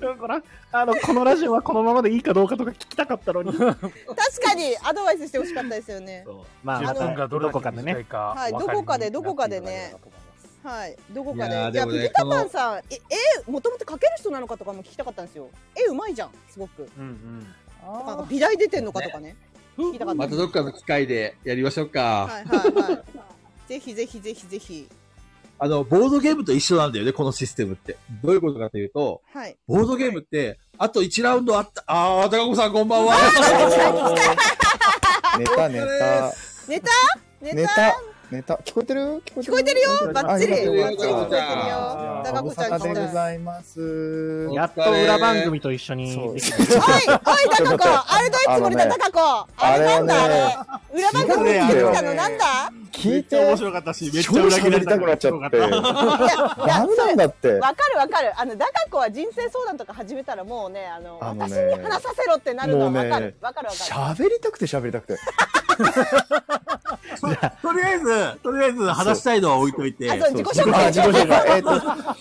だから、あの、このラジオはこのままでいいかどうかとか聞きたかったのに。
確かにアドバイスしてほしかったですよね。
まあ、
自分がどれだけ短いか
はい、どこかでどこかでね。はい、どこか
いや
で。
ー
いや、
でもね
ピピタパンさん、え、え、もともと描ける人なのかとかも聞きたかったんですよ。絵うまいじゃん、すごく。
うんうん。
なんか美大出てんのかとかね。聞きたかった
ま
で
た
す。
どっかの機会でやりましょう
は
か。
いはいはい。ぜひぜひぜひぜひ。
あの、ボードゲームと一緒なんだよね、このシステムって。どういうことかというと、
はい。
ボードゲームって、あと1ラウンドあった、ああ、高子さんこんばんは。
ネタ
ネ
ネタ
タネタ
ネタネタ聞こえてる聞こえてる
聞こえてるよバッチリ
ありがとうございま
聞こえて
す
るよ高子ちゃん
お疲れでございます
やっと裏番組と一緒にでき
おい
おい高子あれどういうつもりだ高子あれなんだあれ裏番組作ってきたのなんだ
聞いて
面白かったし、めっちゃ
超
裏切ら
喋
れ
り
た
た
か
く
ら
なっちゃってダメなんだって
わかるわかるあの高子は人生相談とか始めたらもうねあの
あの
私
ね
に話させろってなるの
も
は
う
わ
ね
かるわかるわかる
喋りたくて喋りたく て
とりあえず、とりあえず話したいのは置いといて。
あそう
そう
あ自己紹 介。えっ、
自己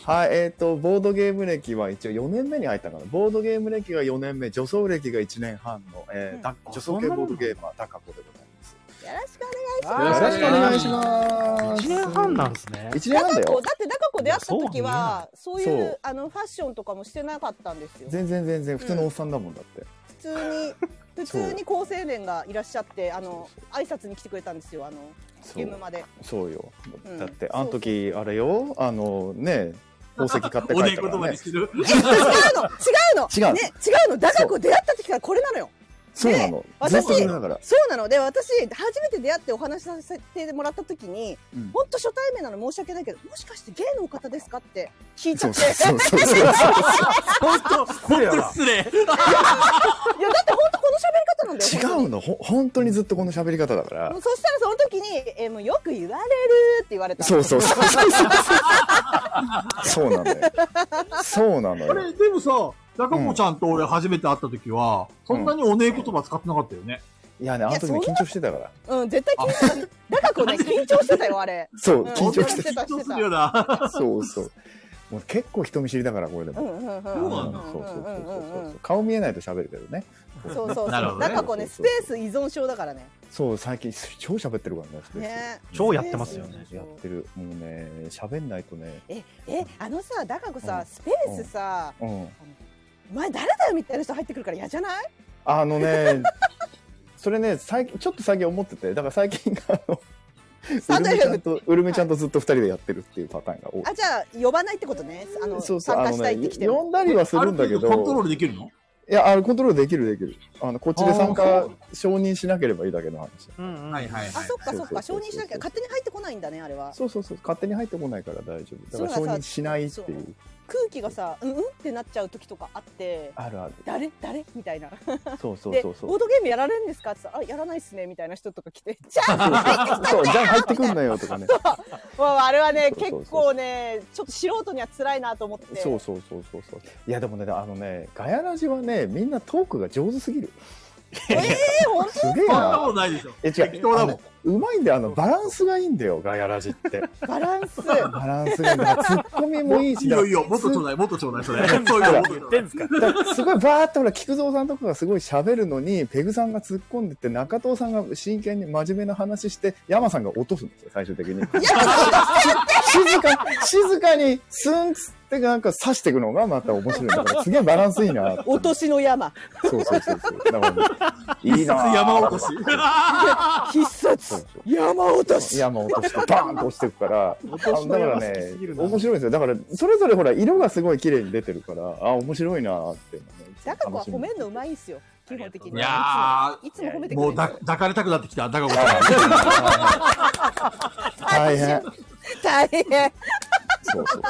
と、はい、えっ、と、ボードゲーム歴は一応4年目に入ったかな。ボードゲーム歴が4年目、女装歴が1年半の、えーだ女装系ボードゲーマー、高子でございます。
よろしく
よろしくお願いし
ま
ます。1年
半なんですね
1年半
高子
だよ
だ。って高子出会った時はそうい
そう
うあのファッションとかもしてなかったんですよ
全然全然、普通のおっさんだもんだって。
通に普通に高青年がいらっしゃってあの挨拶に来てくれたんですよあの
そう
ゲームまで
そうよ
う。ん
だって、あの時、あれよ、あのね、宝石買 って帰ったからね。
え違うの違うの
違う
ね、違うのだからこう出会った時からこれなのよ
そうなの。ずっ
私
と言いながら。
そうなので私初めて出会ってお話しさせてもらった時に、
うん
本当初対面なの申し訳ないけどもしかしてゲイのお方ですかって聞いちゃって
そうそうそ うそう
本当
本当
失礼いやいやだって本当この喋り方なんだよ
違うの、ほ本当にずっとこの喋り方だから
もう。そしたらその時に、えーもうよく言われるって言われた。
そうそうそうそうそうそうなのよ。そうなの
あ
よ。
れ、でもさ、中子ちゃんと俺初めて会った時は、そんなにおねえ言葉使ってなかったよね。
いやね、あの時ね
いやそん
緊
な
張してたから。
うん、絶対緊張してた。だからこうね、緊張してたよ、あれ。
そうん緊張して
た。緊張する
よな。
そうそう。もう結構人見知りだから、これで
うん
も。
うんうん。
そうなんだ
うんうんうんうん。
顔見えないと喋るけどね。
そうそうそう。
なる
な
ほど
ん
ね
かこうね、スペース依存症だからね。
そう、最近超喋ってるからねスペース
ね。
超やってますよね
やってる。もうね、喋んないとね。
え、え、あのさ、だからこ
う
さ
ん、
スペースさ、
うん。
お前誰だよみたいな人入ってくるから嫌じゃない
あのね、 それね、最近、ちょっと最近思ってて、だから最近、 あの、ウルメちゃんと、ウルメちゃんとずっと二人でやってるっていうパターンが多い。
あ、じゃあ、呼ばないってことね。あの、参
そうそう、あ
加し
の
たい
ね、
って来ても
呼んだりはするんだけど、
コントロールできるの
いや、あの、コントロールできるできる。あの、こっちで参
あ
加、承認しなければいいだけの話。
はいはいはい。
あ、そっかそっか、
そ
承
うそうそうそう
認しなきゃ、勝手に入ってこないんだね、あれは。
そうそうそう、勝手に入ってこないから大丈夫。だから
そ
承
うださ
認しないってい。
そう空気がさ、うんうんってなっちゃう時とかあって。
あるある。
誰誰みたいな。
そうそう
で
そうそう
ボードゲームやられるんですかって言ったらあ、やらないっすねみたいな人とか 来て、じゃあ入ってきた
そう、じゃあ入ってくんなよとかね。
もうあれはね、
そうそう
結
そう
構ね、ちょっと素人には辛いなと思って。
そうそうそうそうそう。いや、でもね、あのね、ガヤラジはね、みんなトークが上手すぎる。
ええ本当
すげえな。
そんなこと
ないでしょ。
え、違う。適当だもん。うまいんだよ、あの、バランスがいいんだよ、ガヤラジって。
バランス。
バランスがいいんだよ。ツッコミもいいし。
いよいよ、もっとちょうだい、もっとちょうだ い、それ。そういうのもっとちょうだい。
だからすごいバーっとほら菊蔵さんとかがすごい喋るのにペグさんが突っ込んでって中藤さんが真剣に真面目な話して山さんが落とすんですよ最終的に静か静かにスンっつってなんか刺していくのがまた面白いんだからすげえバランスいいな
落としの山。
そうそうそうそうだからね、いいな
必殺 山落
必殺山落と
とし
し
山落としてバーンと落ちていくから
落と
あ
しの
だから
山
ね
好きすぎるな
面白いんですよだからそれぞれほら色がすごい綺麗に出てるからあ面白いなーっていうのね
だからは褒めんのうまいんすよ。基本的に。
いやー
いつもいつも褒めてくれ
も
る
うだ抱かれたくなってきた、中子ちゃん。
大変
大変。
そうそうそう。い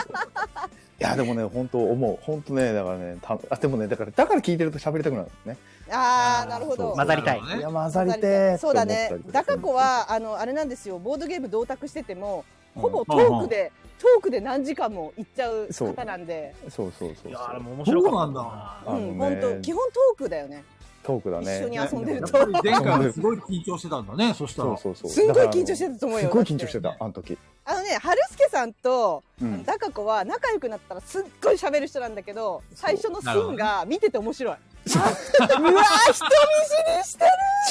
や、でもね、本当思う。本当ね、だからね、たあ、でもね、だから、だから聞いてると喋りたくなるんですね。
あーなるほど
混ざりたいいや混ざりてーって
そうだね
思ったりとか
ダカ子はあのあれなんですよボードゲーム同卓しててもほぼ
うん
トークで、トークで何時間もいっちゃう
そう
方なんで
そうそうそう。いや、あれも
面白かった
そうなんだ。あ
う
の
ん本
ね、
当基本トークだよね
トークだね。
一緒に遊んでると
やっぱり前回はすごい緊張してたんだね、そしたら。
そうそう
すんごい緊張してたと思うよ
すごい緊張してた、あの時。
あのね春輔さんと
うん
ダカ子は仲良くなったらすっごい喋る人なんだけど最初のシ
なるほ
ーン
どね
が見てて面白いうわー人見知りして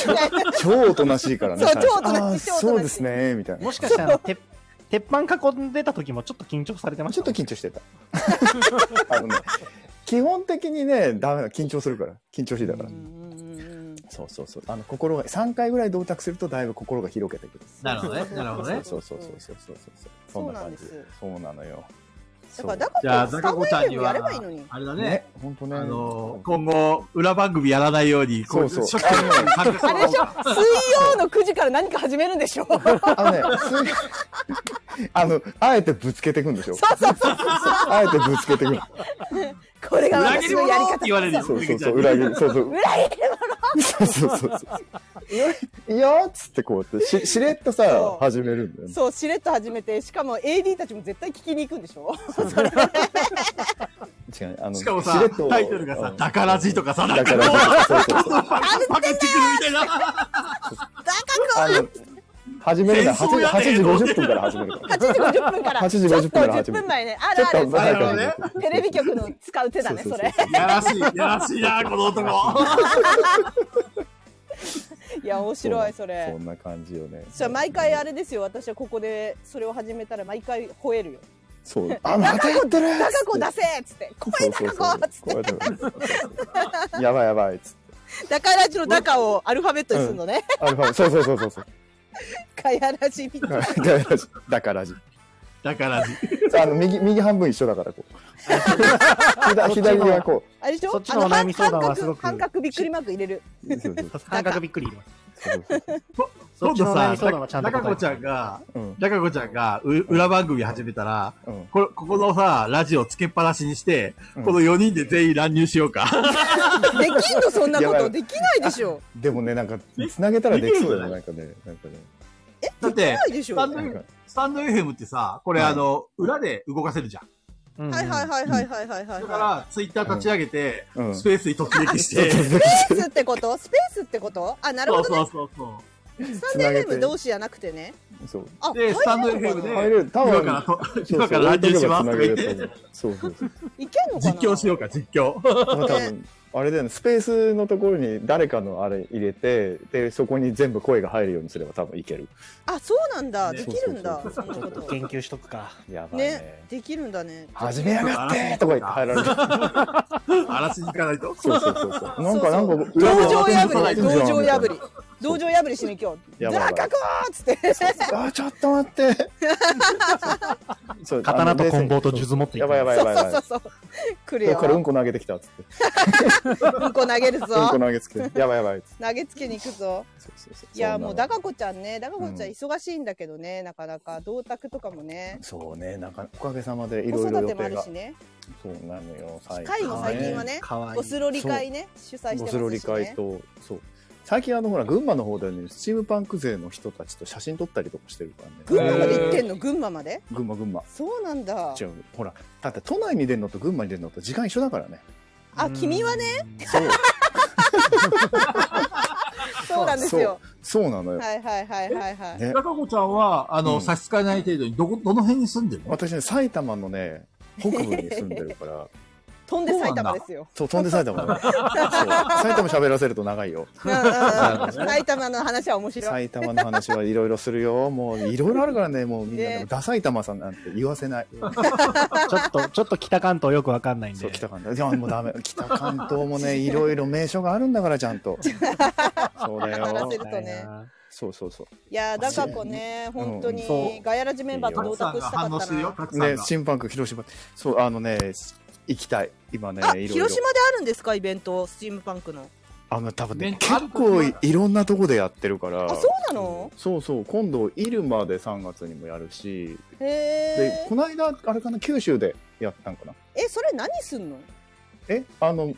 るみたいな
超おとなしいからね。
そう
最初
超おとなしい
あ
超
ー
おとなしい
そうですね、みたいな。
もしかしてあの、て鉄板囲んでた時もちょっと緊張されてました
ちょっと緊張してた。あのね、基本的にね、ダメだ、緊張するから。緊張しいだから。そうそうそう。あの、心が、3回ぐらい同卓すると、だいぶ心が広げてくる。
なるほどねなるほどね
そうそうそうそうそうそうそう。
そうなん
感
で
じ
す
そうなのよ。
だからダカ
じゃあ、
子スタ
ザカ
ンド
子ちゃん
FM
に
や
は
ればいいのに、
あれだね、
本当ね、
あのー今後、裏番組やらないように、こう
そうそう
一生懸命参加して
あれでしょ水曜の9時から何か始めるんでしょ
あのね、すあの、あえてぶつけていくんでしょ。
そうそうそう
あえてぶつけていく。
これが私のやり方
裏切り者って言われるよそうそうそう裏切りそうそう
裏切り
そうそうそうそう。よいいよっつってこうやってし、しれっとさ、始めるんだ
者
よね。
そうしれっと始めてしかも AD たちも絶対聞きに行くんでしょ
違う、あの、
しかも
し
さ
れっと、
タイトルがさ、だからじとかさ、なんか
だ
もう
から そうそうそう
バカバカってくるみたいな。
あの、始めるのは
戦争や
8
ね
時50分から始めるから。
8時50分から
8時50分から
ちょっと
始め
10
る
分。前ねあるある
ちょっと早く始める
テレビ局の使う手だねそれ
やらしい、やらしいな、この男。
いや面白いそれ
そんな感じよね。
じゃあ毎回あれですよ私はここでそれを始めたら毎回吠えるよ
そう。あ、またやってるっつって
ダカ子出せっつって声
そうそうそう
ダカ子っつって
声出せやばいやばいっつって。
ダカラジのダカをアルファベットにするのね。
アルファそうそうそうそう そう。
ガヤラジみたいな。
ガヤラジだからじ。
だからじ。
あの右右半分一緒だからこう。左左がこ
あれでしょ
そっち
あ
の
の
お悩
半
み相
半
談はす
角
ごく
半角びっくりマーク入れる。
う。そうそうそう
半角びっくり入れます。
今度
そっちの悩
さ
み相談はちゃ、んと答
だ
え
か
て
こちゃんが、だかこちゃんがう裏番組始めたら、これここのさ、ラジオつけっぱなしにして、この4人で全員乱入しようか。
できんのそんなこ
やば
と
い
できないでしょ。
でもねなんかつなげたらできそうだねなんかねなんかね。
だって
ないでしょ
スタンド F- スタンド FM ってさ、これあの、裏で動かせるじゃん。
はいはいはいはいはいはいはい。だ
だから、ツイッター立ち上げて、
うん
スペースに突撃 し
あ
て、
スペースってことスペースってことあ、なる
そ
ほ
うそ
ど
う
ね。
そうそ
スタンデーゲーム同士じゃなくてね。
そう。
あ、
う。で、スタンド FM で、
入れる多分
今からと
そう、そう
今から乱入しますとか
俺のところが繋げれ
言って
る、そうそうそう。
いけんのかな
実況しようか、実況。
まあ多分あれだよねスペースのところに誰かのあれ入れてでそこに全部声が入るようにすれば多分いける。
あ、そうなんだ。
ね
できるんだ。
そう
そんなこ
研究しとくか。
やば
と。
いね。
ね、できるんだね。
始めやがってとか言って入られる。
嵐に行かないと。
そうそうそうそう。なんかなんか
道場破り、
裏で
道場破り。道場破りしに今日。
やばいやば
ダ
い
カコーっつって。
あ、ちょっと待 って。そう
刀と棍棒と
そう
数珠持っていく
やばいやばいやばいやばい。
そうそうそう。来る
これう
よ
ん。こ投げてきたっつって。
うんこ投げるぞ。
うんこ投げつ けて。やばいやばいっつって。
投げつけに行くぞ。い
そ
や
んなの
もうダカ子ちゃんね、ダカ子ちゃん
うん
忙しいんだけどね、なかなか銅卓とかもね、
そうね、なんかおかげさまでい
子
ろいろ
育
予
てもあ
定
る
が
し。ね、
そうなのよ。最
会も最近はね、ゴスロリ会ね主催してますしね。
ゴスロリ会と、そう。最近あのほら群馬の方でね、スチームパンク勢の人たちと写真撮ったりとかしてるからね。
群馬まで行ってんの群馬まで？
群馬群馬。
そうなんだ
違。うほらだって都内に出るのと群馬に出るのと時間一緒だからね
あ君はね、
そう
そうなんですよ。
そうそうなのよ、
はいはいはいはいはい。
ね
中子ちゃんは、あの、差し支えない程度に、どこ、どの辺に住んでるの
私ね埼玉のね北部に住んでるから
飛んで埼玉ですよ。
そう飛んで埼玉だねそう埼玉喋らせると長いよ
うん うんうん埼玉の話は面白い。
埼玉の話はいろいろするよもういろいろあるからねもうみんなでも
ね
ダ埼玉さんなんて言わ せない
ちょっと、ちょっと北関東よくわかんないんで。
北関東いやもうダメ北関東もねいろいろ名所があるんだからちゃ んとそうだよ
語らせるとね
そうそうそう
いやーダカ子ね本当に
うんそう
ガヤラジメンバーと同卓したかったな。
ね、新パンク広島。そう、あのね、行きたい。今ね、い
あ
ろいろ。
広島であるんですかイベントスチームパンクの。
あの、多分ね、結構いいろんなとこでやってるから。
あそうなの？
そうそう、今度、イルマで3月にもやるし、
へえ
で、。この間、あれかな、九州でやったんかな。
えそれ何すんの？
え、あの、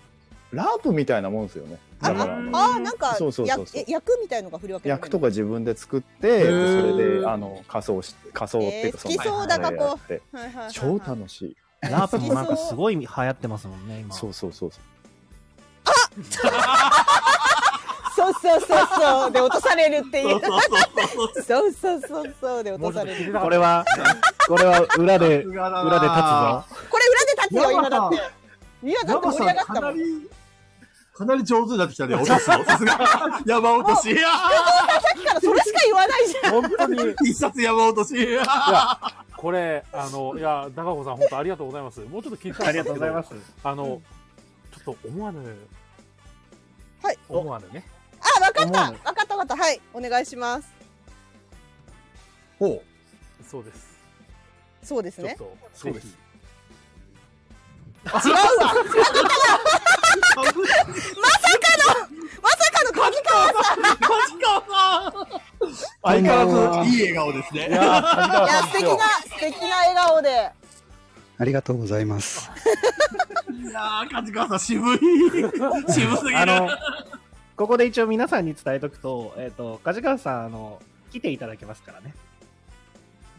ラープみたいなもんですよね。だから、あの
あーなんか
そうそうそう
役
そう
え役みたいのが振り分けられ
役
る
と
の。
か自分で作って、で
ー
それで、あの、仮装し、仮装っていうか、
えー好きそう
の
だ
あれや
過
って
去はいはいはいはい
超楽しい。
ラープもなんかすごい流行ってますもんね、今。
そうそうそうそう。
そうそうそうそうで落とされるっていう
そ。
そうそうそうそうで落とされる。
これは、これは裏で、裏
な
で立つぞ。
これ裏で立つよ今だって。今だって盛
山
り
さ
上
ん、
がった
か
も。
なんり、かなり上手になってきたね、落とすの。さすが、山落とし。いや
さっきからそれしか言わないじゃん。
本当に。
一冊山落とし。い や
いや、これ、あの、いや、高子さん、本当ありがとうございます。もうちょっと聞いてた
あ
んですけど
りがとうございます。
あの、ちょっと思わぬ。
はい。
思わぬね。
あわかっ
思わ
た
ぬ
わかったわかったはいお願いします。
ほ
う。そうです。
そうです
ちょっ
ね。
と、そうです。
違うわ。違うわ
まさか
のまさかの梶川さん。
梶川さん。相変わらず、いい笑顔ですね。い
いや素敵な素敵な笑顔で。
ありがとうございます。
やー、梶川さん、渋い。 渋すぎる。
あの、ここで一応皆さんに伝えとくと、えっ、と、梶川さん、あの、来ていただけますからね。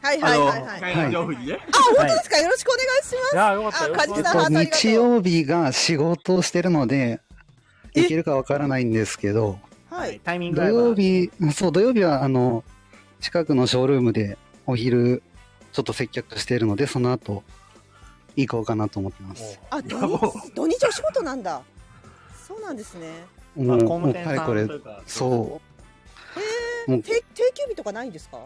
はい
あ
はい
の
はいはい。
はい
上にね。
あ本当ですかよろしくお願いします。
あよかった
よ。梶
えっ
さ
と、
んハートありがと
日曜日が仕事をしてるので、行けるかわからないんですけど、
う。はい
タイミング
土
合えば
曜日、そう、土曜日は、あの、近くのショールームでお昼、ちょっと接客しているので、その後、行こうかなと思ってます。
あ土日土日お仕事なんだ。そうなんですね。
も
工
う、も
務
う
店
かれ
さ
こ
ん
と
い
れ
うか、
そう。もう
定定休日とかないんですか？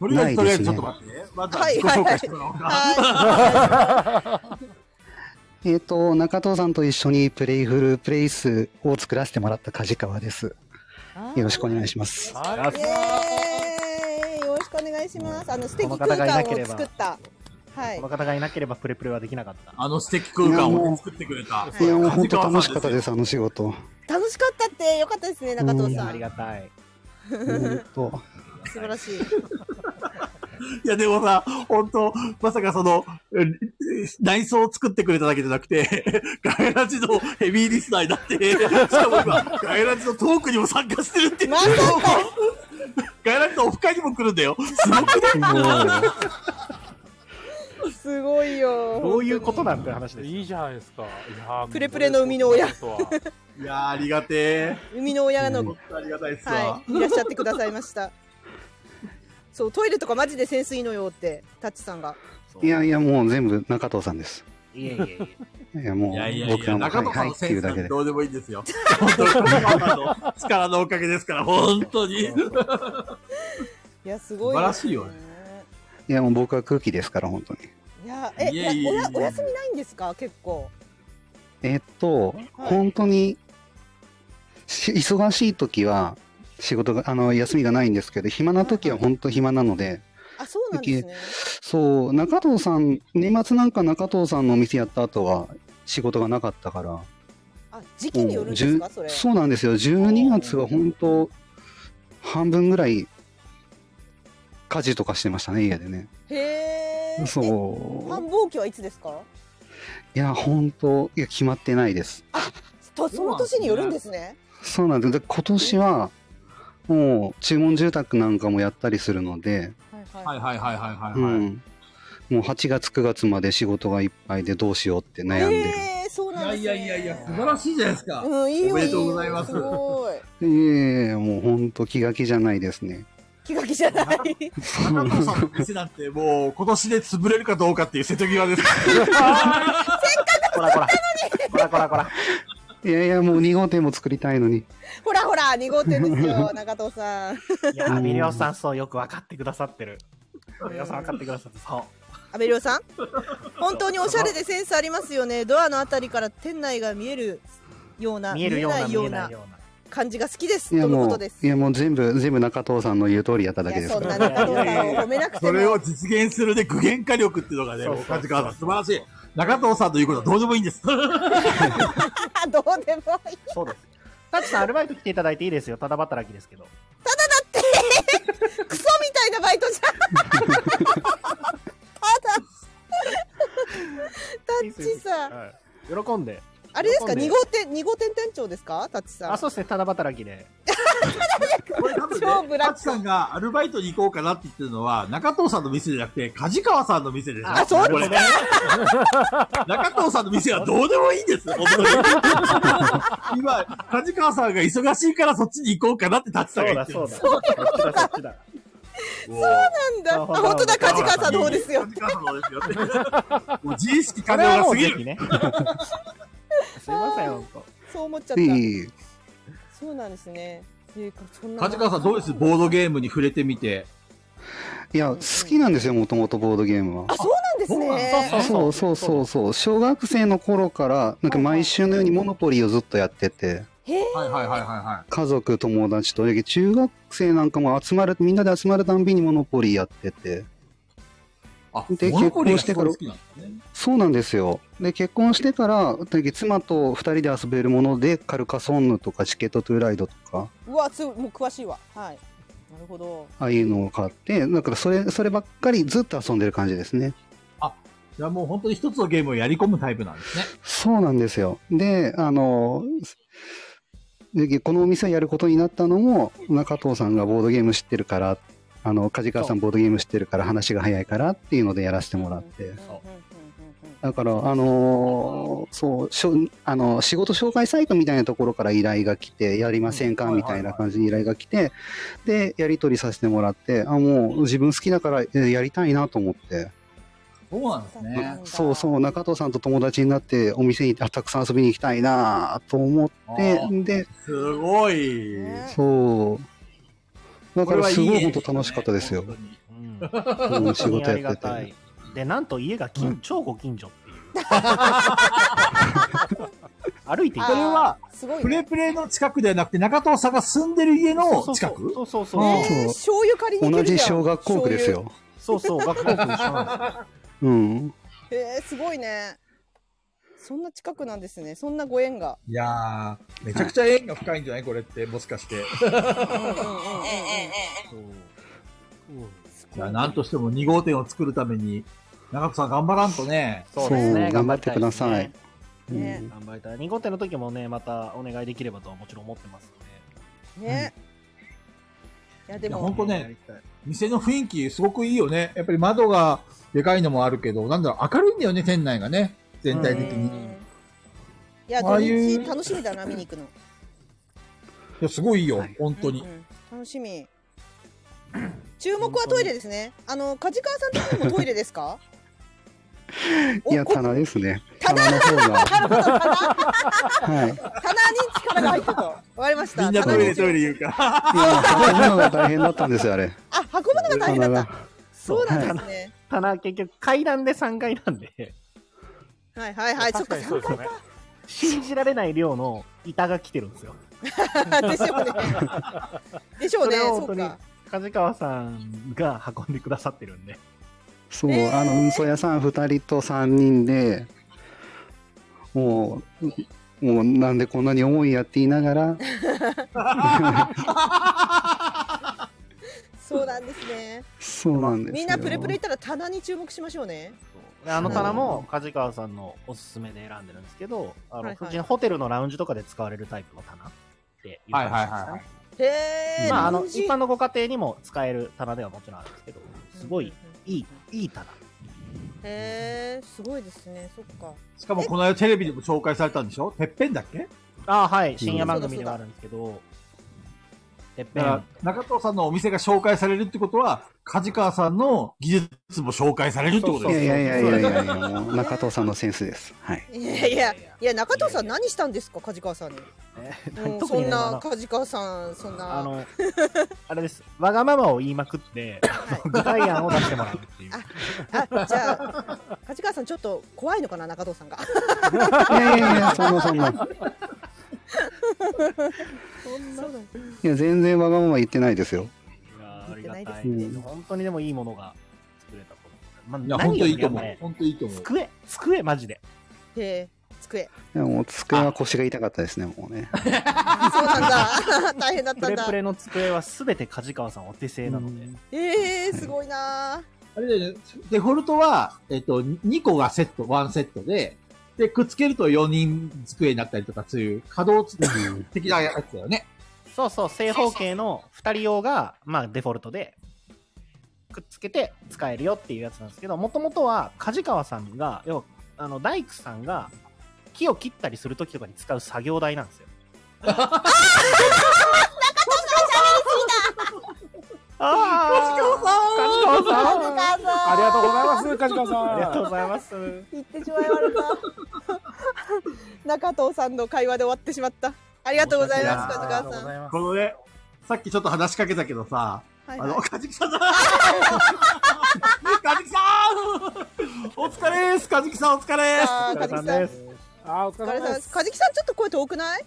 とりあ
な
え
い
ず、とり
で
あえ
す
ず、ちょっ
ね
と。待ってね。まず
はい
自己
はいは
紹
い
介してもらおうか。
はい
えっ、と、中藤さんと一緒にプレイフルプレイスを作らせてもらった梶川です。よろしくお願いします。
イエーイよろしくお願いします。あの素敵空間を作った。はい
この。方がいなければプレプレはできなかった。
あの素敵空間を作ってくれた。
いや、もう本当楽しかったです、あの仕事。
楽しかったってよかったですね、中藤さん。
ありがたい。
本当。
素晴らしい。
いや、でもさ、本当まさかその、え内装を作ってくれただけじゃなくて、 ガイラジのヘビーリスナーになって、しかも今、ガイラジのトークにも参加してるって。ガイラジのオフ会にも来るんだよ。すごくない
すごいよ。
どういうことなんて話です
いいじゃないですか。いや
プレプレの生みの親
いやー、ありがて
生みの親の、
本当ありがたいっす わ
はい、いらっしゃってくださいました。 そう、トイレとかマジで潜水のよって、タッチさんが。
いやいや、もう全部中藤さんです。
いえいえ
いや、もう
え。いやいやい
僕
や、
はもう、
中
はい
野
は
さ
い
んの
って
セ
い
ン
う
スな
だ
ん
け
て
で
ど。うでもいいんですよ。本当に中野さんの力のおかげですから、本当に。
いや、すごい。
素晴らしいよね。いや、もう僕は空気ですから、本当に。
いや、え、
いえいえ
おや
いえいえ
お休みないんですか、結構。
えっと、本当に、し忙しい時は、仕事が、あの、休みがないんですけど、暇な時は本当暇なので、
あ、そう
なんですね。そう、中藤さん、年末なんか中藤さんのお店やった後は、仕事がなかったから、
あ、時期によるんですか、
もう
それ。
じゅうそうなんですよ12月は本当半分ぐらい家事とかしてましたね家でね
へえ。
そう
繁忙期はいつですか。
いや本当いや決まってないです
と、その年によるんですね。
そうなんですで今年はもう注文住宅なんかもやったりするので、
はいはいはいはいはい。
うんもう8月9月まで仕事がいっぱいでどうしようって悩んでる、
ええ、そうなんです、ね。いやいやいやいや、素
晴らしいじゃないですか
うん、いいよ。
おめでとうございます
いいよすごい。
いえいえもう本当気が気じゃないですね
気が気じゃない。
中野さんの店なんて、もう今年で潰れるかどうかっていう瀬戸際です。
こらこら。
こらこらこら いやいやもう2号店も作りたいのに
ほらほら、二号店ですよ、中藤さん。
いやー、ミリオさん、そう、よく分かってくださってる。ミリオさん分かってくださって、そう。
アベリオさん本当におしゃれでセンスありますよねドアのあたりから店内が見えるような
見えるような見えないよ
感じが好きです
いや
とのこ
も
と
う
です、
いやもう全部、全部中藤さんの言う通りやっただけです
そ
か
ん
ら。
な中藤さんを褒めなくて
そ
も
れを実現するで具現化力っていうのがね、
そう
も
そう
う
そう
梶川さん素晴らしい。中藤さんということはどうでもいいんです。
どうでもいい
そうです。タチさん、アルバイト来ていただいていいですよ。ただ働きですけど。
クソみたいなバイトじ ゃんあだタッチさん
はい喜んで。
あれですか
喜ん
二号店二号店店長ですかタッチさん
あ、そうですね。ただ働きで。
超ブラッ
チさんがアルバイトに行こうかなって言ってるのは、中藤さんの店じゃなくて、梶川さんの店です。
あそっちか
これね中藤さんの店はどうでもいいんです、本当に。今、梶川さんが忙しいからそっちに行こうかなって立ちさんが言ってる。
そう
だそう
だ。そっちだ。
そうなんだあ本当だ梶川さんの方ですよ
梶川さんの方ですよって。もう自意識過剰が過
それはもうぜひ
ぎる。
ね い
す
ません
そう思っちゃっ
い
た
い
そうなんですねっていうかそんな
梶川さんどうですボードゲームに触れてみて。
いや、好きなんですよ、もともとボードゲームは。
あ、そうなんですね
そうそうそうそう。小学生の頃から、なんか毎週のようにモノポリーをずっとやってて、
はいはいはいはいは
家族、友達と、で中学生なんかも集まる、みんなで集まるたんびにモノポリーやってて。
い。
で、
モ
結
ノポリー
婚
が
して
す
か
ごい
ら
好、きなんですね。
そうなんですよ。で、結婚してから、で妻と二人で遊べるもので、カルカソンヌとかチケットトゥーライドとか、
うわつもう詳しいわはいなるほど
ああいうのを買って、だからそれ、そればっかりずっと遊んでる感じですね。
いやもう本当に一つのゲームをやり込むタイプなんですね。
そうなんですよ。で、あの、でこのお店をやることになったのも、中藤さんがボードゲーム知ってるから、あの、梶川さんボードゲーム知ってるから話が早いからっていうのでやらせてもらって。だから、あのーそう、しょあの、仕事紹介サイトみたいなところから依頼が来て、やりませんかみたいな感じに依頼が来て、で、やり取りさせてもらって、あ、もう自分好きだからえーやりたいなと思って。
そうなんですね。
そうそう、中藤さんと友達になって、お店にあたくさん遊びに行きたいなと思って
あ、
で、
すごい。
そう。だ
こ
か
れ
ら
はいい
すごい
縁
本当楽しかったですよ。
うん
うん仕事やってて
本当にありがたいで、なんと家が近、超ご近所っていう。 歩いて
これは、
すごいね
プレプレの近くではなくて、中藤さんが住んでる家の近く
そうそう
そうねえ
醤油借りに行
同
ける
じ
じゃん
小学校区ですよ。
そうそう、学校区一緒なん
うん。
へえすごいねそんな近くなんですねそんなご縁が
いやー、めちゃくちゃ縁が深いんじゃないこれって、もしか して。いや、なんとしても2号店を作るために、中藤さん頑張らんとね。
そう頑張ってください。
ね、頑張りたい。2号店の時もね、またお願いできればとはもちろん思ってます
ね、いやで
いや、
も
本当ね、店の雰囲気すごくいいよね。やっぱり窓がでかいのもあるけど、なんだろう、明るいんだよね、店内がね。全体的に。い
いや
あ
土
あいう
日楽しみだな見に行くの
や、すごいいいよ、本当に。
楽しみ注目はトイレですねあの梶川さん的にもトイレですか
いや、棚ですね。棚の方が。はい。
棚に力が入ったとわかりました
みんな
棚に
トイ
レ言うか。
いや、運ぶのが大変だったんですよ、あれ。
あ運ぶのが大変だ
棚
っ
が。
そうなんです
は
ね
た。棚、結局階段で3階なんで、
たはいはいはいそっか3回
信じられない量の板が来てるんですよ。
か で しょうねでしょう
そ
ね
れを
そ
本当
う
に
か
梶川さんが運んでくださってるんで。
そう、あの、運送屋さん2人と3人で、もう、もうなんでこんなに重いやって言いながら、
そうなんですね
そうなんですよ。
みんなプレプレいたら棚に注目しましょうね
であの棚も梶川さんのおすすめで選んでるんですけど、あの、
はいはい
普通にホテルのラウンジとかで使われるタイプの棚っていう感じですね。
はいはいはい
へえ
まあ、あ
ラウ
の、
ンジ
一般のご家庭にも使える棚ではもちろんあるんですけど、すごい、いい、いい棚。
へえすごいですねそっか
しかも、この間テレビでも紹介されたんでしょてっぺんだっけ
ああ、はい、深夜番組ではあるんですけど、てっぺ
だ
ん
から、中藤さんのお店が紹介されるってことは、梶川さんの技術も紹介されるってこと
い
です
や
よ
いやいやいやいやいや、もう中藤さんのセンスです。はい。
いやいやいや中藤さん何したんですか梶川さんにうん
特
そ
にね
ん
あ
な
の
梶川さんそんな
あの、あれです、わがままを言いまくって、具体案を出しても らうっていう。
あじゃあ梶川さんちょっと怖いのかな中藤さんが
いやいやいや、そんなそんな。
そうだ
いや、全然わがまま言ってないですよ。
いやーありが
言っ
た
てない
い
ですね
うん本当にでもいいものが作れたと思
い
う。
や
まあ、何より
本当いいと思う
やっぱね
本当いいと思う
机、机、マジで。
で机
いやもう机は腰が痛かったですね、もうね。
そうなんだ 大変だった
プ
ん
レ
だ
プレの机はすべて梶川さんお手製なので。
ええー、すごいな
あれだよねデフォルトは、えっと、2個がセット、1セットで、で、くっつけると4人机になったりとか、そういう稼働的なやつだよね。
そうそう、正方形の2人用が、まあ、デフォルトで、くっつけて使えるよっていうやつなんですけど、もともとは梶川さんが、要は、あの、大工さんが木を切ったりするときとかに使う作業台なんですよ。あ
梶川さん
梶川
ありがとうございます梶川さん
ありがとうございます
言ってしまいま した中藤さんの会話で終わってしまったありがとうございます梶川さん
このね、さっきちょっと話しかけたけどさ、
はい
あ
はい
の、梶木さんだ梶木さんお疲れです梶木さんお疲れ
あー梶木さんお疲れ様で
あお
お疲れ様です梶木さんちょっと声遠くない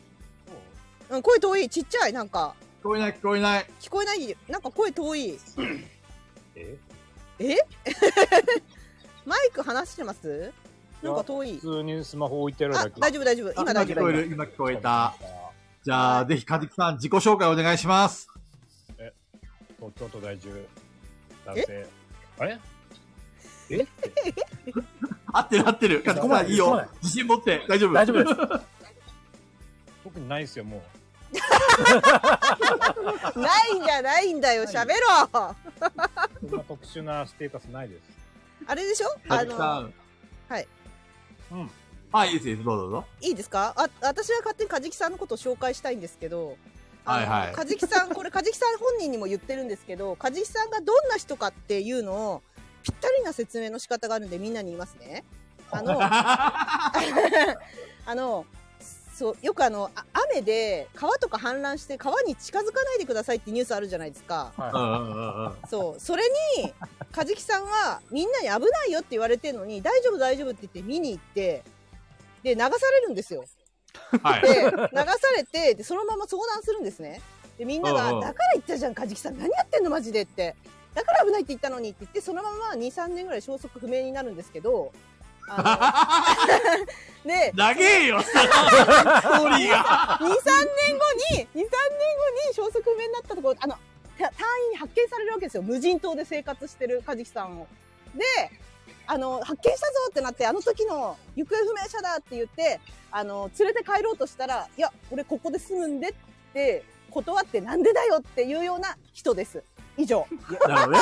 うん声遠いちっちゃいなんか
聞こえない聞こえない
聞こえないなんか声遠い
え
え マイク離して ますなんか遠い
普通にスマホ置いてあるだけ。
大丈夫大丈夫今大丈
聞こえる
夫
今聞こえた。じゃあ、ぜひ梶木さん自己紹介お願いします。
東京都在住、男性。あれえ
合ってる合ってる。梶木さんいい
そうな
よ
の。
自信持って。大丈夫。
大丈夫です。 特にないですよ、もう。
ないんじゃないんだよ喋ろ
そんな特殊なステータスないです。
あれでしょあ
梶木
の
さん。
はい
うん。
あ、いいですよ。どうぞどうぞ。
いいですかあ私は勝手に梶木さんのことを紹介したいんですけど
はいはい。
梶木さんこれ梶木さん本人にも言ってるんですけど梶木さんがどんな人かっていうのをぴったりな説明の仕 方があるんでみんなに言いますね。あのあのそうよくあのあ雨で川とか氾濫して川に近づかないでくださいってニュースあるじゃないですか、そうそれに和樹さんはみんなに危ないよって言われてるのに大丈夫大丈夫って言って見に行ってで流されるんですよ。
はい
で流されてでそのまま相談するんですね。でみんなが
うんうん
「だから言ったじゃん梶木さん何やってんのマジで」って「だから危ないって言ったのに」って言ってそのまま23年ぐらい消息不明になるんですけど。 あので
長え よストーリーが
23年後に23年後に消息不明になったところあのた隊員に発見されるわけですよ無人島で生活してる梶木さんを。であの発見したぞってなってあの時の行方不明者だって言ってあの連れて帰ろうとしたら「いや俺ここで住むんで」って断って「なんでだよ」っていうような人です。以上。
なるほどね。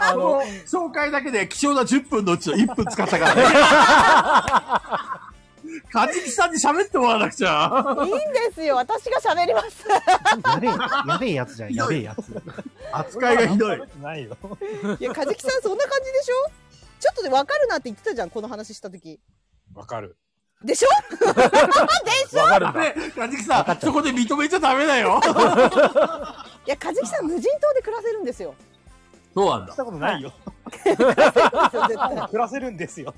あ
も
の
う、
紹介だけで貴重な10分のうちの1分使ったから ね。かじきさんに喋ってもらわなくちゃ。
いいんですよ私が喋ります。
やべえ、やべえやつじゃん、やべえやつ。
扱いがひどい。
ないよ。
い や、かじきさん、そんな感じでしょちょっとで分かるなって言ってたじゃん、この話した時。
わか る。
でしょでしょ
わかるんだ
ねかじきさん、そこで認めちゃダメだ よ。
いや、かじきさん、無人島で暮らせるんですよ。
そうなんだ
し。たことないよ。暮らせるんですよ。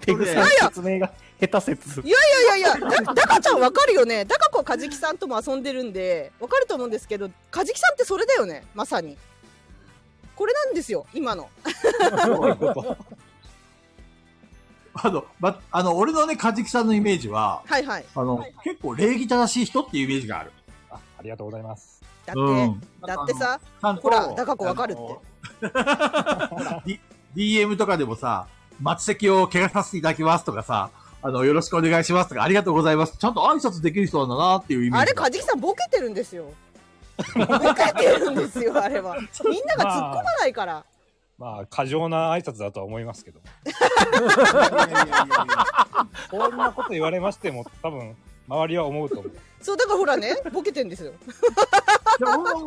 ペグさん説明が下手説。
いやいやいやいや、だ、だかちゃん分かるよね。だかこはかじきさんとも遊んでるんで、分かると思うんですけど、かじきさんってそれだよね、まさに。これなんですよ、今の。
あの、ま、あの、俺のね、かじきさんのイメージは、
はいはい。
あの、結構礼儀正しい人っていうイメージがある。あ
ありがとうございます。
だって、
うん
だってさ、
ちゃんと
ほら、だかこ分かるって。
DM とかでもさ、末席を怪我させていただきますとかさ、あの、よろしくお願いしますとか、ありがとうございます。ちゃんと挨拶できる人なんだなっていうイメージ。
あれ、かじきさんボケてるんですよ。ボケてるんですよ、あれは。みんなが突っ込まないから。
まあ、過剰な挨拶だとは思いますけ ど。こんなこと言われましても、多分、周りは思うと思う。
そう、だからほらね、ボケてんですよ。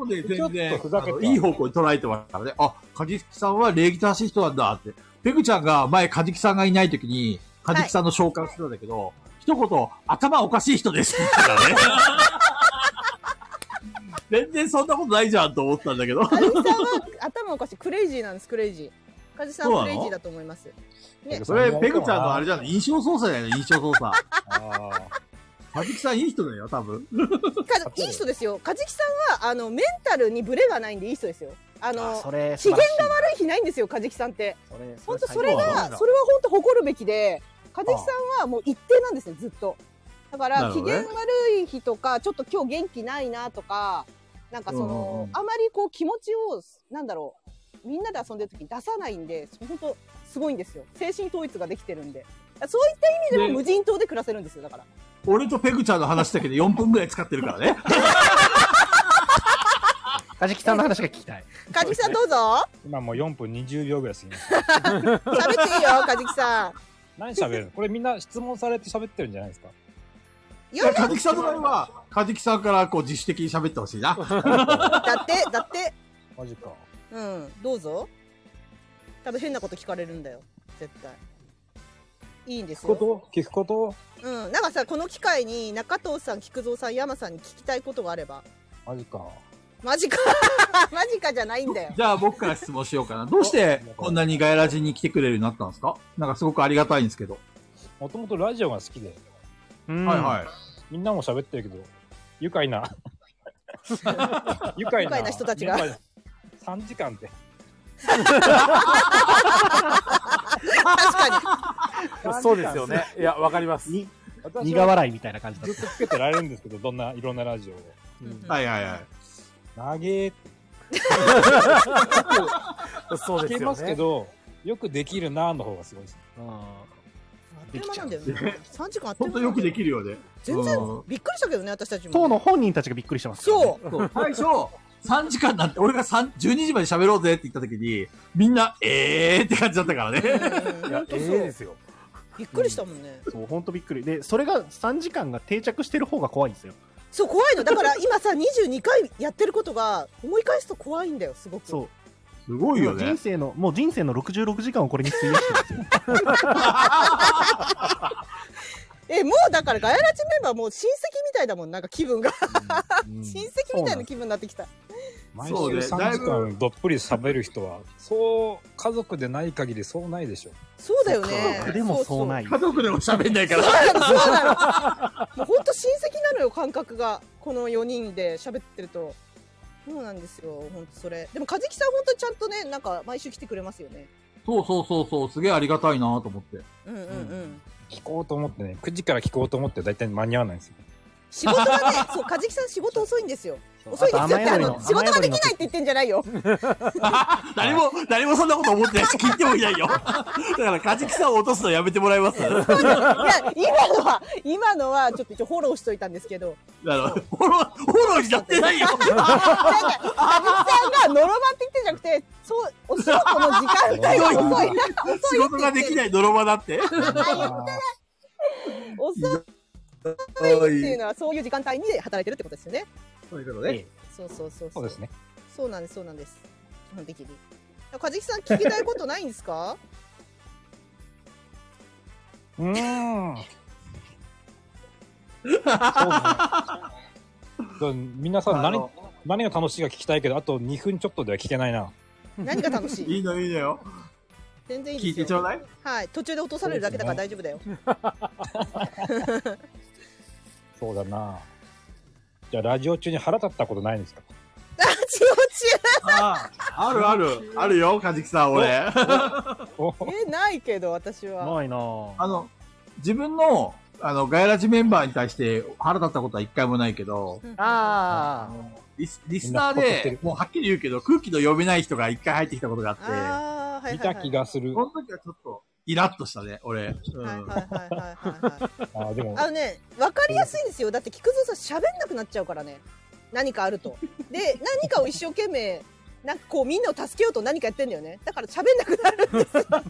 で
ちょっ
全
と
然
ふざけ
あの
て
いい方向に捉えてますからね。あ、かじきさんは礼儀正しい人なんだって。ペグちゃんが前、かじきさんがいない時に、かじきさんの紹介をしてたんだけど、一言、頭おかしい人ですって言ってたね。 全然そんなことないじゃんと思ったんだけど。
梶さんは頭おかしいクレイジーなんですクレイジー梶さんはクレイジーだと思いますね
それ、ペグちゃんのあれじゃない印象操作だよね、印象 操作。かじきさんいい人だよ、多分。
かいい人ですよ梶木さんはあのメンタルにブレがないんでいい人ですよあの
それ
機
素晴
嫌
らしい
が悪い日ないんですよ梶木さんって本当それ
最高だ
が
な
それは本当誇るべきで梶木さんはもう一定なんですねずっとだか
な
ら
る
機
ほどね
嫌悪い日とかちょっと今日元気ないなとかなんかそ
うんうんう
の
ん
あまりこう気持ちをなんだろうみんなで遊んでる時に出さないんで本当すごいんですよ精神統一ができてるんでそういった意味でも
ね
無人島で暮らせるんですよだから
俺とペグちゃんの話だけで4分ぐらい使ってるか らね。
かじきさんの話が聞きたい。
梶木さんどうぞ
今もう4分20秒ぐらい過ぎました。
喋っていいよ梶木さん
何喋るのこれみんな質問されて喋ってるんじゃないですか
いやいや
かじきさんの場合は、かじきさんからこう自主的に喋ってほしいな。
だってだって
マジか。
うんどうぞ多分変なこと聞かれるんだよ絶対いいんです
聞くこ
よ、
と聞くこと
うん、なんかさこの機会に中藤さん菊蔵さん山さんに聞きたいことがあれば
マジか。
マジか マジかじゃないんだよ
じゃあ僕から質問しようかな。どうしてこんなにガヤラジに来てくれるようになったんですかなんかすごくありがたいんですけど。
もともとラジオが好きで。
はいはい。
みんなも喋ってるけど、愉快 な。愉快な。
愉快な人たちが
愉快な。3時間で。
確か
そうです よね。いや、わかります。
苦笑いみたいな感じだ
ずっとつけてられるんですけど、どんないろんなラジオを。
はいは いはい。
投げーって。
そうですよね
聞けますけど、よくできるなーの方がすごいですね。
にあっという間なんだ よね3時間あっという間
よくできるよね。
全然びっくりしたけどね私たちも
当の本人たちがびっくりしてます。
そう
最初、3時間なんて、俺が3 12時まで喋ろうぜって言った時に、みんな、えーって感じだったからね。
いや
えーです
よ。
びっくりしたもんね
そう、本当びっくり。で、それが3時間が定着してる方が怖いんですよ。
そう怖いのだから今さ22回やってることが思い返すと怖いんだよすごく
そう。
すごいよね
人生の、もう人生の66時間をこれに費やしてるんですよ。
え、もうだからガヤラチメンバーもう親戚みたいだもん、なんか気分が。親戚みたいな気分になってきた。
毎週
そうね
3時間どっぷり喋る人は、そう、家族でない限りそうないでしょ。
そうだよね。
家族でも喋んない
そうなの、そうなの。もう本当親戚なのよ、感覚が。この4人で喋ってると。そうなんですよ、本当それ。でも、和樹さん本当ちゃんとね、なんか毎週来てくれますよね。
そうそうそうそう、すげえありがたいなと思って。
うんうんうん。
聞こうと思ってね、9時から聞こうと思って大体間に合わないんですよ。
仕事がね、そう、和樹さん仕事遅いんですよ。
う
遅いんですよって、
あと雨宿り
あ
の
の、仕事ができないって言ってんじゃないよ。
誰も、誰もそんなこと思ってないし、聞いてもいないよ。だから、カジキさんを落とすのやめてもらえます
い や、今のは、今のは、ちょっと一応フォローしといたんですけど。
なるほど。フォロー、フォローしちゃってないよ。
なんか、和樹さんがノロマって言ってんじゃなくて、そう、お仕事の時間帯が遅いな、遅
仕
いよ
事ができない泥棒だって。
遅いっていうのは、そういう時間帯に働いてるってことですよね。
そういうこと
ね。そうそうそう。
そうですね。
そうなんです、そうなんです。基本的に。和樹さん、聞きたいことないんですか
うーん。 そうね皆さん何、何が楽しいか聞きたいけど、あと2分ちょっとでは聞けないな。
何が楽しい
いいのいいのよ。
全然いいですよ
聞いてちょうだい
はい。途中で落とされるだけだから大丈夫だよ。
そうだな。じゃあ、ラジオ中に腹立ったことないんですか
ラジオ中
あるある。あるよ、カジキさん、俺。
え、ないけど、私は。
いなあの、自分の、あの、ガヤラジメンバーに対して腹立ったことは一回もないけど、
あ
リスリスナーで、もうはっきり言うけど、空気の読めない人が一回入ってきたことがあ
って、
見た気
がする。
その時はちょっと、イラッとしたね、俺。
あ、でも
あのね、わかりやすいんですよ。だって、菊蔵さん喋んなくなっちゃうからね。何かあると。で、何かを一生懸命、なんかこう、みんなを助けようと何かやってんだよね。だから喋んなくなるん ですよそう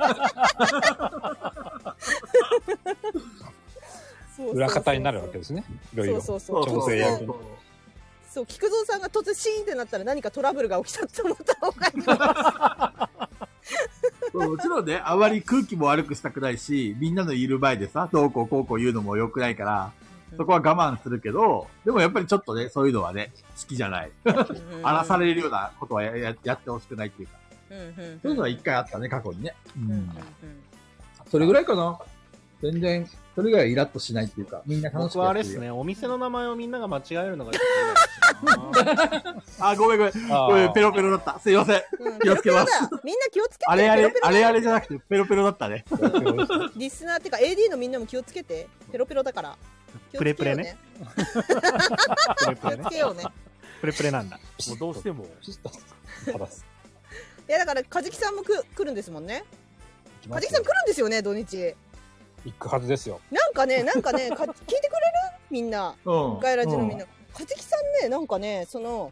そうそう。
裏方になるわけですね。いろいろ。
そうそうそう
調整役
そうそう、菊蔵さんが突然シーンってなったら何かトラブルが起きたと思った方がいい。
もちろんね、あまり空気も悪くしたくないし、みんなのいる前でさ、どうこうこうこう言うのも良くないから、そこは我慢するけど、でもやっぱりちょっとね、そういうのはね、好きじゃない。荒らされるようなことはやややってほしくないっていうか。そういうのは一回あったね、過去にね。うん。それぐらいかな。全然、それぐらいイラッとしないっていうか、みんな楽
僕
しく
は
や
あ
って
れ
るよ
ですね、お店の名前をみんなが間違えるのがちょ
あ、ごめんごめん。ごめん、ペロペロだった。すいません。気をつけます。
みんな気をつけて。
あれあ
ペロ
れ
ペ、ロ
あれあれじゃなくて、ペロペロだったね。
リスナーってか AD のみんなも気をつけて。ペロペロだ から。
プレプレね。
気をつけようね。気をつけようね。
プレプレなんだ。
もうどうしても。
いやだから、カジキさんもく来るんですもんね。カジキさん来るんですよね、土日。
行くはずですよ。
なんかね、なんかね、か聞いてくれるみんな。
うん
ガイラジのみん
う
な。カジキさんね、なんかね、その、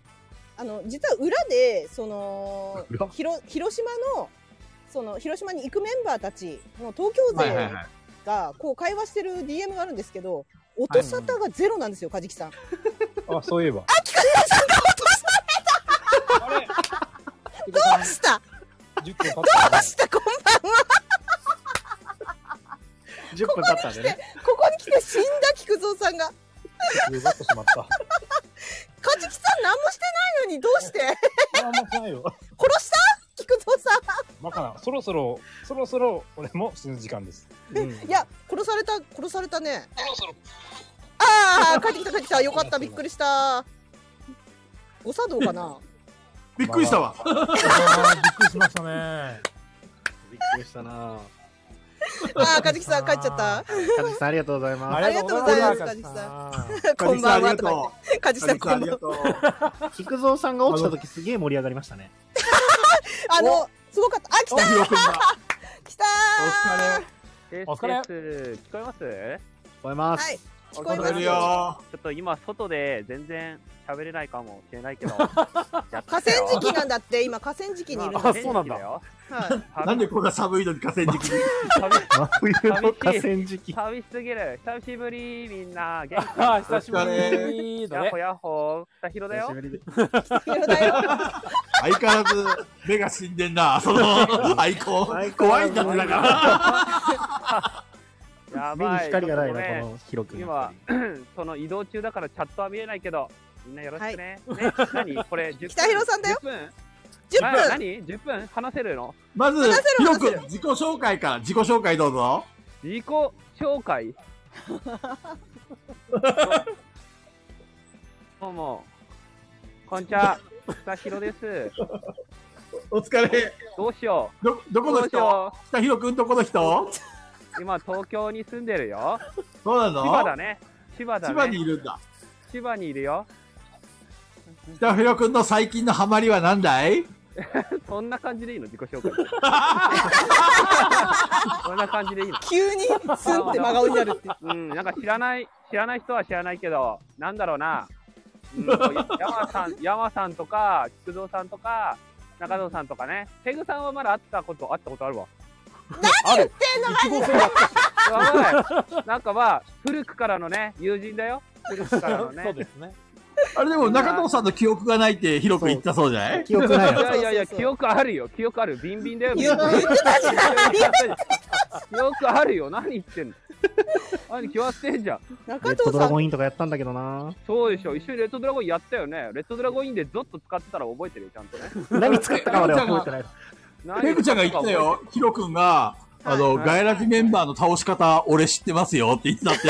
あの、実は裏で、その、ひろ広島の、その、広島に行くメンバーたちの東京
はい
勢
はいはい
が、こう会話してる DM があるんですけど、音沙汰がゼロなんですよ、カジキさん。
あ、そういえば。
どうした
10分経
った。どうしたこんばんは。
10分経ったんでね。
ここに来て死んだ菊蔵さんが。
奪ってしまった。
かじきさん何もしてないのにどうして
何もしてないよ。
殺した菊蔵さ
バカな、そろそろ、そろそろ俺も死ぬ時間です。うん
ん。いや、殺された、殺されたね。ああ、帰ってきた帰ってきた。よかった、びっくりした。誤作動かな
びっくりしたわ。
びっくりしましたね。
びっくりしたな。
ああ、かじきさん帰っちゃった。
カジキさんありがとうございます。
ありがとうございます、かじきさん。こんばんはとか言って。かじきさん、こんばんは。
は。菊蔵さんが落ちた時すげえ盛り上がりましたね。
あの、すごかった。あ、来た
お
ー来た
お
疲れ
です聞こえます聞
聞こえます。
はい
こ
えます聞こえるよ
ちょっと今外で全然喋れないかもしれないけ どやっ
ー河川敷なんだって、今河川敷にいるの。
あそうなんだ
はい。
なんでこんな寒いのに河川敷に。
真
冬の
川
河
敷
寂しすぎる久しぶりみんな元気
あ久しぶりだ
や
ね
っほやっほ北広だよ
相変わらず、目が死ん でんな、その、アイコン。怖いんだってだから。
い や
目
ばい
に光がないな
ちょっと
このヒロ君
今 その移動中だからチャットは見えないけどみんなよろしくね、ね何これ10 分
北広さんだよ。
10
10
分
分
な何10分話せるの
まず
話せ、
ヒ
ろ
ロ君、自己紹介から、自己紹介どうぞ。
自己紹介どうもこんにちは北広です
お疲れ。
どうしよう
ど、どこの
どうしよ
人北広君どこの人
う今東京に住んでるよ
そうなの
千葉だね千葉だね
千葉にいるんだ
千葉にいるよ
北広君の最近のハマりは何だい
そんな感じでいいの自己紹介そんな感じでいいの
急にスンって真顔になるって
うんなんか知らない知らない人は知らないけどなんだろうな、うん、山さん山さんとか菊蔵さんとか中蔵さんとかねペグさんはまだ会ったこと会ったことあるわ
何言ってんのマジで
やばいなんかまあ古くからのね友人だよ古くからのね
そうですね
あれでも中藤さんの記憶がないってヒロ君言ったそうじ ゃない
いやいやいや、記憶あるよ。記憶ある。ビンビンだよ。
言っ
ビ
て
ンビン
たじゃない
記憶あるよ。何言ってんの何決まってんじゃん。
レッドドラゴンインとかやったんだけどな
そうでしょ。一緒にレッドドラゴンやったよね。レッドドラゴンインでゾッと使ってたら覚えてるよ、ちゃんとね。
何使ったかまでは覚えてない
何
ペグちゃんが言ってたよ。ヒロ君が、あの、
はい
ガイラジメンバーの倒し方、俺知ってますよって言ってたって。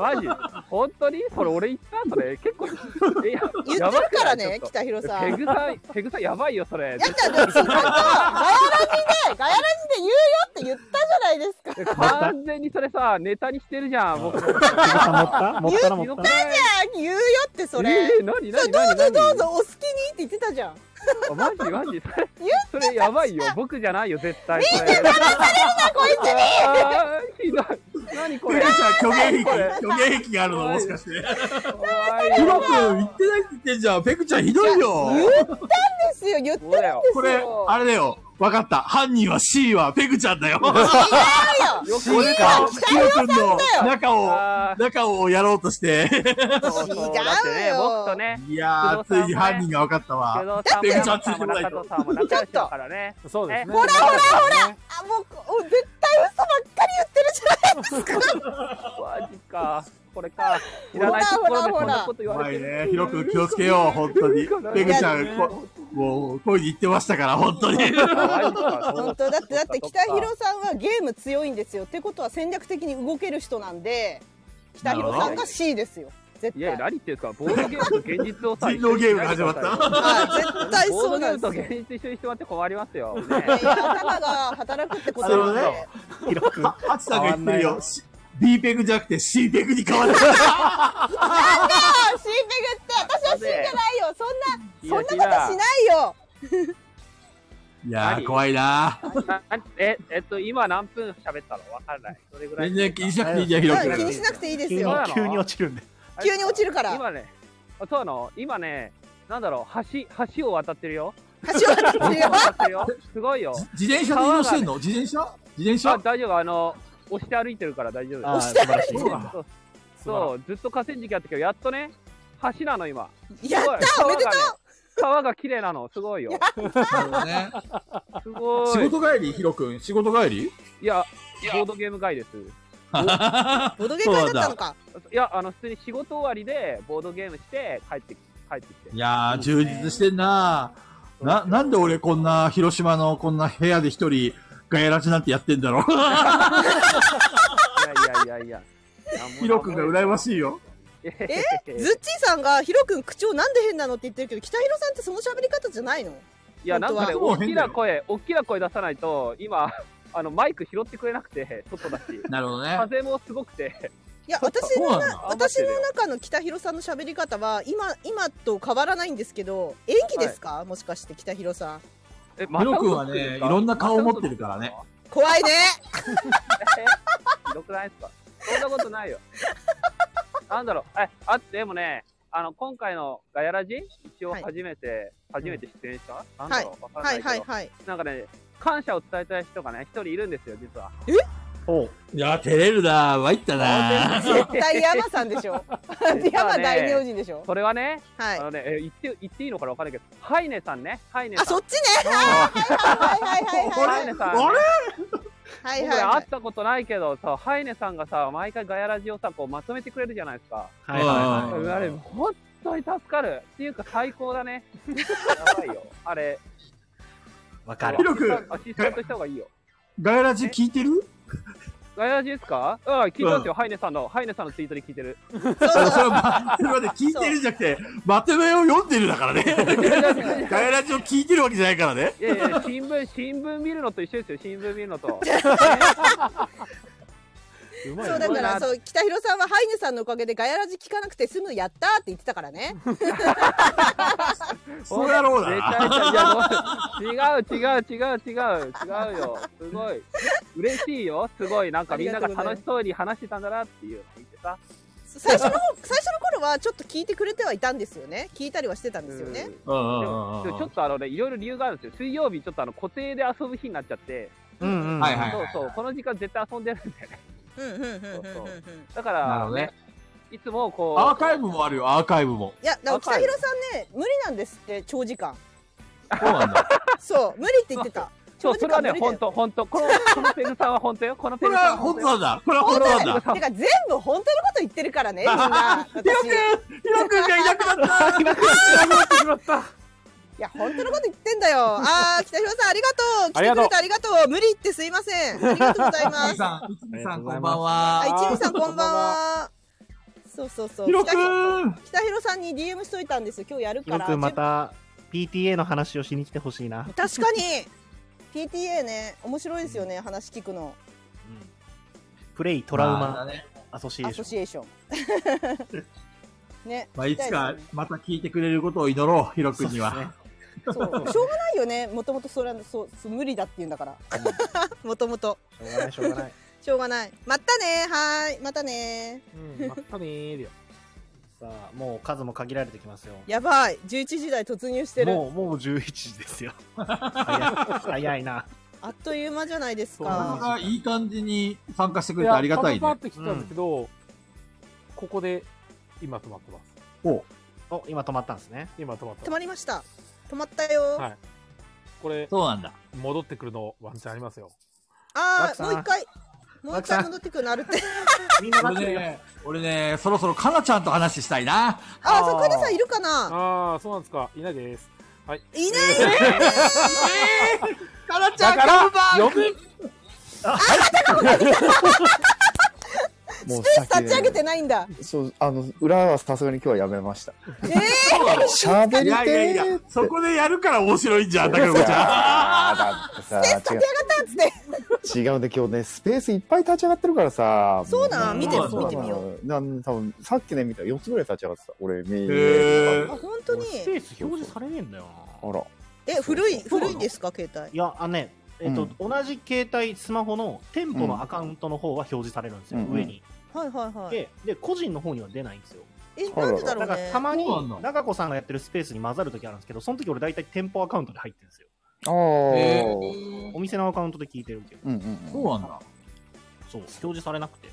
マジ本当にそれ俺言ったんだね。結構。え
言
や
ってる
やばくない
からね
ちょっと
北広さん
ペグさん、ペグさんやばいよ、それ。
やったでちゃんとガヤラジでガヤラジで言うよって言ったじゃないですか。
完全にそれさ、ネタにしてるじゃん、僕。持った
持ったら持
言ったじゃん言うよってそれ。
えー何何
そうどう
何
ぞど
何
うぞお好きにって言ってたじゃん。
あマジマジそれそれやばいよ僕じゃないよ絶対それあーひどい何 これ
ペグちゃん、虚言
これ
癖、虚言癖があるの、もしかして。
怖い
ヒ
よ
ロ君、言ってないって言ってんじゃん。ペグちゃん、ひどいよ。
言ったんですよ言ってるんですよ。
これ、あれだよ。わかった。犯人は C はペグちゃんだよ。
違うよ
C か。ヒロ君の中を
あ、
中をやろうと して。
そうそうだってね僕とね
いやー、ついに犯人が分かった
工
わ。
藤さんも
ペグち
山さ
ゃんつい
ん
て
も
こない
中
と
藤。さんも仲良しだからねそうですね
ほらほらほら。あもうお絶対嘘ばっかり言ってるじゃないですか。
マジかこれか知らないところでこんなこと言わ
怖
れ
い
てる
ね。ヒロ君気をつけよう、本当に。ペグちゃん、こもう、恋に行ってましたから、本当に。
本当だってだって北広さんはゲーム強いんですよ。ってことは戦略的に動ける人なんで北広さんが C ですよ。絶
いや何言ってるんですかボードゲームと現実をさ
人狼ゲームが始まった
はい絶対そうなんですよ
ボードゲームと現実一緒にしてもらって困りますよね
対頭が働くってことなんで。
ヒロ君。ハチさんが言ってるよ。C- B ペグじゃなくて C ペグに変わる。
なんだよ、シーペグって、私は死んじゃないよ、そんな、そんなことしないよ。
い やー、怖いなー。
なえ、えっと、今何分喋ったのわかんない。どれぐらい
全然気にしなくていいじゃん、ヒロ君。
気にしなくていいですよ。
急に急に落
ちるんで。
急に落ちるから。
今ね、あそうなの今ね、なんだろう、橋、橋を渡ってるよ。橋を渡ってるよ。すごいよ。
自転車で移動してんの自転車自転
車あ大丈夫、あの、押して歩いてるから大丈夫。
あー押して歩いてる素晴らしい
そうそう、ずっと河川敷やったけど、やっとね、橋なの今。
やった
すごい
おめでとう
川がね川が綺麗なの、すごいよ。すごい。
仕事帰りヒロ君、仕事 帰り
いや、ボードゲーム 会です。
ボー
ドゲーム会だったのか。
いや、あの、普通に仕事終わりで、ボードゲームして、帰ってき、帰ってきて。
いやー、充実してんなー。な、なんで俺こんな、広島のこんな部屋で一人、ガヤラジなんてやってん だろう。
いやいやいやい や。
ヒロ君が羨まし いよ。
えズッチーさんが、ヒロ君、口調なんで変なのって言ってるけど、北広さんってその喋り方じゃないの
いや、なんか
本
ね、
当は
大きな声、大きな声出さないと、今、 あの、マイク拾ってくれなくて、外だし。
なるほどね
風もすごくて。
いや私の
そうな
な
の
私の中の北広さんの喋り方は今今と変わらないんですけど演技ですか、もしかして北広さん
え、
ヒロ君はね、いろんな顔を持ってるからね。
怖いね
ひどくないですかそんなことないよ。なんだろう、え、あ、でもね、あの、今回のガヤラジ、一応初めて、初めて出演した、なんだろう、わかんないけど、
はいはいはい
なんかね、感謝を伝えたい人がね、一人いるんですよ、実は。
いやー、照れるなー。参ったな ー。
絶対山さんで しょ 山大名人でしょ
それはね、
はい
あのね、え言って、言っていいのかわかんないけど、ハイネさんね、ハイネさ
あ、
ん。
そっちね
はい
はいはいはいはいはい
ハイネさん。
あれ
はい
僕
はい
ら
は
会ったことないけどさ、ハイネさんがさ、毎回ガヤラジをさ、こうまとめてくれるじゃないですか。
はいはいはい
うんあれ、本当に助かる。っていうか最高だね。やばいよ。あれ、
わかる。
広くアシスタントした方がいいよ。
ガヤラジ聞いてる
ガヤラジですかうん、聞いてますよ。ハイネさんの、ハイネさんのツイートで聞いてる。
それまで聞 いてるじゃなくて、まとめを読んでるだからね。ガヤラジを聞いてるわけじゃないからね。
いやいや、新聞、新聞見るのと一緒ですよ、新聞見る の と。うまい。
そうだからそうう北広さんはハイネさんのおかげでガヤラジ聞かなくて済むやったーって言ってたからね。
そうやろうな
絶対いや違う違う違う違う違うよ。すごい。嬉しいよ。すごい。なんかみんなが楽しそうに話してたんだなっていうのを見てさ。
最初の方最初の頃はちょっと聞いてくれてはいたんですよね。聞いたりはしてたんですよね。
でもでもちょっとあのね、いろいろ理由があるんですよ。水曜日ちょっとあの固定で遊ぶ日になっちゃって。
うんうんはいはい
そ
は
う
い
そう。この時間絶対遊んでるんだよね。そうそうだか
なる
ら
ほどね。
いつもこう。
アーカイブもあるよ、アーカイブも。
いやだから北広さんね無理なんですって長時間。そう無理って言ってた。
そう、それはね、本当、本当、この、このペグさんは本当よ。このペグさんは本当よ。
これは本当なんだ
だ。てか全部本当のこと言ってる からねみんな。私
ヒロ君がいなくなった。いなくなってしまっ た。
いや本当のこと言ってんだよ。ああ北広さんありがとう。来てくれてありがとう。無理言ってすいません。ありがとうございます。
さん、いつみさん、こんばんは。
あ、一味さんこんばんは。そうそうそう。
ひろ
北
くん
北広さんに DM しといたんですよ。今日やる
ひろ
から。
くんまた PTA の話をしに来てほしいな。
確かに PTA ね面白いですよね話聞くの
プレイトラウ
まあ
マ
ね
アソシエ
ア
ーショ
ソ
ン。
シエーション ね、
まあ、いつか
聞き、
また聞いてくれることを祈ろう、ヒロ君には。
たいですねそうしょうがないよねもともとそれはそうそう無理だって言うんだから もともと
しょうがない、しょうがない。
しょうがないまたねはーいまたね
またねーよ。さあ、もう数も限られてきますよ。
やばい11時台突入してる
もう、もう11時ですよ。早い早いな。
あっという間じゃないです
なかな
か
かいい感じに参加してくれてありがたい
関わ
ね
っ。てきたんですけど、ここで今止まってます。
お
お、今止まったんですね。
今止まった。
止まりました止まったよ、
はい。これ、
そうなんだ。
戻ってくるのワンチャンありますよ。
あ
枠
あ
さん
もう一回もう
枠
一
さ
回
ん
戻ってくるのあるって
みんな
俺ね、俺ね、そろそろかなちゃんと話したいな。
あーそうカネさんいるかな
ああ、そうなんですか。いないです。はい。
いない
え
カナ
だから、呼ぶ
あー高子さんいた
もう
ペース立ち上げてないんだ。
そう、あの、裏はさすがに今日はやめました。
ええ
喋りてー
いやいやいや、そこでやるから面白いんじゃん、だからこちゃん。
あーだってさ、違う。
立ち上がったっつって。
違うんで今日ねスペースいっぱい立ち上がってるからさ
そうなん見て
そう
見てみよ
うなん多分さっきね見たら4つぐらい立ち上がってた俺見
へーあ
本当に
スペース表示されねえんだよ
あら
え古い古いんですか携帯
いや、あのね、えっと、
うん
同じ携帯、スマホの店舗のアカウントの方は表示されるんですよ、
うん
上に。
はいはいはい
でで、個人の方には出ないんですよ。
え
なんでだろうね
からたまに
そうなん、だ
中子さんがやってるスペースに混ざるときあるんですけど、その時俺大体店舗アカウントで入ってるんですよ。
ああ
お店のアカウントで聞いてるけど。
うんうん
そうなんだ。
そう、表示されなくて。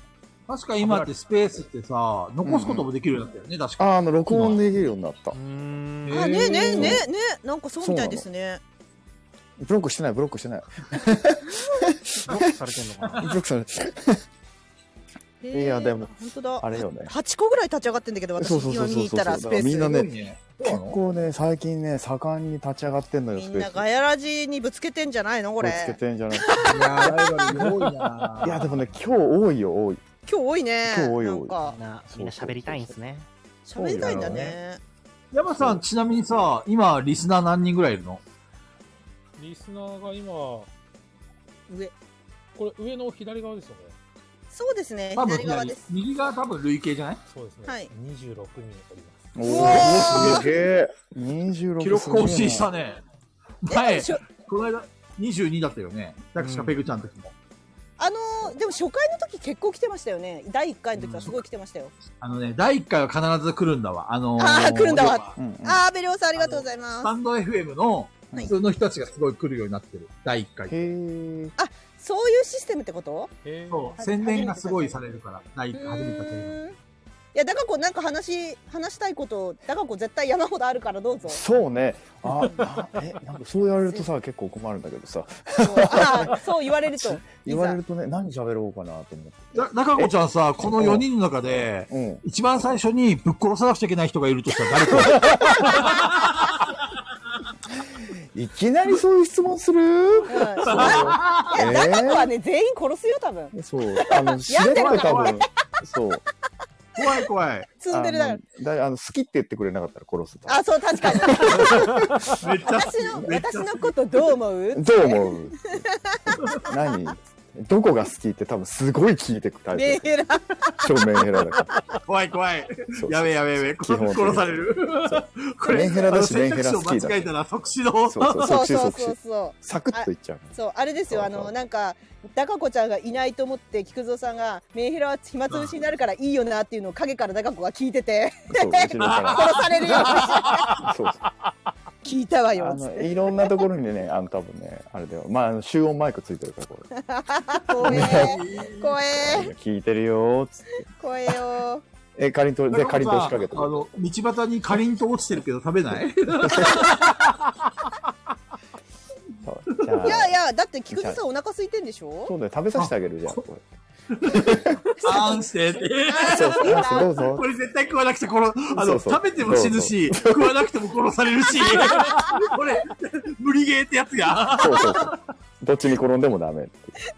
確か今ってスペースってさ、残すこともできるようになったよね、確か。
あーあの録音できるようになった
あねねねねなんかそうみたいですね。
ブロックしてないブロックしてない
ブロックされてんのか
ブロックされて
へ
い
ー
やでも
本当だ。
あれよね
八個ぐらい立ち上がってんだけど私
そうそう
今
そうそ
見
う
に行っ
そうだ
たらス
か
ペ
ら
ース。
みんなね結構ね最近ね盛んに立ち上がってんのよス
み
ペ
んな
ース
ガヤラジにぶつけてんじゃないのこ
こ
れ。
つけてんじゃない
今
いやでもね今日多いよ多い
日多いね。
今日多い多い
なんか
なみんな喋りた いんですね。
喋りたいんだね。
山さん、ちなみにさ、今、リスナー何人ぐらいいるの
リスナーが今、
上。
これ、上の左側ですよね。
そうですね
多分
左側です。
右側多分累計じゃない
そうですね。
はい
26人おります。
お
お
お
ー
すげえ26
記録更新したね。前
しょ、
この間、22だったよね。確かペグちゃんの時も。
あのーでも初回の時結構来てましたよね。第一回の時はすごい来てましたよ。
あのね、第1回は必ず来るんだわ。あのー
ああ来るんだ
要
わ
は。
ああベリオさんありがとうござい
ス
ま
タ
す。
ンド FM の普通の人たちがすごい来るようになってる。第1回。
あそういうシステムってこと？
そう、宣伝がすごいされるから、第1回初めてだけど。
やだかこなんか話話したいことだかこ絶対山ほどあるからどうぞ
そうね。あ、なえ、なんかそう言われるとさ、結構困るんだけどさ。
あそう言われると
言われるとね、何喋ろうかなと思って。
だ中子ちゃんさ、この4人の中で、一番最初にぶっ殺さなくちゃいけない人がいるとしたら誰か。
いきなりそういう質問する、
いや、
えー
だかこはね全員殺すよ多分
そう。あの、知れば多分。そう。。
怖い怖い。
積んでるだから
だあの好きって言ってくれなかったら殺すと。
あそう確かに
めっちゃ
私の私のことどう思う
どう思う何どこが好きって多分すごい聞いてくタイプ
メ
で
ンヘラ
す。正面ヘラだから。
怖い怖い。やべえやべえやべえ。
基本的に
殺される。こ
メンヘラだし
あの
メンヘラ好きだ
選択肢を間違えたら即死の。
そうそう
そうそ
即死
う
即
そう
死。
そう
サクッといっちゃう。
そうあれですよあのなんか高子ちゃんがいないと思って菊蔵さんが「メンヘラは暇つぶしになるからいいよな」っていうのを陰から高子が聞いてて
そう後ろから
殺されるよ
そうそう
聞いたわ
あ
よ
のいろんなところにね、あの多分ね、あれだよ。まああの集音マイクついてるからこ
怖
れ。
え怖 え
聞いてるよーっつって。
怖えよ
え、かりんとう、で、かりんとう仕掛けた。
あの、道端にかりんとう落ちてるけど食べない
じゃあ
いやいやだって菊蔵さんお腹空いてんでしょ
そうだよ、食 べさせてあげるじゃん、これ。
あーんしてって。
そうそうそうどうぞ
これ絶対食わなくて殺、あ
そ
の、
うそう
食べても死ぬし、
どうぞ
食わなくても殺されるし、これ、無理ゲーってやつが。
そうそうそう。どっちに転んでもダメ。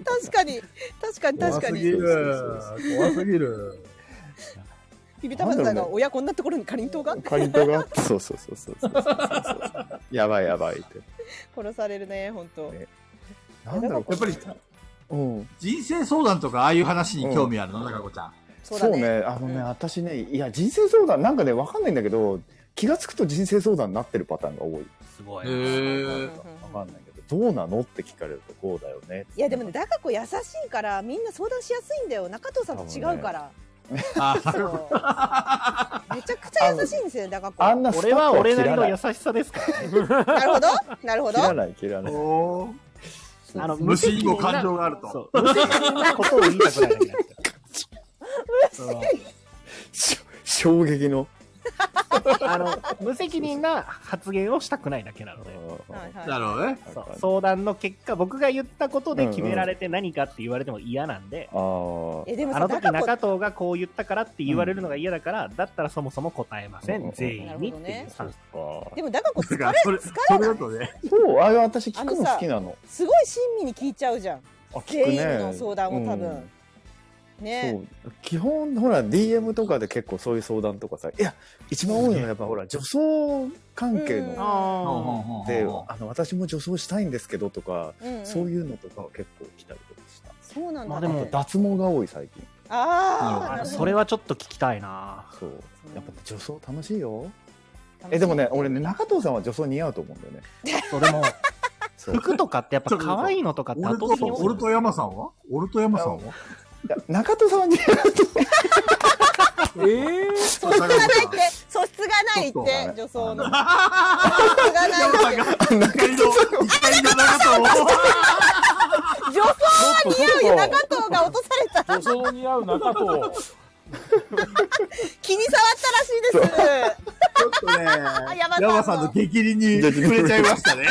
確かに確かに確かに
怖すぎる。
ピピタパンさんが親こんなところにかりんとうが
かりんとうがあって、そうそうそうそうそうそうそう。やばいやばいって。
殺されるね本当
なんだろう、
やっぱり、
うん。
人生相談とか、ああいう話に興味あるの、中子ちゃん。
そうね、あのね、私ね、いや、人生相談、なんかね、わかんないんだけど、気がつくと人生相談になってるパターンが多い。
すご
い。
わかんないけど、どうなのって聞かれると、こうだよね。
いやでもね、ダカ子優しいからみんな相談しやすいんだよ。中藤さんと違うから。
あ
めちゃくちゃ優しいんですよね、ダカ子。
あんなスタ
俺は
ッフを
俺
切
なり
ら
の
ない
優しさですからね。
なるほど、なるほど
切。らない、切らない。
あの
無視にも感情があると。
そう無責任なことを言いたくない。
し衝撃の。
あの無責任な発言をしたくないだけなので。
なるほどね。
そう相談の結果、僕が言ったことで決められて何かって言われても嫌なんで、
あ
あの時中藤がこう言ったからって言われるのが嫌だから、だったらそもそも答えません、全員にっていうスタンス。
でもダカ子 疲れ
だからそれ
疲れない。
そう、あれ私
あ
聞くの好きなの。
すごい親身に聞いちゃうじゃん。
聞く
全
ね
員の相談を多分。
そ
ね。
う基本ほら DM とかで結構そういう相談とかさいや一番多いのはやっぱほら女装関係
うん
の
あー
であの私も女装したいんですけどとか、
うんうん
そういうのとかは結構来たりとかした
そうなんだ。
あと脱毛が多い最近
ああ、
それはちょっと聞きたいな
そうやっぱ女装楽しいよえでもね俺ね中藤さんは女装似合うと思うんだよね
そ れも服とかってやっぱ可愛いのとかって
俺
後付けに
と、俺と山さんは俺と山さんは
中藤さんは似合
えぇ
素質がないって、 素質がないって、女装の。素質がないって。 女装は 似合うよ、中藤が落とされた。女
装似合う中藤。
気に触ったらしいです。
ちょっとね
山さんの
山さんの激鱗に触れちゃいました ね。
い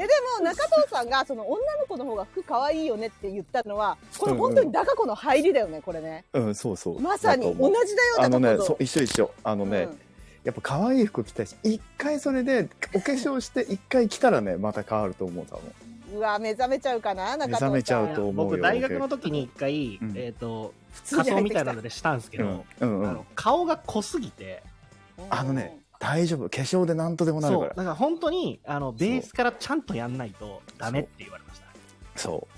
やでも中藤さんがその女の子の方が服可愛いよねって言ったのはこれ本当にダカ子の入りだよねこれね。
うん、そうそう。
まさに
だと思う
同じだよ
あのね
中、藤
そう、一緒一緒。あのね、やっぱ可愛い服着たいし、一回それでお化粧して、一回着たらね、また変わると思う、多分。
うわ目覚めちゃうかな中藤さん。
目覚めちゃうと思うよ
僕大学の時に一回、えっ、と
通に入
仮装
ってきた
みたいなのでしたんですけど、
うん、うん、う
あ
ん
の。顔が濃すぎて
あのね、大丈夫。化粧で何とでもなる
そ
か
うだ
ら。
から本当にあのベースからちゃんとやんないとダメって言われました
そう。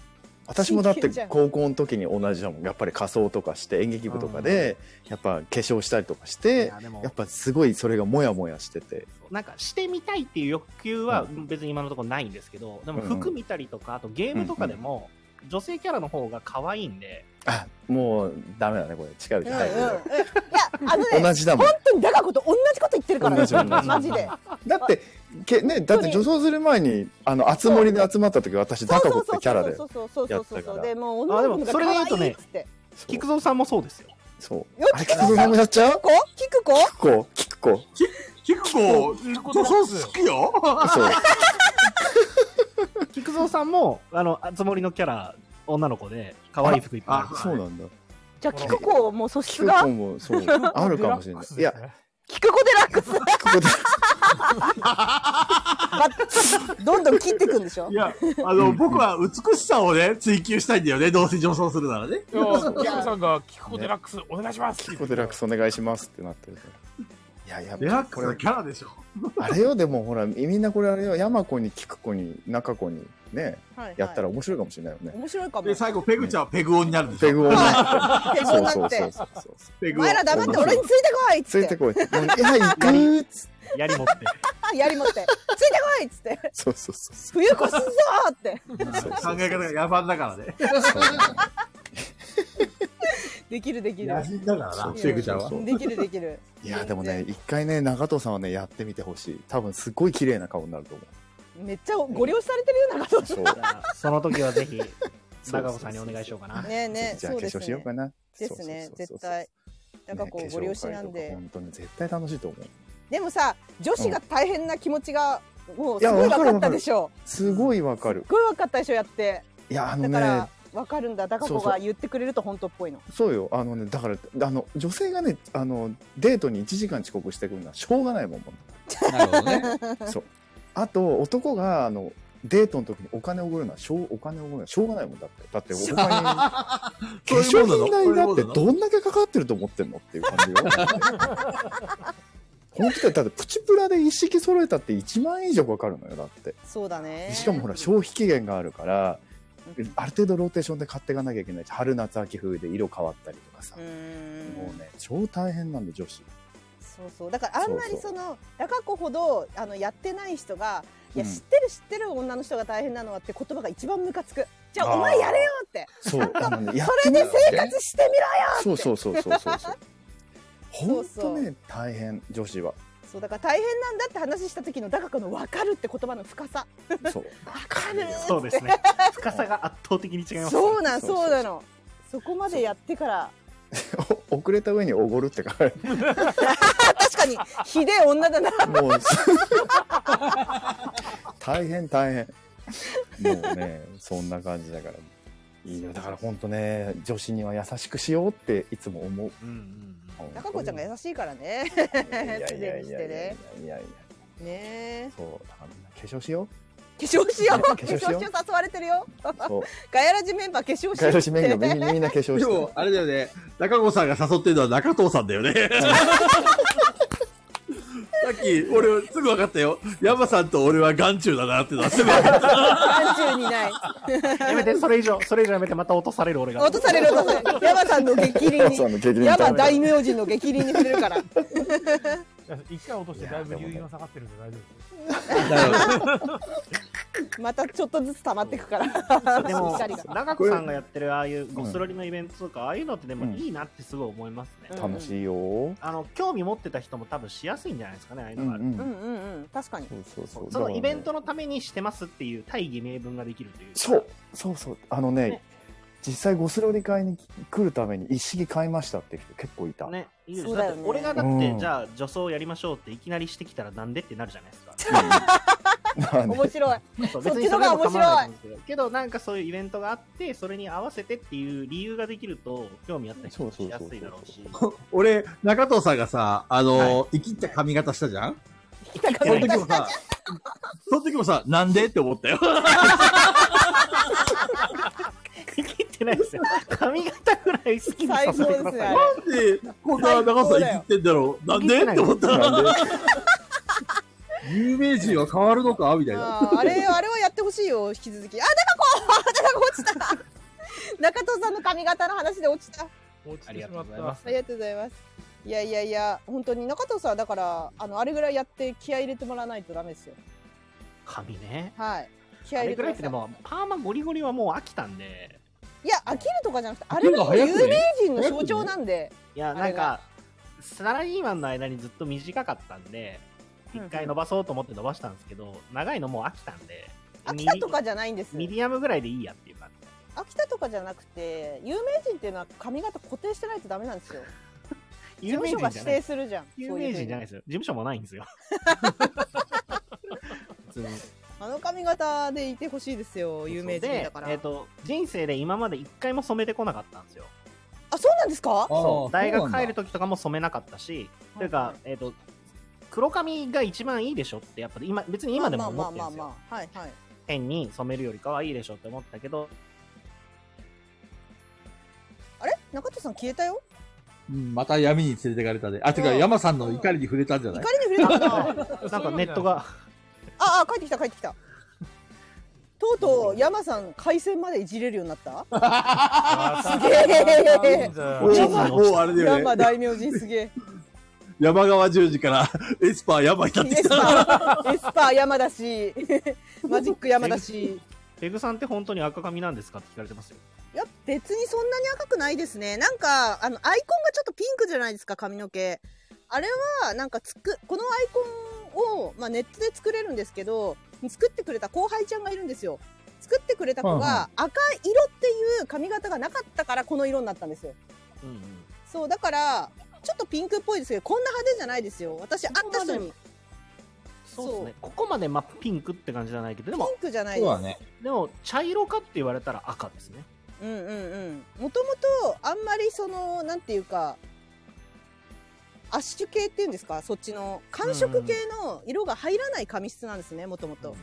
私もだっ
真
て
剣じゃん
高校の時に同じだもん。やっぱり仮装とかして、演劇部とかで、やっぱ化粧したりとかして、やっぱすごいそれがモヤモヤしてて。
なんかしてみたいっていう欲求は別に今のところないんですけど、でも服見たりとかあとゲームとかでも、女性キャラの方が可愛いんで
もうダメだね、これ。近いうち
んうん、い
入る。
やあのね
同じだもん
本当にダカ子と同じこと言ってるからね
同じ同じ
マジで。
だって、けね、だって女装する前に、あの、厚森で集まった時、私、ダカ子ってキャラで
そうそうそう
や
そ
っ
うそう
たか
そう
ら。
でもう女の子が可愛いっつって。
菊蔵さんもそうですよ。
そう。
よっ、菊
蔵さんもやっちゃう
こ菊子
こう、聞くこう。
菊子、
菊子
そうそう好きよ。
そう。
菊蔵さんも、あの、あつ森のキャラ、女の子で、可愛い服いっぱいあるから
そうなんだ。
じゃあ、菊子も素質
聞
が
くこもそう、あるかも しれない。いや、
菊子デラックスまどんどん切っていくんでしょ
い や、あの、僕は美しさをね、追求したいんだよね。どうせ上層するならね。
いやー、キムさんが、キクコデラックス、お願いします
キコデラックスお願いしますってなってるから。いや、やっぱ
デラックスのキャラでしょ。
あれよ、でもほら、みんなこれあれよ、山子に、菊子に、中子にね、
はいはい
やったら面白いかもしれないよね。
面白いかも。
で、最後、ペグちゃんはペグオになるんでしょ。
ペ グオに
はいペグオになって
そうそうそうそう。
ペ
お前ら黙って俺についてこいっつ
つ
っ
い
て。
てこいって。もういや、行くーっつって。
やり持って。
やり持って。ついてこいっつって。
そうそうそうそう。
冬越すぞーって。
考え方が野蛮だからね。
できるできる。
野心だからな
うん
ペグちゃんは
できるできる。
いや、でもね、一回ね、長藤さんはね、やってみてほしい。多分、すごい綺麗な顔になると思う。
めっちゃご利用されてるような方。
そう。
その時は ぜひ、長尾さんにお願いしようかな。
ねえねえ、
じゃあ
そうです
化粧しようかな
ですね、
そうそうそうそう
絶対。なんかこ
ね
う、ご利用しなん
化粧会とか
で。
本当に絶対楽しいと思う。
でもさ、女子が大変な気持ちが、もう、
い
す
や、
ごい
わ
分
か
か
るわ
っ
か
た
る
でしょ。。
すごいわかる
す。ごい分かったでしょ、やって。
いや、あの
だか
ね
ら、、分かるんだ。だからこ
そうそ
が
う
言ってくれると本当っぽいの。
そうよ。あのね、だから、あの、女性がね、あの、デートに1時間遅刻してくるのはしょうがないもん、もう
なるほどね
そう。あと、男が、あの、デートの時にお金をおごるのはしょう、お金をおごるのはしょうがないもんだって。だって、お金、化 粧品代だってどんだけかかってると思ってんのっていう感じよ。 本当だよ。だって、プチプラで一式揃えたって1万円以上かかるのよ、だって。
そうだね。
しかもほら消費期限があるから、ある程度ローテーションで買っていかなきゃいけないし春夏秋冬で色変わったりとかさもうね超大変なんで女子
そうそうだからあんまりそ
そ
うの高子ほどあのやってない人が「いや
うん
知ってる知ってる女の人が大変なのは」って言葉が一番ムカつく「じゃあ
あー
お前やれよ」って
そうあのねやっ
そ
て
れ
み
で
る
生活してみろよって
そうそうそうそうそ うそう
そ
本
うそ
当
う
ね大変女子は
そうだから大変なんだって話した時の高子の「分かる」って言葉の深さ
そ
分
う
かる
そうですね。深さが圧倒的に違います。
そうなんそうなのそこまでやってから
遅れた上におごるって書かれて
確かにひでえ女だな
も う大変大変もう ねそんな感じだからいいよだから本当ね女子には優しくしようっていつも思う、本当に
高子ちゃんが優しいからね すでにしてね
いやいや
ねえ
そうだからみんな化粧しよ
化粧しよう化
化粧
粧し
しよ
よ
う
う誘われてるよ
そう
ガヤラジメンバー化粧し
ガヤラジメンバーみ んなみんな化粧して
でも、あれだよね。中子さんが誘ってるのは中藤さんだよね。さっき、俺、すぐ分かったよ。山さんと俺は眼中だなってのはすぐ分かった。
眼中にない
やめて、それ以上、それ以上やめて、また落とされる俺が。
落とされる落と される山さんの激
ヤマ
鱗
さんの激鱗
に
みたいな
山大名人の激鱗に触れるから
一回落としてだいぶ流飲下がってるんで大丈
またちょっとずつ溜まっていくから
でも
光が、
長子さんがやってるああいうゴスロリのイベントとか、ああいうのってでもいいなってすごい思いますね。
う楽しいよ
あの、興味持ってた人も多分しやすいんじゃないですかね、ああいうのがあると。
うんうん
うんうん確かに
そうそうそう
そのイベン
ト
トのためにしてますっていう大義名分ができるという。
そうそうそうあのね実際ゴスロリ会に来るために一式買いましたって人結構いた、
ね、いいです
そうだよね
って俺がだって、
うん
じゃあ女装やりましょうっていきなりしてきたらなんでってなるじゃないですか。
面白い
そう
そっ
別に
ちの
それでも
方が面
構わないと思
白い
うんですけどけどなんかそういうイベントがあってそれに合わせてっていう理由ができると興味あった人もしやすいだろうし。
俺、中藤さんがさ、あの、生きった髪型したじゃんその時もさ、その時もさ、なんでって思ったよ。
切ってないですよ。髪型ぐらい好きにさせてください。
なんで、こんな長さ生きてんだろう。なんでって思った
なんで
有名人は変わるのかみたい
あーあれあれはやってほしいよ引き続きあ中 子中子落ちた中藤さんの髪型の話で落ちた
夫です。
ありがとうございます
あ。りがとうございますいやいやいや本当に中藤さんはだからあのあれぐらいやって気合い入れてもらわないとダメですよ
髪ね。
はい気合
あ
い
れぐ
入れてく
らい
だ
っ
さ
て
い
でもパーマゴリゴリはもう飽きたんで。
いや飽きるとかじゃなくてあ
飽き
れ
るの
は
早くね
有名人の象徴なんで
いや、なんか、サラリーマンの間にずっと短かったんで、一回伸ばそうと思って伸ばしたんですけど、長いのもう飽きたんで、
飽きたとかじゃないんです
ミディアムぐらいでいいやっていう感じ。
秋田とかじゃなくて有名人っていうのは髪型固定してないとダメなんですよ事
有
務
名
所
人
が
じゃ
指
ない
定するじゃん
有
そういう
名
ふう
人
に
じゃないですよ。事務所もないんです よ。普通に
あの髪型でいてほしいですよ有名人だから
でえっ、と、人生で今まで一回も染めてこなかったんですよ。
あそうなんですか
そう大学入る時とかも染めなかったし、というか、えっ、と、黒髪が一番いいでしょって、やっぱ今、別に今でも思ってるんですよ。
まあまあまあまあまあはいはい
変に染めるよりかはいいでしょって思ったけど、
あれ中田さん消えたよ
うんまた闇に連れてかれたで。あ、てか、
うん
山さんの怒りに触れたんじゃない
怒りに触れたか な
なんかネットが、
ああ帰ってきた帰ってきたとうとう山さん回線までいじれるようになったすげえ
おーおーあれだよね
山大名人すげえ
山川十字から エスパー山になって
エ
き
スパ
た。
ーエスパー山だしマジック山だし
ペグさんって本当に赤髪なんですかって聞かれてますよ。
いや別にそんなに赤くないですねなんかあのアイコンがちょっとピンクじゃないですか髪の毛あれはなんかつくこのアイコンを、まあ、ネットで作れるんですけど作ってくれた後輩ちゃんがいるんですよ作ってくれた子
はいは
が赤色っていう髪型がなかったからこの色になったんですよそうだからちょっとピンクっぽいですけどこんな派手じゃないですよ私会った人に
そうですね。ここまで、まあ、ピンクって感じじゃないけど、でも、
ピンクじゃないですそうだね
でも、茶色かって言われたら赤ですね。
うんうんうんもともとあんまりそのなんていうかアッシュ系っていうんですかそっちの寒色系の色が入らない髪質なんですねもともと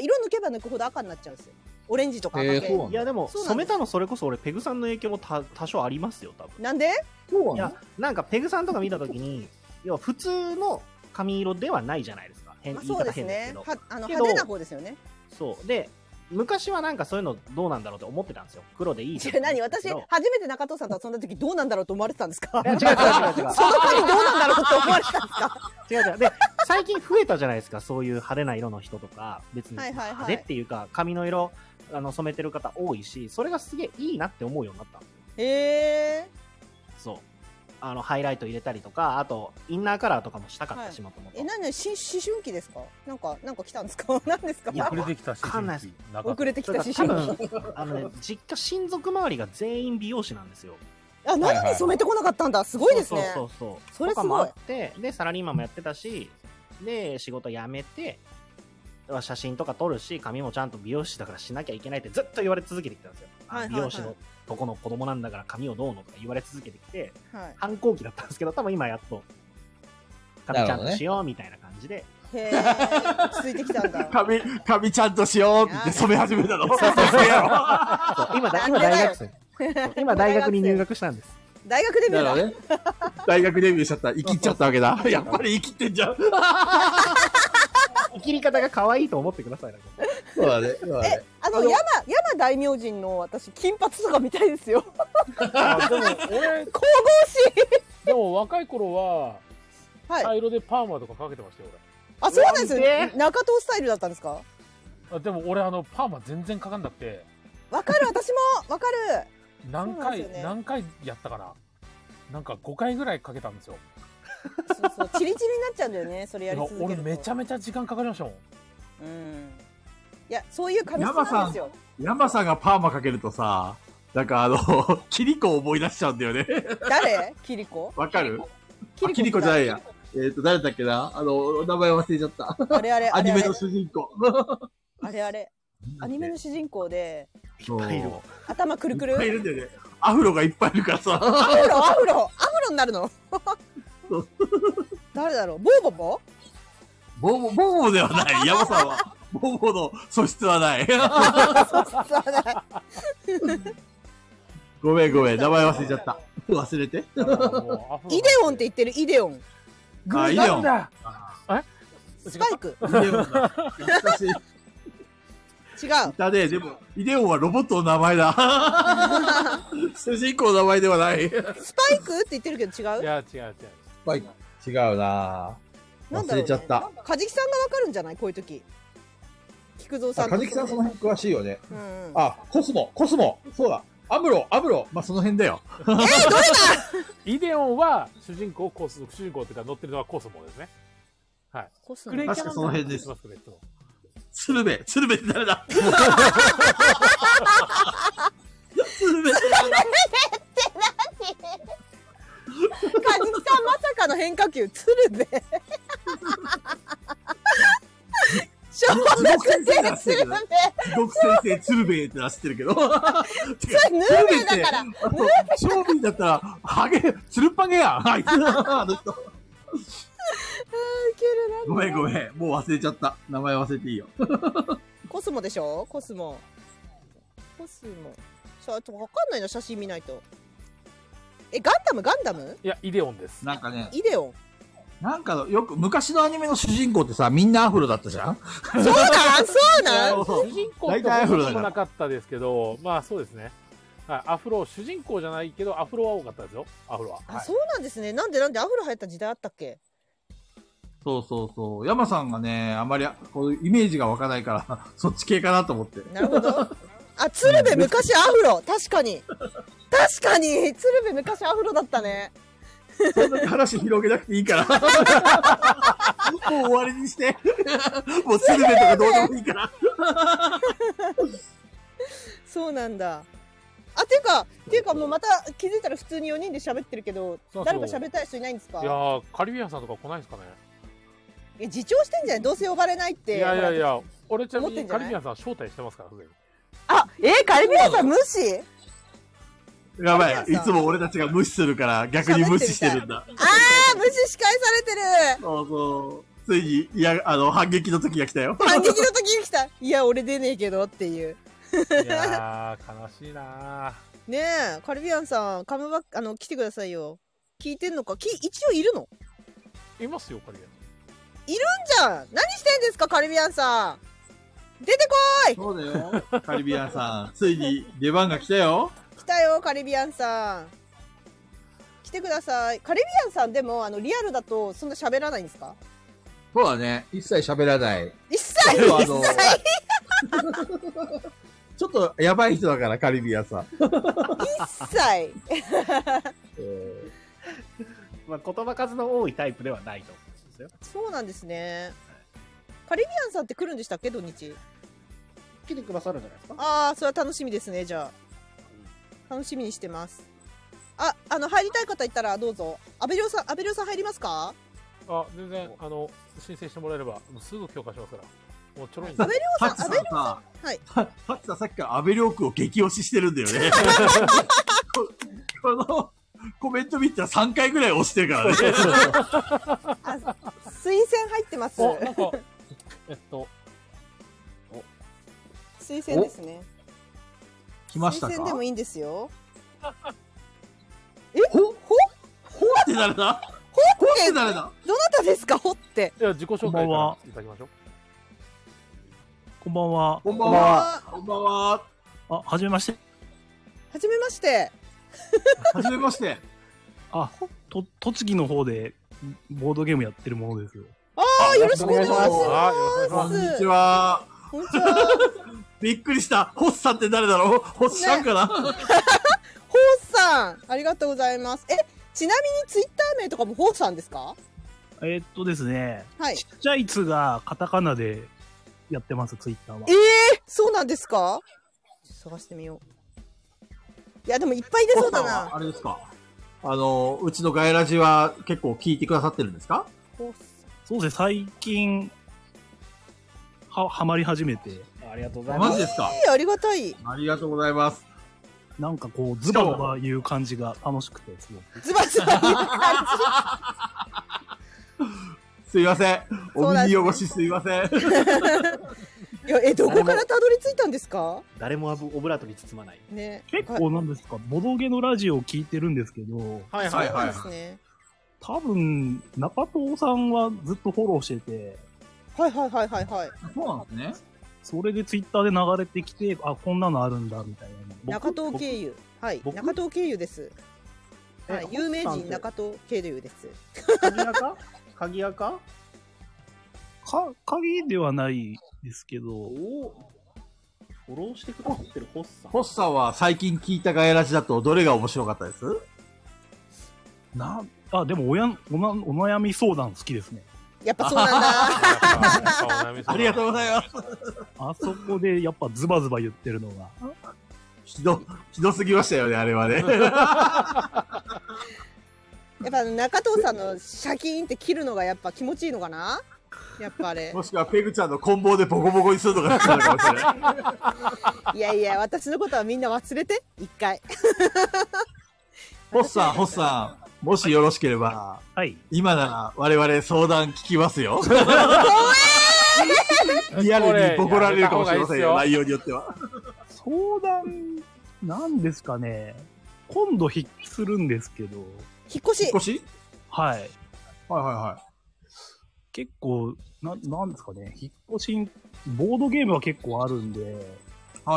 色抜けば抜くほど赤になっちゃうんですよオレンジとか赤系、
いやでも
そうな
染
ん
め
です
たのそれこそ俺ペグさんの影響もた多少ありますよ多分
なんで
いやなんかペグさんとか見た時に要は普通の髪色ではないじゃないですか変
まあ
言い
そうで
方
す
変ですけ
ね
ど
はあの
けど
派手な方ですよね
そうで昔はなんかそういうのどうなんだろうって思ってたんですよ黒でいいじゃ
いや
ん
何私
けど
初めて中藤さんと遊んだ時どうなんだろうと思われてたんですか
いや違う違う違う違う
その髪どうなんだろうと思われてた
違う違うで最近増えたじゃないですかそういう派手な色の人とか別に
はいはいはい
派手っていうか髪の色あの染めてる方多いしそれがすげえいいなって思うようになった
へえ
そうあのハイライト入れたりとかあとインナーカラーとかもしたかったしもともと
え何し思春期ですかなんかなんか来たんですか 何ですか
遅れてきた思春期
遅れてきた思春期
あのね実家親族周りが全員美容師なんですよ
あ、なのに染めてこなかったんだ。すごいですね。
そうそうそう
それ
と
すごい
かもあってでサラリーマンもやってたしで仕事辞めて写真とか撮るし髪もちゃんと美容師だからしなきゃいけないってずっと言われ続けてきたんですよ、あ
はいはいはい
美容師のとこの子供なんだから髪をどうのとか言われ続けてきて
はい。
反抗期だったんですけど多分今やっと髪ちゃんとしようみたいな 感じで、
へー落ち着いてきたん だ。
髪、髪ちゃんとしようって言って染め始めたの。
そう今だ今大学生そう今大学に入学したんです
大学デビューだ。
なるほ大学デビューしちゃった。生きっちゃったわけだ。やっぱり生きてんじゃん。
生きり方が可愛いと思ってください、ね、
そうだね。そうだね。
あの、山、山大名人の私、金髪とか見たいですよ。
でも俺、
神々しい。
でも若い頃は、
はい
茶色でパーマとかかけてましたよ、
あ、そうなんです
うわ見
よ。中藤スタイルだったんですか
俺。あでも俺、あの、パーマ全然かかんなくて、
わかる、私も。わかる。
何
そうなん
回、
ですよね
何回やったかな。なんか5回ぐらいかけたんですよ。
そう、チリチリになっちゃうんだよね。それやり続け
俺
る。
めちゃめちゃ時間かかりましたもん。
うん。いや、そういう髪質なんですよ。
山さんがパーマかけるとさ、なんかあの、 キリコを思い出しちゃうんだよね。
誰キリコ
わかる
キ
あキリコじゃないや。えっ、と、誰だっけなあの、名前忘れちゃった。
あれあれあれあれ
アニメの主人公。
あれあれ。アニメの主人公で、
いっぱいいる
頭くるくる。
いるんだよね。アフロがいっぱいいるか ら さ。
アフロ、アフロ、アフロになるの。誰だろうボーボボ
ボーボ、ボーボでは ない。山さんは、ボーボの素質はない。ごめん ごめん、名前忘れちゃった。忘れて。
イデオンって言ってるイデオン。
あ、イデオン。懐
スパイク。
かしい。
違う。
だね、でも、イデオンはロボットの名前だ。 主人公の名前ではない。
スパイクって言ってるけど違う
いや、違う違う。
はい、違うなぁ
なんだろうね
忘れちゃった。
カジキさんがわかるんじゃないこういう時。菊蔵さ
あ、
ん
かじきさんその辺詳しいよね。
うんうん。
あ、コスモ、コスモ、そ うだ。アムロ、アムロ、まあその辺だよ。
イデオンは主人公コース、主人公っていうか乗ってるのはコスモですね。はい。
コス
モ確かその辺です
ますね、いつも
鶴瓶、鶴瓶って誰だ
滑って何カジキさんまさかの変化球つるべ小学生つるべ
僕先生、鶴瓶って出してるけど。
それヌーベだから
あの商品だったら、ハゲ、つるっぱげや んあいつあの人
ウケるな
ごめんごめん。もう忘れちゃった。名前忘れていいよ。
コスモでしょコスモコスモさあちょっとわかんないな写真見ないとえガンダムガンダム
いや、イデオンです。
なんかね、
イデオン
なんかのよく昔のアニメの主人公ってさ、みんなアフロだったじゃん
そうなんそうなん
主人公ってほとんどなかったですけど、まあそうですね。はい、アフロ、主人公じゃないけど、アフロは多かったですよ。アフロは。
あ、そうなんですねなんでなんでアフロ流行った時代あったっけ
そうそうそう。山さんがね、あまりこうイメージが湧かないから、そっち系かなと思って。
なるほどあ鶴瓶昔アフロ確かに確かに鶴瓶昔アフロだったね
そんなに話広げなくていいから。 もう終わりにして。 もう鶴瓶とかどうでもいいから。
そうなんだあていうかていうかもうまた気づいたら普通に4人で喋ってるけど
そうそう
誰か喋りたい人いないんですか
いやー、カリビアンさんとか来ないですかね。
いや自重してんじゃないどうせ呼ばれないって
いやいやいや、俺ちなみ
思って
に
んじゃ
カ
ない
リビアンさん招待してますから、すでに。
あえカリビアンさん無視
やばい。いつも俺たちが無視するから、逆に無視してるんだ。
ああ無視仕返されてる
そうそう。ついに、いや、あの、反撃の時が来 たよ。
反撃の時に来たいや俺出ねえけどっていう
いやー、悲しいな
ねえカルビアンさんカムバックあの来てくださいよ聞いてんのかき一応いるの
ー。いますよ、カリビアン
いるんじゃん何してんですかカルビアンさん出てこい
そうだよカリビアンさん、ついに出番が来たよ。
来たよカリビアンさん来てくださいカリビアンさんでもあのリアルだとそんな喋らないんですか
そうだね。一切喋らない。
一切
でもあの
一切
ちょっとやばい人だから、カリビアンさん。
一切
まあ、言葉数の多いタイプではないと思うんですよ。
そうなんですねカリビアンさんって来るんでしたっけ土日
来てくださるんじゃないですか
ああそれは楽しみですねじゃあ楽しみにしてますああの入りたい方いたらどうぞ安倍亮さん安倍亮さん入りますか
あ、全然、あの、申請してもらえれば、もうすぐ強化しますから。もうちょろいんで
安倍亮さん安倍亮さん
さ
はい
あ、さっきさ、さっきから安倍良区を激推ししてるんだよ ね。ここの、コメント見たら3回ぐらい押してるからね。
推薦入ってます
おなんかえっと、
推薦ですね
来ました
推薦で
か
もいいんですよ
ほって誰だ
ほ
って誰だ
どなたですかほって
では自己紹介からいただきましょう。
こんばんは。
こんば
んは。
こんばんは。
あ、はじめまして。
はじめまして
はじめまして。
あ、と、栃木の方でボードゲームやってるものですよ。
ああよろしくお願いします
こんにちは。
こんにちは
びっくりした。ホッさんって誰だろうホッさん かな、
ほうさんありがとうございますえちなみにツイッター名とかもほうさんですか
えーっとですね、
はい
ちっちゃいつがカタカナでやってます、ツイッターは
え。えそうなんですか探してみよういやでもいっぱい出そうだな
あれですかあの、うちのガイラジは結構聞いてくださってるんですか
ほ
そうですね、最近、は、はまり始めて。ありがとうご
ざいますマジですか
えーありがたい
ありがとうございます。
なんかこう、ズバズバいう感じが楽しくて、すごく。
ズバズバ言う感
すいません。
そう
お
なんです
耳汚しすいません。
じ いやえどこからたどり着いたんですか
誰もオブオブラートに包まない。
ね
結構なんですか、ボドゲのラジオを聞いてるんですけど、
はいはいはいはいそうなんですね
多分、中藤さんはずっとフォローしてて、
はいはいはいはいはい
そうなんですね
それでツイッターで流れてきて、あ、こんなのあるんだ、みたいな。僕
中東経由はい中東経由ですはい有名人中東経由です
鍵屋か鍵屋か
か、鍵ではないですけど、
フォローしてくださってるホッサン
ホッさんは最近聞いたガイラジだとどれが面白かった です
な、あ、でもおやんおな、お悩み相談好きですね。
やっぱそうなんだ
ありがとうございます。
あそこでやっぱズバズバ言ってるのが、
ひど、ひどすぎましたよね、あれはね。
やっぱ中藤さんのシャキーンって切るのがやっぱ気持ちいいのかなやっぱあれ
もしくはペグちゃんの棍棒でボコボコにするのが好きなのかも しれない。
いやいや私のことはみんな忘れて一回
ホッサン、ホッサン、もしよろしければ、
はい、
今なら我々相談聞きます よ。リアルにボコられるかもしれませんよ、
これ
内容によっては。
相談、なんですかね。今度引っ越しするんですけど。
引っ越し
引っ越し
はい。
はいはいはい。
結構、な、なんですかね。引っ越し、ボードゲームは結構あるんで。
はいはい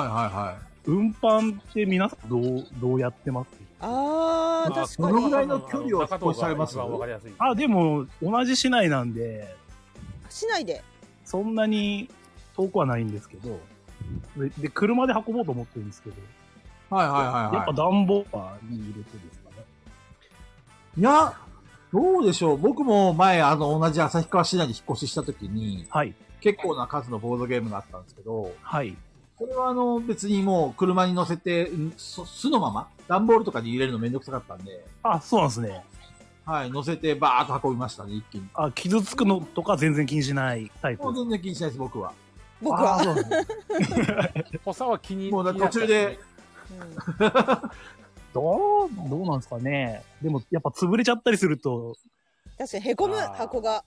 はい。
運搬って皆さんどう、どうやってます
あ
ーまあ確かに
このぐらいの距離を
中藤
さ
が
れま
一
す
番わかりやあ、でも、同じ市内なんで、
市内で
そんなに遠くはないんですけど、で、で車で運ぼうと思ってるんですけど、
はいはいはい、はい。
やっぱ暖房はに入れてですかね。
いや、どうでしょう。僕も前、あの、同じ旭川市内に引っ越しした時に、結構な数のボードゲームがあったんですけど、
はい。
これはあの、別にもう車に乗せて、うんそ巣のまま、段ボールとかに入れるのめんどくさかったんで、
あ、そうなんですね。
はい、乗せてバーッと運びましたね、一気に。
あ、傷つくのとか全然気にしないタイプ。
もう全然気にしないです、僕は。
僕
は。
補佐は気に
もうな途中で、
どう、どうなんですかね。でも、やっぱ潰れちゃったりすると、
確かにへこむ箱が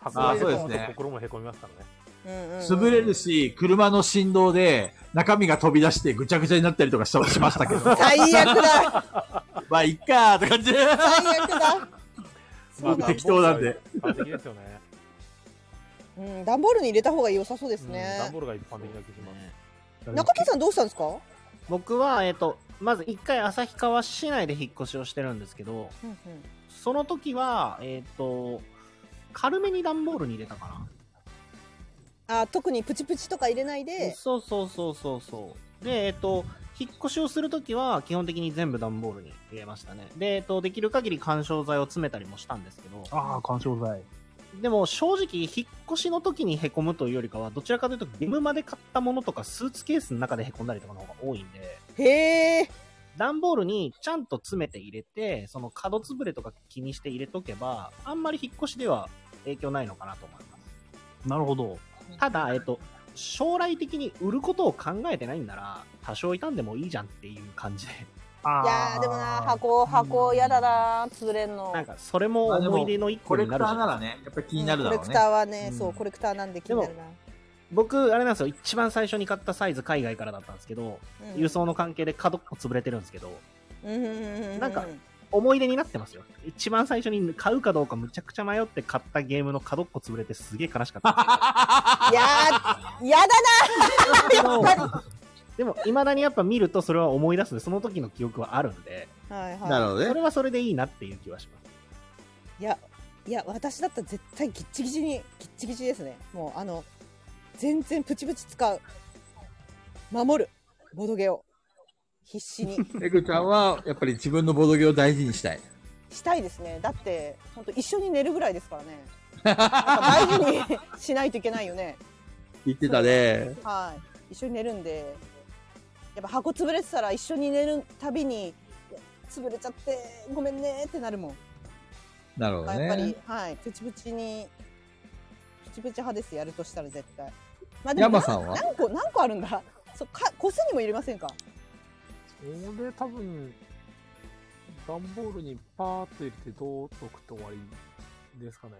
箱
あ
が
ーそうですね
へこむと心もへこみますからね。
うんうん
潰れるし、車の振動で、中身が飛び出してぐちゃぐちゃになったりとかししましたけど。
最悪だ
まあ、いっかーって感じで。
最悪だ
僕適当なんで。
一般的ですよね。
うん段ボールに入れた方が良さそうですね
ダンボールが一般的な気がします。
中藤さんどうしたんですか
僕は、えっ、と、まず一回旭川市内で引っ越しをしてるんですけど、その時は、えっ、と、軽めに段ボールに入れたかな。
あ特にプチプチとか入れないで
そうそうそうそうそう。で、えっと、引っ越しをするときは基本的に全部段ボールに入れましたね。で、えっと、できる限り緩衝材を詰めたりもしたんですけど、
ああ、干渉剤。
でも正直、引っ越しの時にへこむというよりかは、どちらかというと、ゲームまで買ったものとか、スーツケースの中でへこんだりとかの方が多いんで、
へえ。
段ボールにちゃんと詰めて入れて、その角潰れとか気にして入れとけば、あんまり引っ越しでは影響ないのかなと思います。
なるほど。
ただ、えっと、将来的に売ることを考えてないんなら、多少傷んでもいいじゃんっていう感じで。
いやーでもな箱箱やだな潰れんの
なんか、それも思い出の一個になるじゃないですか。
やっぱり気に
コレクターはね、そうコレクターなんで気になるな
僕、あれなんですよ、一番最初に買ったサイズ海外からだったんですけど、
うん
輸送の関係で角も潰れてるんですけど、
うんうんうんうん
なんか、思い出になってますよ。一番最初に買うかどうかむちゃくちゃ迷って買ったゲームの角っこ潰れてすげえ悲しか った。
いやーやだなやっぱ
でも、未だにやっぱ見るとそれは思い出すんで、その時の記憶はあるんで、
りはいはい
それはそれでいいなっていう気はします。
いやいや私だったら絶対ギッチギチにギッチギチですねもうあの全然プチプチ使う守るボドゲを必死に
ペグちゃんは、やっぱり自分のボードゲーを大事にしたい。
したいですねだって本当一緒に寝るぐらいですからねやっぱ大事にしないといけないよね
言ってたね。
はい一緒に寝るんでやっぱ箱潰れてたら一緒に寝るたびに潰れちゃってごめんねってなるもん、
なるほど
やっぱり
ね。
はいプチプチにプチプチ派ですやるとしたら絶対ま
山さんは
何個何個あるんだそうか個数にも入れませんか
それ多分、段ボールにパーッと入れて、どう解くと終わりですかね。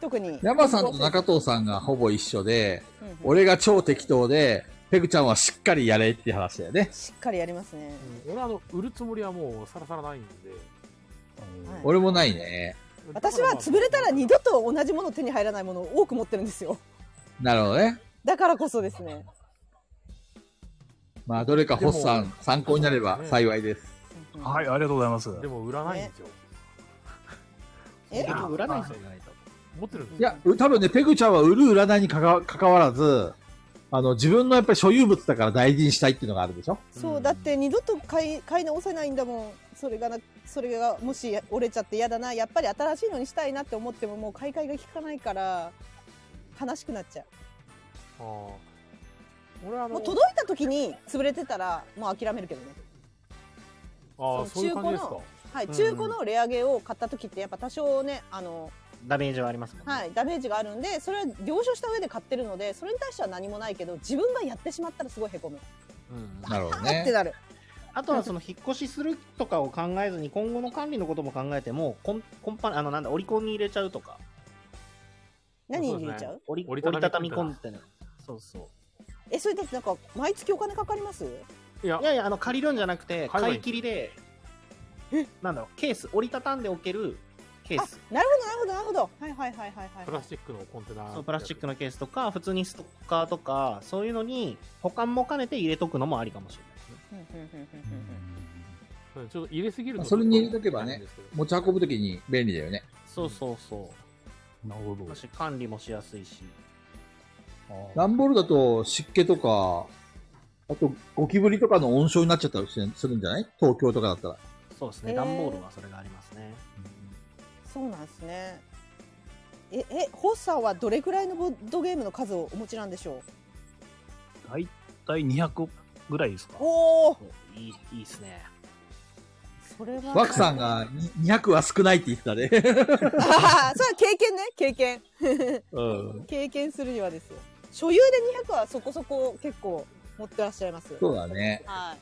特に
山さんと中藤さんがほぼ一緒で
うんうん、
俺が超適当で、ペグちゃんはしっかりやれって話だよね。
しっかりやりますね、
俺はあの、売るつもりはもうさらさらないんで、
はい
俺もないね。
私は潰れたら二度と同じもの手に入らないものを多く持ってるんですよ
なるほどね。
だからこそですね
まあ、どれかホッさ
で
ん
も
参考になれば幸いです。
はい、ありがとうございます。
でも売らないん ですよ。
え
売らない人じゃないと。
持ってるんです
いや、多分ね、ペグちゃんは売る売らないにかか関わらず、あの、自分のやっぱり所有物だから大事にしたいっていうのがあるでしょ
そうだって二度と買い買い直せないんだもんそれがなそれがもし折れちゃって嫌だなやっぱり新しいのにしたいなって思ってももう買い替えが効かないから悲しくなっちゃう
ああ俺あの
もう届いた時に潰れてたらもう諦めるけどね
ああそういう感じですか
のはい、中古のレアゲーを買った時ってやっぱ多少ねあの、
ダメージはありますもんね
はい、ダメージがあるんでそれは了承した上で買ってるのでそれに対しては何もないけど自分がやってしまったらすごいへこむ
なるほど
ねってなる
あとはその引っ越しするとかを考えずに今後の管理のことも考えてもコンコンパあのなんだ折り込み入れちゃうとか
何に入れちゃう
折り折りたたみコンテナそうそ
えそれだってなんか毎月お金かかります
ういやいやあの借りるんじゃなくて買い切りでなんだろうケース折りたたんでおけるケース
なるほどなるほどなるほどはいはいはいはいはい
プラスチックのコンテナ
そうプラスチックのケースとか普通にストッカーとかそういうのに保管も兼ねて入れとくのもありかもしれない
うんちょっと入れすぎると
それに入れとけばね、持ち運ぶときに便利だよね。
そうそうそう
なるほど
だし管理もしやすいし
段ボールだと湿気とか、あとゴキブリとかの温床になっちゃったりするんじゃない東京とかだったら。
そうですね
へー
段ボールはそれがありますね
そうなんですねええホッサーはどれくらいのボードゲームの数をお持ちなんでしょ
大体200ぐらいですか
うおお
いいいいですね
それは
ワクさんがに200は少ないって言ってたね。
ああそれは経験ね経験
うん。
経験するにはですよ所有で200はそこそこ結構持ってらっしゃいます
そうだね
はい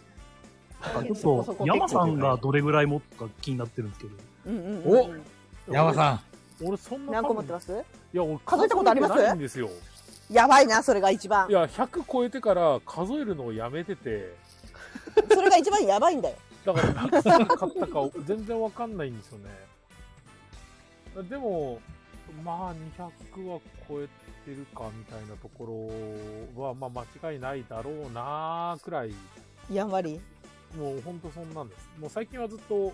ちょっと山さんがどれぐらい持つか気になってるんですけど
うんうん
うんうん山さ
ん俺そんな
何個持ってます
いや俺
数えたことあります
数えてないんですよ
やばいなそれが一番
いや100超えてから数えるのをやめてて
それが一番やばいんだよ
だからいくつ買ったか全然わかんないんですよねでもまあ200は超えてるかみたいなところはまあ間違いないだろうなーくらい
やんわり
もうほんとそんなんですもう最近はずっと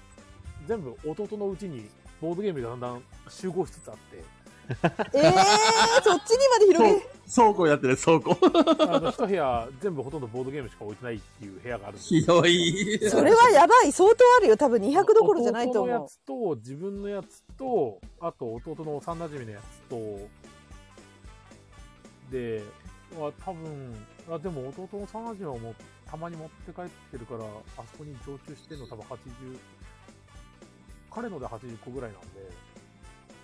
全部弟のうちにボードゲームがだんだん集合しつつあって
ええそっちにまで広げ
倉庫やってる倉庫。
あの一部屋全部ほとんどボードゲームしか置いてないっていう部屋があるんです
ひどい。
それはやばい相当あるよ多分200どころじゃないと
弟の
思
や
う
つと自分のやつとあと弟の幼馴染のやつとでは多分あでも弟の幼馴染はもうたまに持って帰ってるからあそこに常駐してるの多分80彼ので80個ぐらいなんで、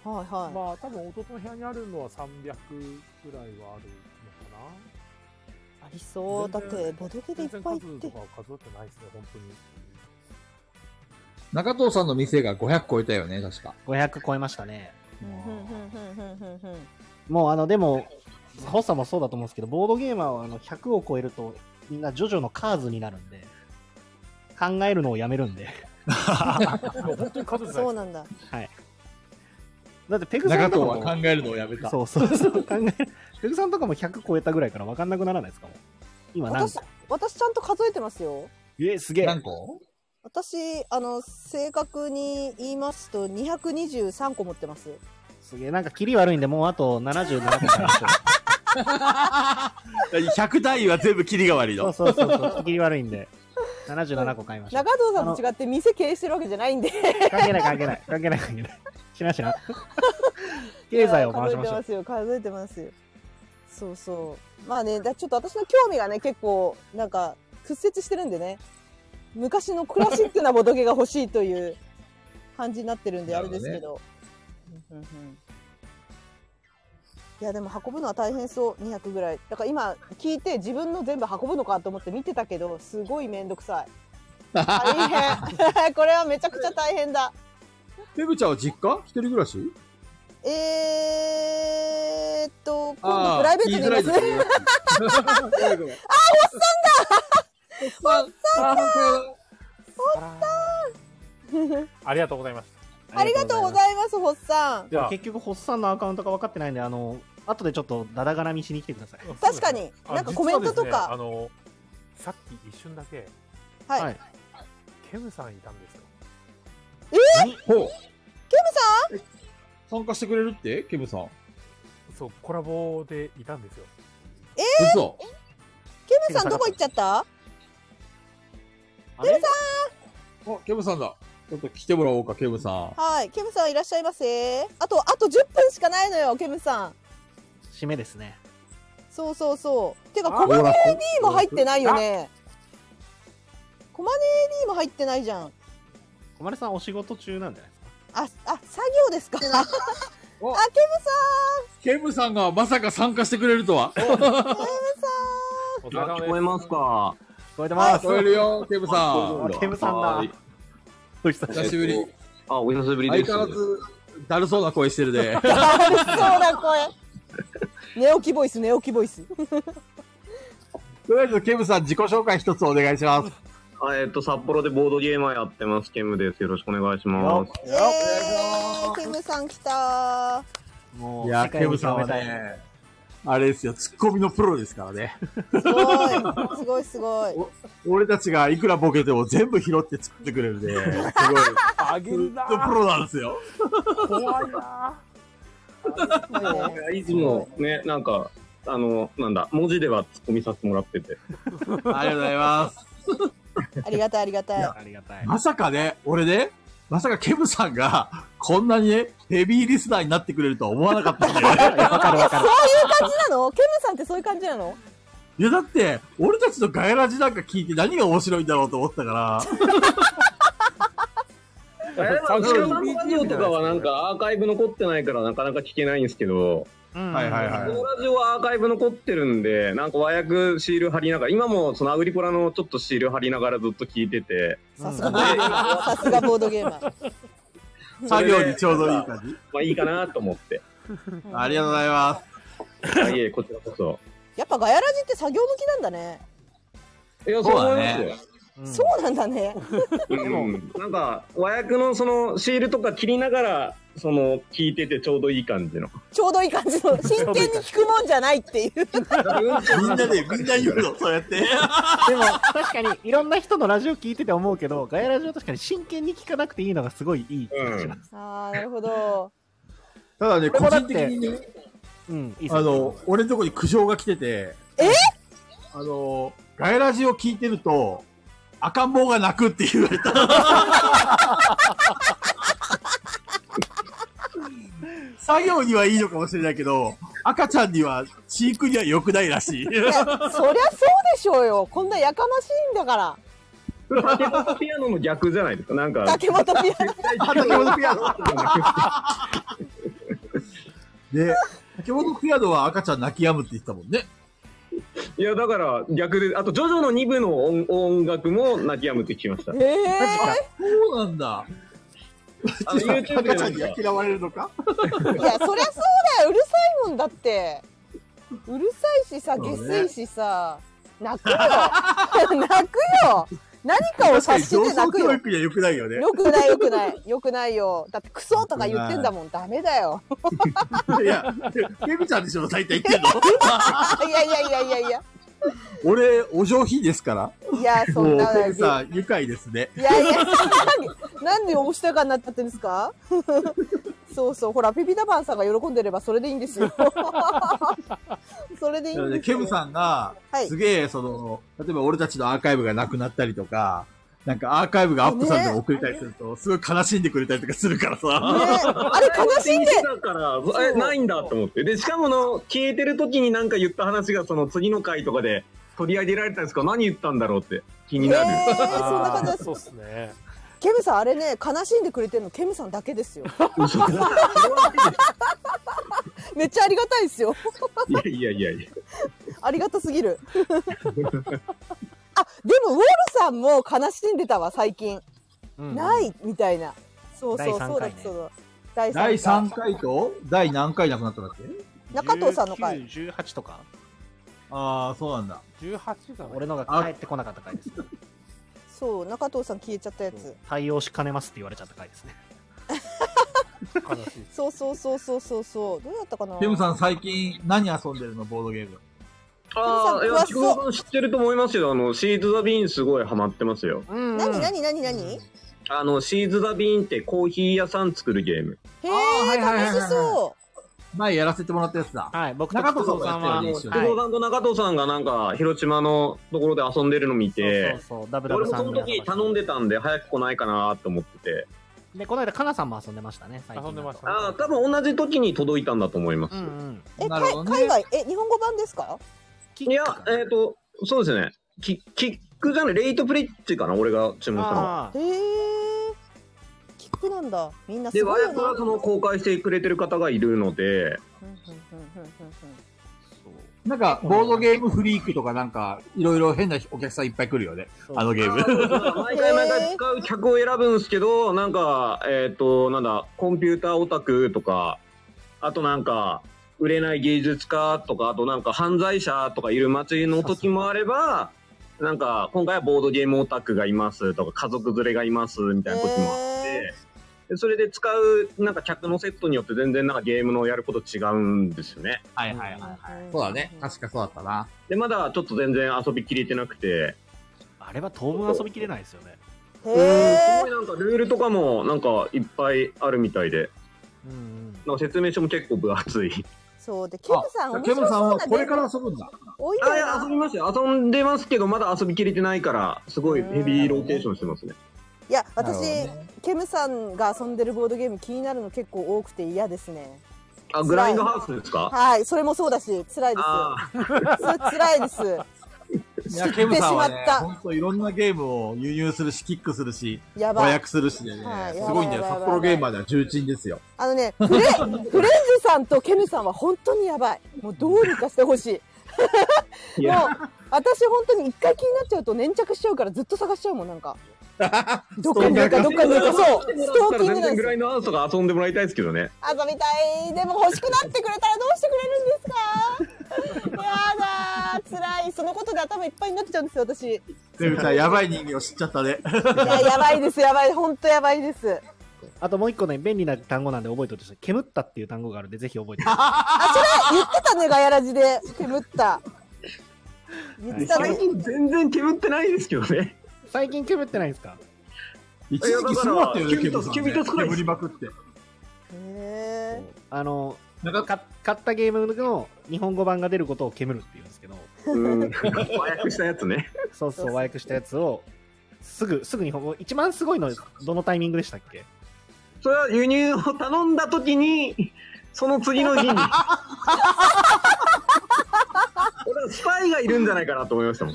はいはい
まあ多分弟の部屋にあるのは300ぐらいはあるのかな
ありそうだっ
全
て
然
ボドゲでいっぱい行っ
全然数
て
とかは数えてないですね本当に
中藤さんの店が500超えたよね、確か。
500超えましたね
ふんふんふんふんふんふん
もうあのでもホッサもそうだと思うんですけどボードゲーマーはあの100を超えるとみんなジョジョのカーズになるんで考えるのをやめるんで
本当に数じゃないです
そうなんだ
はいだってペグさ
中
ん
藤
とか
は
も
考えるのをやめた。
そうそうそう考えるペグさんとかも100超えたぐらいから分かんなくならないですかもう今何
私
個
私ちゃんと数えてますよ
えすげえ
何個
私あの正確に言いますと223個持ってます
すげえなんかキリ悪いんでもうあと77個買いましょ
100単位は全部キリが悪いうの。
そうそうそうそうキリ悪いんで77個買いましょ
中藤さんと違って店経営してるわけじゃないんで
う関係ない関係ない関係ない関係ないしなしな経済を回しましょう
数えてますよ数えてますよそうそうまあねだちょっと私の興味がね結構なんか屈折してるんでね昔のクラシックなボドゲが欲しいという感じになってるんであれですけどいやでも運ぶのは大変そう200ぐらいだから今聞いて自分の全部運ぶのかと思って見てたけどすごい面倒くさい大変これはめちゃくちゃ大変だ
ペグちゃんは実家一人暮らし
えーっと今
あ
度
あ
プライベートにいます
言いづらいですね
おっさんだおっさん
ありがとうございます
ありがとうございますホッさん
結局、ホッサンのアカウントが分かってないんで、あの、後でちょっとダダ絡みしに来てください。
確かに
あ
なんかコメントと
実はですねあ
か
のさっき一瞬だけ
はい、
はい
ケムさんいたんですよ
え
ー、ケム
さん
参加してくれるってケムさん。
そうコラボでいたんですよ
えー、
嘘
ケムさんどこ行っちゃったケムさ
あ、ケムさんだ。ちょっと来てもらおうか、ケムさん。
んはいケムさんいらっしゃいませあとあと10分しかないのよケムさん
締めですね。
そうそうそう。てか、
あ
コマ
ほ
ネ
ら
AD も入ってないよね。コマネ AD も入ってないじゃん。
小丸さんお仕事中なんじゃないですか
あ、あ、作業ですか。 あ、ケムさ
ケムさんがまさか参加してくれるとは。ケムさん。聞こえますか
聞こえて
ます。聞こえるよ、ケムさん。
あケムさんだ
はい
お
久しぶり。
あ、お久しぶりです。
相変わらず、だるそうな声してる で。
ん。だ るそうな声。寝起きボイス、寝起きボイス。
とりあえず、ケムさん、自己紹介一つお願いします。
あえっと、札幌でボードゲーマーやってます、ケムです。よろしくお願いします。
えー、ケムさん来た
いや、ケムさんはね、あれですよ、ツッコミのプロですからね。
ー。すごい、すごい。
俺たちがいくらボケても全部拾って作ってくれるんで、すごい。
あげるな
プロなんですよ。
怖いな
はいつもね、なんか、あの、なんだ、文字では突っ込みさせてもらってて。
ありがとうございます。
ありがたい、ありがたい。
ありがたい。
まさかね、俺ね、まさかケムさんが、こんなにね、ヘビーリスナーになってくれるとは思わなかった んで。わかるわ
そういう感じなのケムさんってそういう感じなの
いや、だって、俺たちのガヤラジなんか聞いて何が面白いんだろうと思ったから。
えでも、後ろのラジオとかはなんかアーカイブ残ってないからなかなか聞けないんですけど、
はいはいはい
このラジオはアーカイブ残ってるんで、なんか和訳シール貼りながら、今もそのアグリコラのちょっとシール貼りながらずっと聞いてて、
さすがボードゲーマー。さすがボードゲーマー。
作業にちょうどいい感じ。
まあいいかなと思って。。
ありがとうございます
いえいえ、こちらこそ。
やっぱガヤラジって作業向きなんだね。
いや、そう思いますよ。
そうなんだね。
でも、なんか、和訳のそのシールとか切りながら、その、聞いててちょうどいい感じの。
ちょうどいい感じの、真剣に聞くもんじゃないっていう。
みんなで、みんな言うの、そう やって。
でも、確かに、いろんな人のラジオ聞いてて思うけど、ガヤラジオ確かに真剣に聞かなくていいのがすごいいい気がします。
ああ、なるほど。
ただね、
こ
個
れだっ
人
て
的にね、
うん、
あの、俺のとこに苦情が来てて、
え
あの、ガヤラジを聞いてると、赤ん坊が泣くって言われた。作業にはいいのかもしれないけど、赤ちゃんには、飼育には良くないらしい。
いや、そりゃそうでしょうよ。こんなやかましいんだから。
竹本ピアノの逆じゃないですか、なんか。
竹本ピアノ。
竹本ピアノ。で、竹本ピアノは赤ちゃん泣き止むって言ってたもんね。
いや、だから、逆で、あと、ジョジョの2部の音音楽も泣き止むって聞きました。
そうなんだ。
あの YouTube で
赤ち
な
ゃ
んん
に
か
は嫌われるのか
いや、そりゃそうだよ。うるさいもんだって。うるさいしさ、
そう
下
ね
水しさ。泣くよ。泣くよ。 何かを察して泣
確か
く
に上層
よ。
教育には良くないよね。
よくないよくない。よくないよ。だってクソとか言ってんだもん。ダメだよ。
いや、ケミちゃんでしょ、大体言ってんの
いやいやいやいやいや。
俺、お上品ですから。
いや、そんな。
もうケミ
い
さん、愉快ですね。
や いや、なんでおしとやかになっちゃってるんですかそうそう、ほら、ピピタパンさんが喜んでればそれでいいんです よ。それでいい
なんの
です
で
よ
ケムさんが
はい、
すげえ、その、例えば俺たちのアーカイブがなくなったりとか、なんかアーカイブがアップされても送りたりすると、すごい悲しんでくれたりとかするからさ。
あれ悲しんで
だから、え、ないんだと思って。で、しかもの、消えてる時になんか言った話が、その次の回とかで取り上げられたんですか何言ったんだろうって気になる。
えーそんな感じです
そうっすね。
ケムさん、あれね、悲しんでくれてるの、ケムさんだけですよ。 めっちゃありがたいですよ。
いやいやいやいや。
ありがたすぎる。あ、でも、ウォルさんも悲しんでたわ、最近。
うん
ない、みたいな。そう
第
そう、
三回ね
そうだ、そうだ。第
第
三
3回と、第何回なくなったんだっけ
中藤さんの回。
18とか
ああ、そうなんだ。
18だ
俺のが帰ってこなかった回です。
そう、中藤さん消えちゃったやつ。
対応しかねますって言われちゃった回 ですね。
そうそうそうそうそうそう。どうだったかな。
ケムさん、最近何遊んでるのボードゲーム。
ああ、い
詳
や、
し
ち
そう
くわさん知ってると思いますよ。あの、シーズ・ザ・ビーンすごいハマってますよ。
何何何何？へ
あの、シーズ・ザ・ビーンってコーヒー屋さん作るゲーム。
え、楽しそう。
前やらせてもらったやつだ。
はい、僕
と工藤さん
中
は
藤
一
さ
緒
ん
に
と中藤さんがなんか、広島のところで遊んでるの見て、
そうそう、ダブダ
俺
ブ
も
さ
そ
ん
の
の。
時頼んでたんで、早く来ないかなと思ってて。
で、この間、かなさんも遊んでましたね、最近。
遊んでました
ね。
ああ、多分同じ時に届いたんだと思います。
え、かい海外、え、日本語版ですか
いや、えっ、と、そうですね。キキックじゃない、レイトプレイっていうかな、俺が注文したのは。
へえ。キックなんだ。みんな
で、
す
和
ごいよ
訳
な。
はその公開してくれてる方がいるので、
なんか、ボードゲームフリークとかなんか、いろいろ変なお客さんいっぱい来るよね。あのゲーム。
毎回毎回使う客を選ぶんですけど、なんか、えっ、と、なんだ、コンピューターオタクとか、あとなんか、売れない芸術家とか、あとなんか犯罪者とかいる祭りの時もあれば、なんか、今回はボードゲームオタクがいますとか、家族連れがいますみたいな時もあって、でそれで使う、なんか客のセットによって全然なんかゲームのやること違うんですよね。
はいはいはいはい。そうだね。確かそうだったな。
で、まだちょっと全然遊びきれてなくて、
あれは当分遊びきれないですよね。
うんすごいなんかルールとかもなんかいっぱいあるみたいで、なんか説明書も結構分厚い。
そうで、ケムさん、
あ
面白そうなゲーム
遊ぶんだ。
多いよ
あいや遊びますよ遊んでますけどまだ遊びきれてないからすごいヘビーローテーションしてますね。
いや、
なるほど
私、ケムさんが遊んでるボードゲーム気になるの結構多くて嫌ですね。
あグラインドハウスですか？
はい、それもそうだし、辛いです。
あ
それ辛いです。
い
知
や、
っ
ケム
てし
さん
ま
は
っ
ね、
た。
本当いろんなゲームを輸入するし、キックするし、
やばい
和訳するしでね、
はい
すごいんだ
やばいやばいや
よ。
ばい
札幌ゲーマーでは重鎮ですよ。
あの ね、フレフレンズさんとケムさんは本当にやばい。もうどうにかしてほしい。
い
もう
や
私本当に一回気になっちゃうと粘着しちゃうからずっと探しちゃうもんなんか。どっかにいるかどっかにいるかそう。ストーキングなん
全然
で
グ
す
ラ
よ。
インドハウスとか遊んでもらいたいですけどね。
遊びたい。でも欲しくなってくれたらどうしてくれるんですか。やだー。辛い。そのことで頭いっぱいになっちゃうんですよ私。
ケムさん、やばい人間を知っちゃったね。
いややばいですやばい本当やばいです。
あともう一個ね、便利な単語なんで覚えておいてください。煙ったっていう単語があるんで、ぜひ覚えてください。
あそれ言ってたねガヤラジで煙った。言ってたね
最。近全然煙ってないですけどね。
最近煙ってないですか
一時期すごかったよね、
いや
ケ
だ
ム
か
さ
ら
ん、ね。
煙と少ないです
煙まくって。
へ
あの、か買ったゲームの日本語版が出ることを煙るって言うんですけど、
うん和訳したやつね。
そうそう、和訳したやつを、すぐ、すぐ日本語、一番すごいの、どのタイミングでしたっけ
それは輸入を頼んだ時にその次の日 に。俺はスパイがいるんじゃないかなと思いましたもん。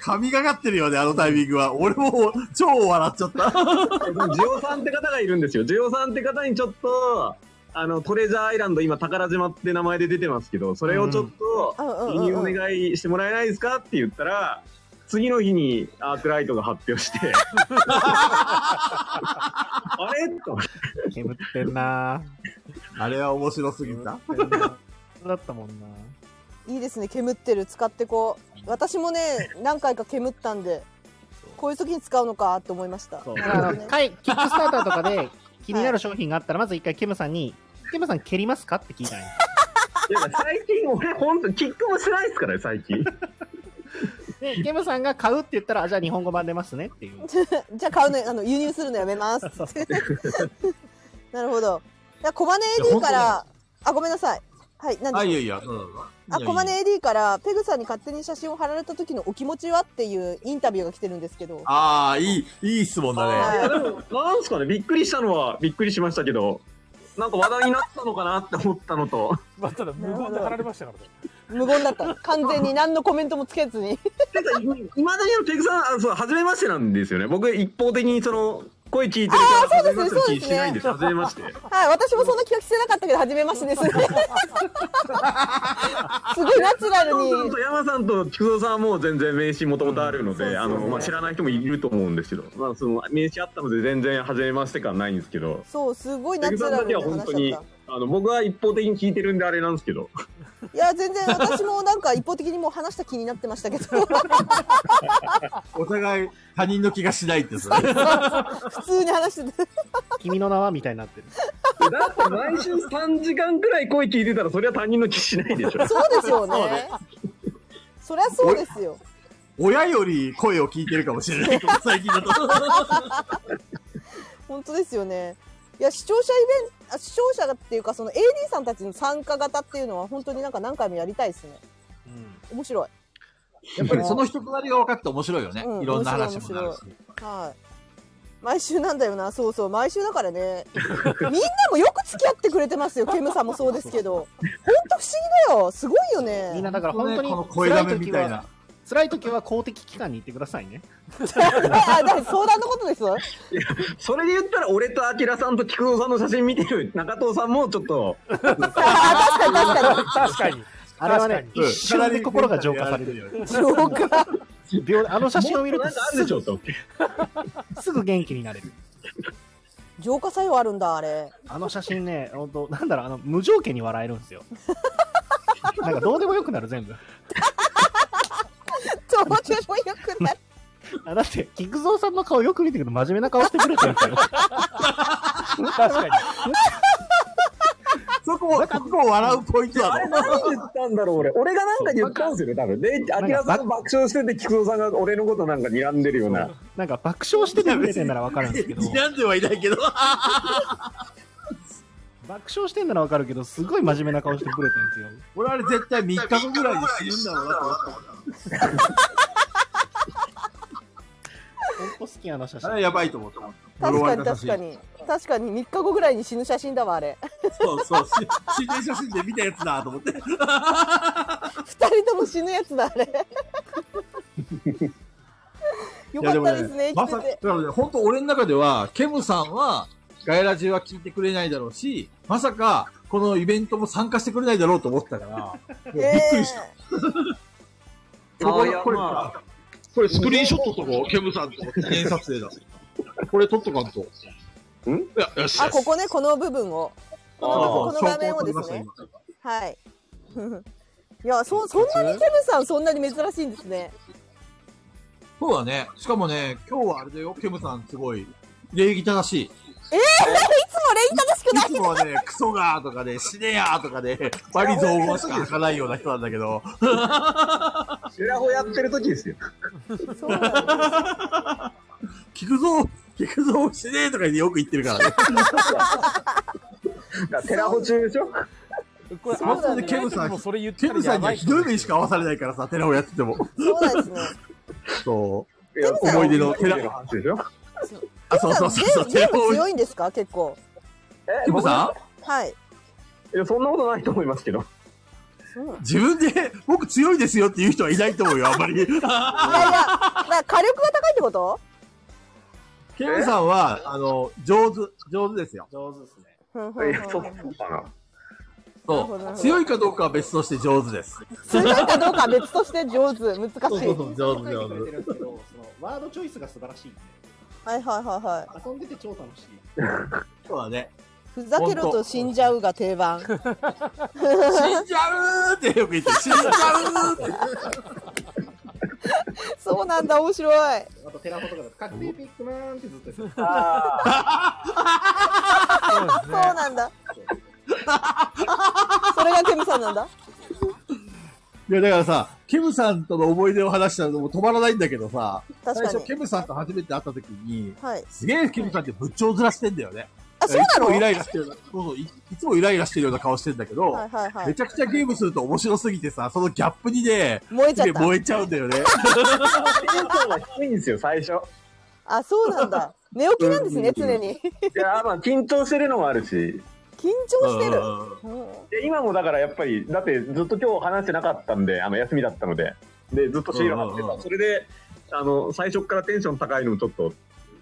神がかってるよね、あのタイミングは。俺も超笑っちゃった。
ジオさんって方がいるんですよ。ジオさんって方にちょっと、あの、トレジャーアイランド、今、宝島って名前で出てますけど、それをちょっと、
うん
輸入お願いしてもらえないですかって言ったら、次の日にアークライトが発表して、あれと。
煙ってんな
あれは面白すぎ
だ
た。
ったもんな。
いいですね煙ってる使ってこう私もね何回か煙ったんでこういう時に使うのかと思いました
だからあのかいキックスターターとかで気になる商品があったら、まず一回ケムさんに、ケムさん蹴りますかって聞いたんよ
いや最近、俺、本当キックもしないですからね、最近。
で、ケムさんが買うって言ったら、あじゃあ日本語版出ますねっていう。
じゃあ買うのあの輸入するのやめますなるほどいや小金 AD からあごめんなさいはい何
あ、いや
です
い
か
や、どうぞ
あ小金 AD からペグさんに勝手に写真を貼られた時のお気持ちはっていうインタビューが来てるんですけど
ああ、いい、いい質問だね。
いやでもなんすかね、びっくりしたのはびっくりしましたけど、なんか話題になったのかなって思ったのと。
まあ、ただ無言で貼られましたからね。
無言だった完全に何のコメントもつけずに
いまだにあのペグさん、あのそう、初めましてなんですよね。僕、一方的にその、声聞いてるか
ああ
ら、
ーそうですね
初めましての気しないんですよ。
そう
初めまして。
はい、私もそんな気がしてなかったけど、初めまして ですね。すごいナチュラルに
加藤さんと山さんと菊蔵さんはもう全然名刺もともとあるので、あの、まあ、知らない人もいると思うんですけど、まあ、その、名刺あったので全然初めまして感ないんですけど、
そう、すごい
ペ
ナチ
グさ
ュ
んだ
ラ
け
ル
は
に
本
話
当
しち
に
ゃっ、
あの、僕は一方的に聞いてるんであれなんですけ ど、
た。いや、全然私もなんか一方的にもう話した気になってましたけ ど、
お互い他人の気がしないってそれ。
普通に話してた。
君の名はみたいになってる。
だって毎週3時間くらい声聞いてたら、それは他人の気しないでしょ。
そうですよね。そりゃそうですよ。
親より声を聞いてるかもしれ ないけど、最近だと。
本当ですよね。いや、視聴者イベント、あ視聴者がっていうか、その AD さんたちの参加型っていうのは、本当になんか何回もやりたいですね。面白い。
やっぱりその人となりが分かって面白いよね。
うん
いろんな話もなるし。
は毎週なんだよなそうそう毎週だからねみんなもよく付き合ってくれてますよケムさんもそうですけどほんと不思議だよすごいよね
みんなだから本当に
この
辛い時は辛い時は公的機関に行ってくださいね。
あだから相談のことですわ
それで言ったら、俺とアキラさんと菊蔵さんの写真見てる中藤さんもちょっと。
確かに確かに
確かに。あれはね、
うん
一瞬で心が浄化されるよ。
浄化
秒であの写真を見ると
もっとなんかあるでしょと
すぐ元気になれる。
浄化作用あるんだあれ
あの写真ね、本当なんだろう、あの、無条件に笑えるんですよ。なんかどうでもよくなる、全部。
どうでもよくなる
あだって、菊蔵さんの顔よく見てくると真面目な顔してくれてるんですよ。確かに。
そこ、そこ笑うポイント
あれ何言ったんだろう、俺。俺がなんか言ったんですよね、多分。で、アキラさんが爆笑してて、菊蔵さんが俺のことなんか睨んでるような。
なんか爆笑しててくれてんならわかるんですけど。
睨んではいないけど。
爆笑してんならわかるけど、すごい真面目な顔してくれてるんですよ。
俺あれ絶対3日後ぐらいに死ぬんだろうなと思ったもん。
本当好きなの写
あれやばいと思った。
確
呪わ
か
れ
に
た
確
写
か
真。
に確かに3日後ぐらいに死ぬ写真だわあれ
そうそう。し心霊写真で見たやつだと思って。
2人とも死ぬやつだあれよかったですね
いやもまさ
生きてて
だからね、本当俺の中では、ケムさんは、ガイラジは聞いてくれないだろうし、まさか、このイベントも参加してくれないだろうと思っ たから、もうびっくりした。
あいや
これ、
ま
これスクリーンショットとこう、ケムさんと記念撮影だ。これ撮っとかんと。んいや、よし。
あここねこの部分をこの部分この画面をですね
証拠を撮りました今
はい いやそそんなにケムさんそんなに珍しいんですね
そうだね。しかもね、今日はあれだよ、ケムさんすごい、礼儀正しい。
えー、いつも
いつもはね、クソがーとかで、死ねやーとかで、バリ造語しか吐かないような人なんだけど、
シュラホやってる時ですよ。
菊蔵、菊蔵死ねーとかよく言ってるからね。
テラホ中でしょ
こ
れ、
そうだね
でケムさ
もう
ん、
それ言った
ケ
ら
ムさんにはひどい目にしか合わされないからさ、テラをやってても。
そうなんですね
そう。
いやケムさん
思い出のテラ
ケムさん。
あ、そうそうそうそう、
ゲ
テ
ー
ラ
ムゲーム
を。
強いんですか結構
キムさ
はい
んいや、そんなことないと思いますけど。
自分で、僕強いですよっていう人はいないと思うよ、あんまり。
いやいやだから火力が高いってこと
ケムさんは、あの、上手、上手ですよ。
上手ですね。
いやそうそう。強いかどうかは別として上手です。
強いかどうかは別として上手難しい
上手、
書いてくれ
上
てるんですけど、そのワードチョイスが素晴らしいんで、
はいはいはいはい
遊んでて超楽しい。
手。そうだね。
ふざけろと死んじゃうが定番。死ん
じゃうーってよく言ってる死んじゃうーって。
そうなんだ、面白い。
あとテラフォとかだと、確定ピックマンってずっと言ってる
そうなんだ。それがケムさんなんだ。
いや、だからさ、ケムさんとの思い出を話したらもう止まらないんだけどさ、
確かに
最初ケムさんと初めて会った時に、
はい。
すげえケムさんって仏頂ずらしてんだよね。
あそうなの
いつもイライラしてるような、そうそういいつもイライラしてるような顔してんだけど、
はいはいはい
めちゃくちゃゲームすると面白すぎてさ、そのギャップにね、
燃えちゃった
すげ燃えちゃうんだよね。
テンションが低いんですよ、最初。
あ、そうなんだ。寝起きなんですね、常に。
いや、まあ、緊張してるのもあるし。
緊張してる。
で今もだからやっぱり、だってずっと今日話してなかったんで、あの休みだったので、でずっとシール貼ってた、それであの最初からテンション高いのちょっと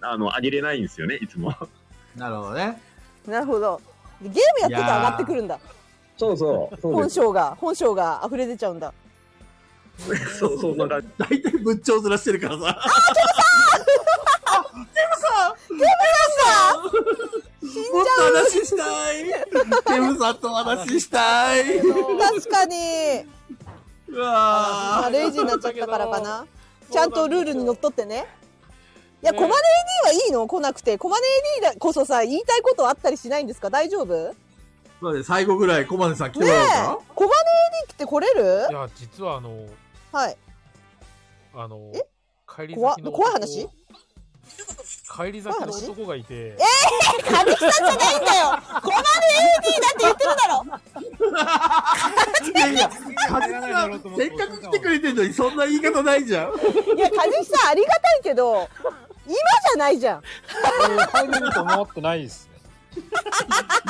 あの上げれないんですよね、いつも。
なるほどね。
なるほど。ゲームやってたら上がってくるんだ。
そうそう。そう
本
です
性が、本性が溢れ出ちゃうんだ。
そうそう、なんか
大体仏頂ずらしてるか らさ。
ケムさんケムさんだ死んじ
もっと
ゃう
話したい。ケムさんと話したい。
確かに。
うわ
まあ、レイジになっちゃったからかな。ちゃんとルールにのっとってね。いや、コマネ AD はいいの来なくて。コマネ AD だこそさ、言いたいことあったりしないんですか大丈夫
そうだね最後ぐらいコマネさん来て
ねえ
もらおうか。
コマネ AD 来て来れ
い
る
や、実はあの、
はい。
あの、帰り
怖
先の
怖い話
帰り先の男がいて、
ええー、神木さんじゃないんだよコマネ AD だって言ってるだろ
いやいや、カズさん、せっかく来てくれてるのにそんな言い方ないじゃん。
いや、カジキさんありがたいけど、今じゃないじゃん。
入れると思ってないですね。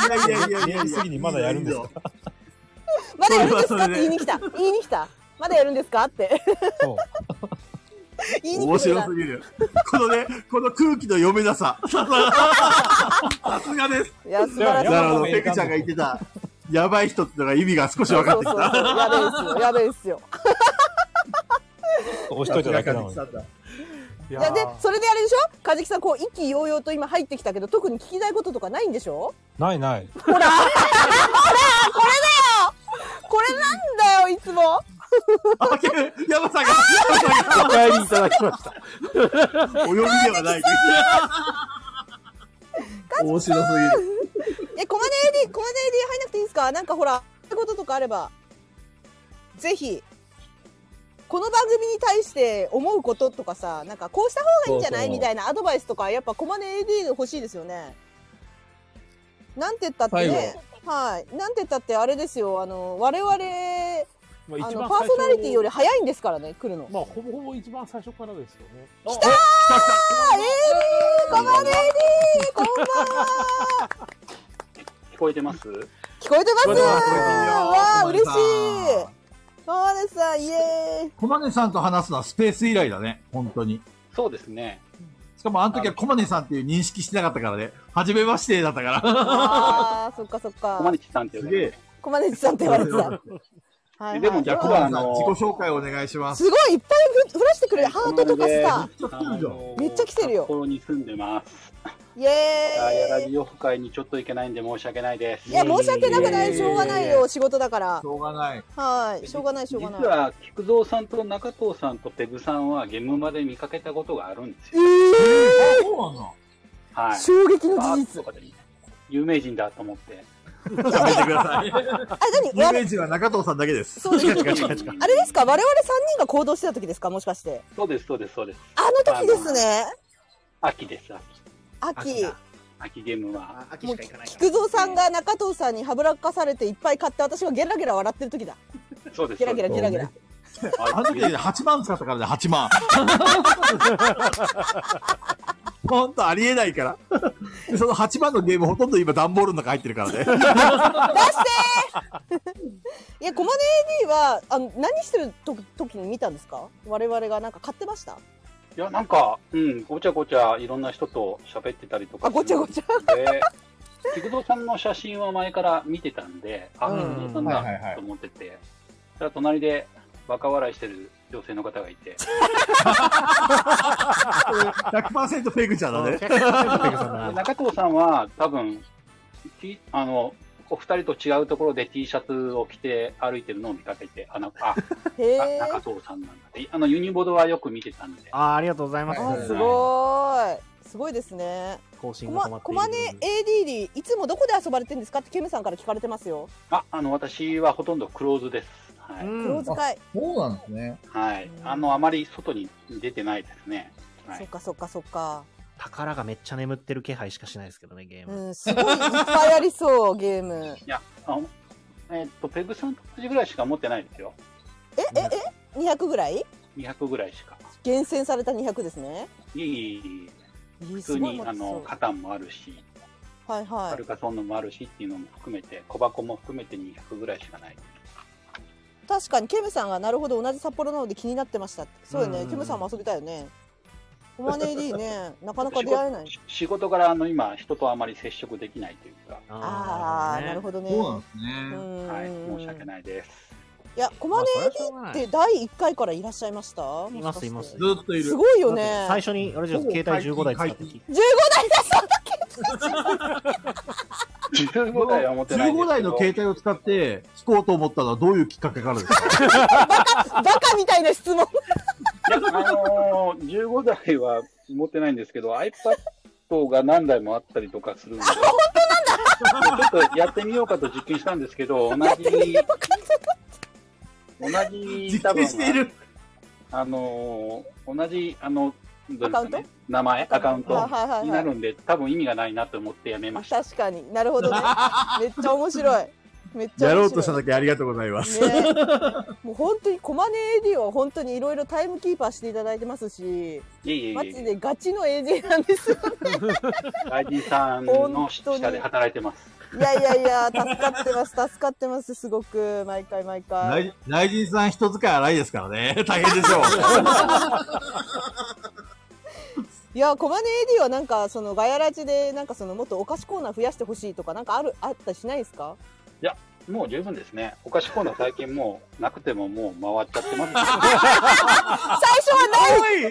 いやいやいやいやいや
やりすぎにまだやるんですか
まだやるんですかって言いに来た。言いに来た。まだやるんですかって。言いに
面
来て
白
た
すぎる。このね、この空気の読めなさ。さすがです。
いや素晴らしい
なるほど、ペグちゃんが言ってた、やばい人ってのが意味が少し分かってき
そうそうそうやべえっすよ。
た。
やべえっすよ。
押しといただけなのに。
いやでそれであれでしょカジキさんこう意気揚々と今入ってきたけど特に聞きたいこととかないんでしょ
ないない。
ほらほらこれだよこれなんだよいつも
あけ山さんが
お帰りいただきました。
お呼びではない面白すぎる。
えコマネ AD コマネ AD 入んなくていいですかなんかほらこととかあればぜひこの番組に対して思うこととかさなんかこうした方がいいんじゃない
そうそう
みたいなアドバイスとかやっぱコマネ AD 欲しいですよねなんて言ったってねはいなんて言ったってあれですよあの我々
まあ
あ
一
の
番
パーソナリティより
最初
早いんですからね来るの
まあほぼほぼ一番最初からですよね。
来たーえー、コマネ AD こんばんは
聞こえてます
聞こえてます
聞こえてます聞こえてます
わあ
小
嬉
金
し
井
い
さ
小金井さ
ん
んイエーイ
コマネさんと話すのはスペース以来だね、本当に。
そうですね。
しかもあの時はコマネさんっていう認識してなかったからね。初めましてだったから。
ああそっかそっか
コ マネチさんって呼んでます
コマネチさんって言われてたはいはい
でも逆はあの
自己紹介お願いします。
すごいいっぱいふ降らしてくれるハートとかさ
めっちゃ来てるよ。札幌に住んでます。
イエ
ガヤラジオフ会にちょっと行けないんで申し訳ないです。
ーイいや申し訳なくないしょうがないよ仕事だから
ょうがない
はいしょうがないしょうがない
実は菊蔵さんと中藤さんとペグさんは現場で見かけたことがあるんですよ。
あそうなの
はい。
衝撃の事
実。有名人だと思って。
やめてください。有
何
名人は中藤さんだけです。
そうです
ガチャガチャガチャ
あれですか我々三人が行動してた時ですかもしかして
そうですそうですそうです。
あの時ですね
秋です
秋
秋ゲームは。秋しか行かない
菊蔵さんが中藤さんにはぶらかされていっぱい買って私がゲラゲラ笑ってる時だ
そうです。
ゲラゲラゲラゲラ
あの時ね8万使ったからね、8万。 ほんとありえないから。でその8万のゲームほとんど今段ボールの中入ってるからね。
いやコマネ AD はあの何してる時時に見たんですか我々がなんか買ってました
いや、なんか、うん、ごちゃごちゃいろんな人と喋ってたりとか。
あごちゃごちゃ。
で、菊蔵さんの写真は前から見てたんで、あ、
うん
菊蔵さん
はいはいは
だ
い
と思ってて、ただ隣でバカ笑いしてる女性の方がいて、
100%ペグちゃ んだね。
で中藤さんは多分、きあの、お二人と違うところで T シャツを着て歩いてるのを見かけて、あの、あ、
へ
あ中藤さんなんだって、あの、ユニボードはよく見てたんで、
ああ、ありがとうございます。
あ
すごーいすごいですね
更新
コ
が止
マ
まって
コ
い
マ
る。
ネ AD にいつもどこで遊ばれてるんですかってケムさんから聞かれてますよ
あ、あの、私はほとんどクローズです。はい。
クローズ会
そうなんですね。
はい。あの、あまり外に出てないですね。
そっかそっかそっか
宝がめっちゃ眠ってる気配しかしないですけどね、ゲーム。
うんすごいいっぱいありそうゲーム
いや、あのえっと、ペグさんと同じぐらいしか持ってないですよ。
えええ200ぐらい
200ぐらいしか。
厳選された200ですね
いい、い
い
普
す
通
ごい
に
持、って
あ
そう
の、カタンもあるし、
はいは
アルカソンヌもあるしっていうのも含めて、小箱も含めて200ぐらいしかない。
い確かにケムさんがなるほど同じ札幌なので気になってましたってそうよ
うん
ね
うん
ケムさんも遊びたいよねコマネ AD ねなかなか出会えない
仕事から、あの、今、人とあまり接触できないというか。
あーなるほどねそうなんです
ね。はい。申し訳ないです。
いやコマネ
まあそれはしょう
AD
が
っ
ない
て第1回からいらっしゃいましたもし
い
か
ま
し
す、
て
います。
ずっといるすごいよね
だって最初に、あれじゃん、携帯15台使ってき
15台だそうだ
15台は持ってないんですけど
15台の携帯を使って聞こうと思ったのはどういうきっかけからです か
バカみた いな質問
いや、あのー、15台は持ってないんですけど、iPad が何台もあったりとかするんで。本当なんだちょっとやってみようかと実験したんですけど、同じ、同じ、多分あのー、同じ、あの、どうですかね、名前、アカウン
あはいはいはい
トになるんで、多分意味がないなと思ってやめました。
確かになるほどねめっちゃ面白いめっちゃ面白い
やろうとしただけありがとうございます。
ねもう本当にコマネ AD は本当にいろいろタイムキーパーしていただいてますし
いえいえいえ
マジでガチの AJ なんですよ
大臣さんの下で働いてます。
いやいやいや助かってます助かってますすごく毎回毎回
内内人さん人使い荒いですからね。大変でしょう。
いやコマネ AD はなんかそのガヤラジでなんかそのもっとお菓子コーナー増やしてほしいとかなんかあるあったりしないですか
いや、もう十分ですね。お菓子コーナー最近もうなくてももう回っちゃってます。
最初はない
い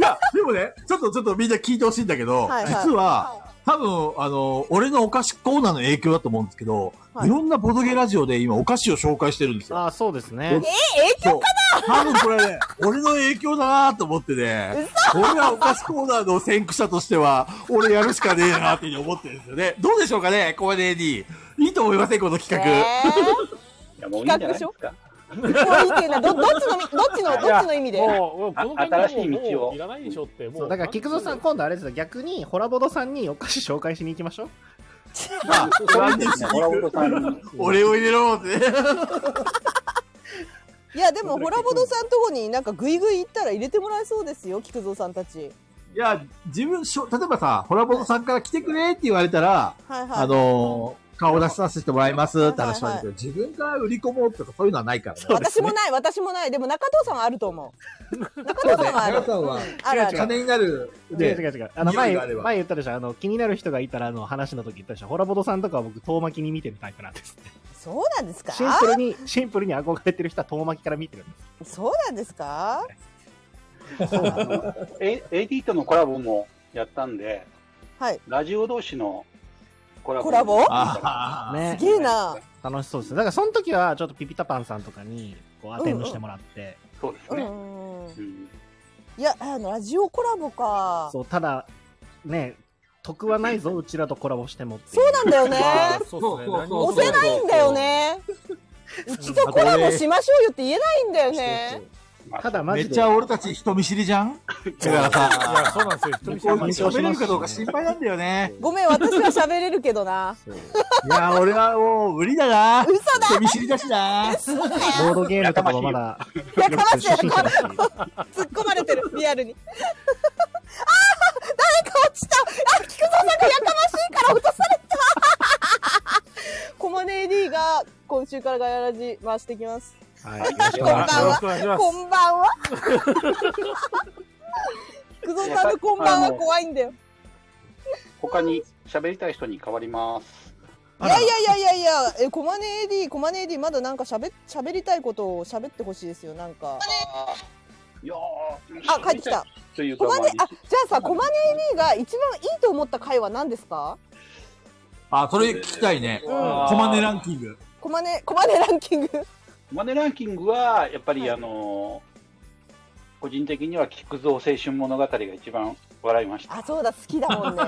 や、でもね、ちょっとちょっとみんな聞いてほしいんだけど、
はいはい
実は、多分、あの、俺のお菓子コーナーの影響だと思うんですけど、
はい
い、ろんなボドゲラジオで今お菓子を紹介してるんですよ。あそうですね。え
影響
かな多分これね、俺の影響だなと思ってね、これはお菓子コーナーの先駆者としては、俺やるしかねえなっていうふうに思ってるんですよね。どうでしょうかね、コーネ AD。いいと思いません、この企画。
いや、もういいんじゃないです か。
もういいけどなどどっちのみどっちのどっちの意味で
もうこの
あ新しい道を
いらないでしょって、も
そう
う。
だから菊蔵さん、今度あれですよ、逆にホラボドさんにお菓子紹介しに行きましょう。
あ
そうですね。ホラボドさんに。
俺を入れろって。
いやでもホラボドさんとこになんかグイグイ行ったら入れてもらえそうですよ菊蔵さんたち
いや、自分、しょ例えばさ、ホラボドさんから来てくれって言われたら、
はいはい
あのー顔出しさせてもらいますって話なんだけど、自分から売り込もうとかそういうのはないからね。
私もない私もないでも中藤さんはあると思う中藤さんはある
皆さんは、
あるある
金になる。
違う
で
違う違う。あの
匂い
前、
があれば
前言ったでしょ、あの、気になる人がいたら、あの、話の時言ったでしょ、ホラボドさんとかは僕、遠巻きに見てるタイプなんです。
そうなんですか
シンプルに、シンプルに憧れてる人は遠巻きから見てるんです。
そうなんですか
え AD とのコラボもやったんで、
はい
ラジオ同士のコラボ。
コラボ
あー
ね
すげえな
楽しそうですね。だから、その時は、ちょっとピピタパンさんとかに、こう、アテンドしてもらって、
そうです
ね。
うん
いやあのラジオコラボか
そう、ただ、ね、得はないぞ、うちらとコラボしてもってい
そうなんだよね
そうそうそうそう
押せないんだよねうちとコラボしましょうよって言えないんだよね
ただ
めっちゃ俺たち人見知りじゃん だからさ、
いや、そうなんですよ。人見知り
向こうに喋れるかどうか心配なんだよ ね。
ごめん私は喋れるけどな
いや、俺はもう無理だな。
嘘だ
人見知りだしな。
嘘だよ
ボードゲームとかもまだ、
やかましいやかましい突っ込まれてるリアルにああ誰か落ちたあ菊蔵さんがやかましいから落とされた コマネ AD が今週からガヤラジ回してきます
は
こんばん
よろしくお願いし
は
ます
こんばんは菊蔵さんのこんばんは怖いんだよ
他に喋りたい人に変わります。
いやいやいやいやいやえコマネ AD コマネ AD まだなんかしゃべ喋りたいことを喋ってほしいですよなんか
いや
あ帰ってきた
というか、
コ
ま
マネあじゃ
あ、
あさコマネ AD が一番いいと思った回は何ですか
あ、それ聞きたいね。
うん
コマネランキング。
コマネコマネランキング
マネランキングは、やっぱり、あのー個人的には菊蔵青春物語が一番笑いました。
あそうだ好きだもんね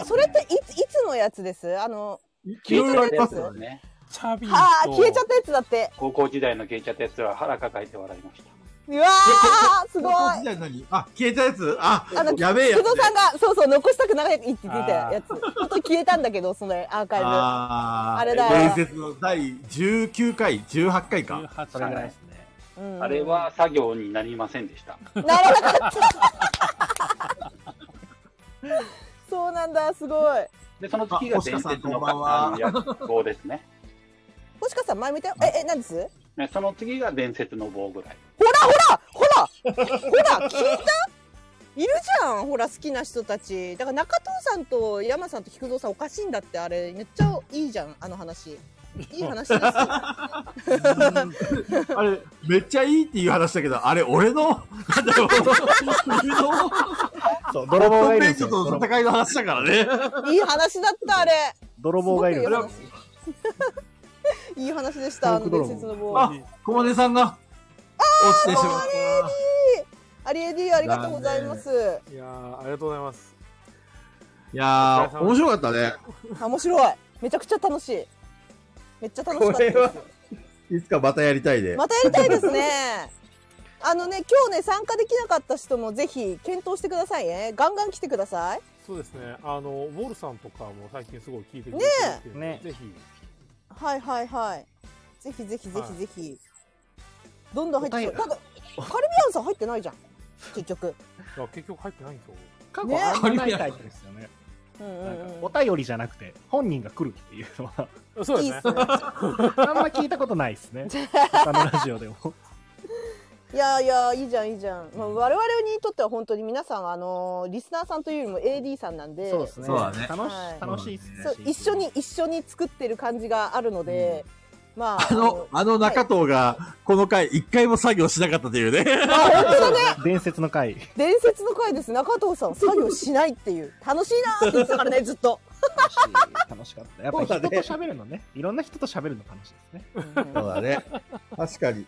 えそれっていついつのやつですあの
消えちゃったや
消えちゃっ
つ
たや
だね。
チャビ
あー消えちゃったやつだって
高校時代の消えちゃったやつは腹抱えて笑いました。
うわーすごい
時代何あ、消えたやつあ
あの、、
やべえやつ
菊。蔵さんが、そうそう、残したくないって言ってた
あー
やつ。本当に消えたんだけど、そのアーカイブ。
あー
あれだよ
伝説の第19回、18回か。
それぐらいです
ね。
うん
あれは作業になりませんでした。
そうなんだ、すごい。
で、その次が伝説のあの野望ですね。
もしかしたら前見て、え、え、何ですほ
ねその次が伝説の棒ぐらい。
らほらほらほら聞いたいるじゃんほら好きな人たちだから中藤さんと山さんと菊蔵さんおかしいんだってあれめっちゃいいじゃんあの話いい話です よ
あれ、めっちゃいいっていう話だけど、あれ、俺の、でも俺の、
そう、
泥
泥
棒
棒
が
が
い
いるん
るんで
ですす
よ
よ
ホットベンチとの戦いの話だからね。
いい話だったあれ
泥棒がいるんですよ。
いい話でしたあの伝説の棒
あ、小金さんが、落ちてしまっ
アリエディありがとうございます。
いやー、ありがとうございます。
いやー、面白かったね。
あ 面白い。めちゃくちゃ楽しい。めっちゃ楽しかった
これ
で
は、いつかまたやりたいね。
す。またやりたいですね。 あのね今日ね参加できなかった人もぜひ検討してくださいね。ガンガン来てください。
そうですね。あの、ウォルさんとかも最近すごい聞いてくれてるっていうのでぜひ。
はいはいはい。ぜひぜひぜひぜひ。どんどん入ってくる。ただ、カルビアンさん入ってないじゃん。結局。
いや結局入ってないんですよ。
過去あんまないタイプですよね。お便りじゃなくて本人が来るっていうのは
そうですね
あんま聞いたことないです ね他のラジオでも
いやいやいいじゃんいいじゃん、まあ、我々にとっては本当に皆さんあのーリスナーさんというよりも AD さんなんで
そうですね
はい
そうだね楽し楽しいっすね
そう一緒に一緒に作ってる感じがあるので、まあ
あの、あの中藤が、この回、一回も作業しなかったというね。
あ本当だ
ね伝説の回。
伝説の回です中藤さん作業しないっていう楽しいなーって言ってたから ねずっと
楽しかったやっぱり人と喋るのねいろんな人と喋るの楽しいですね
そうだね。確かに。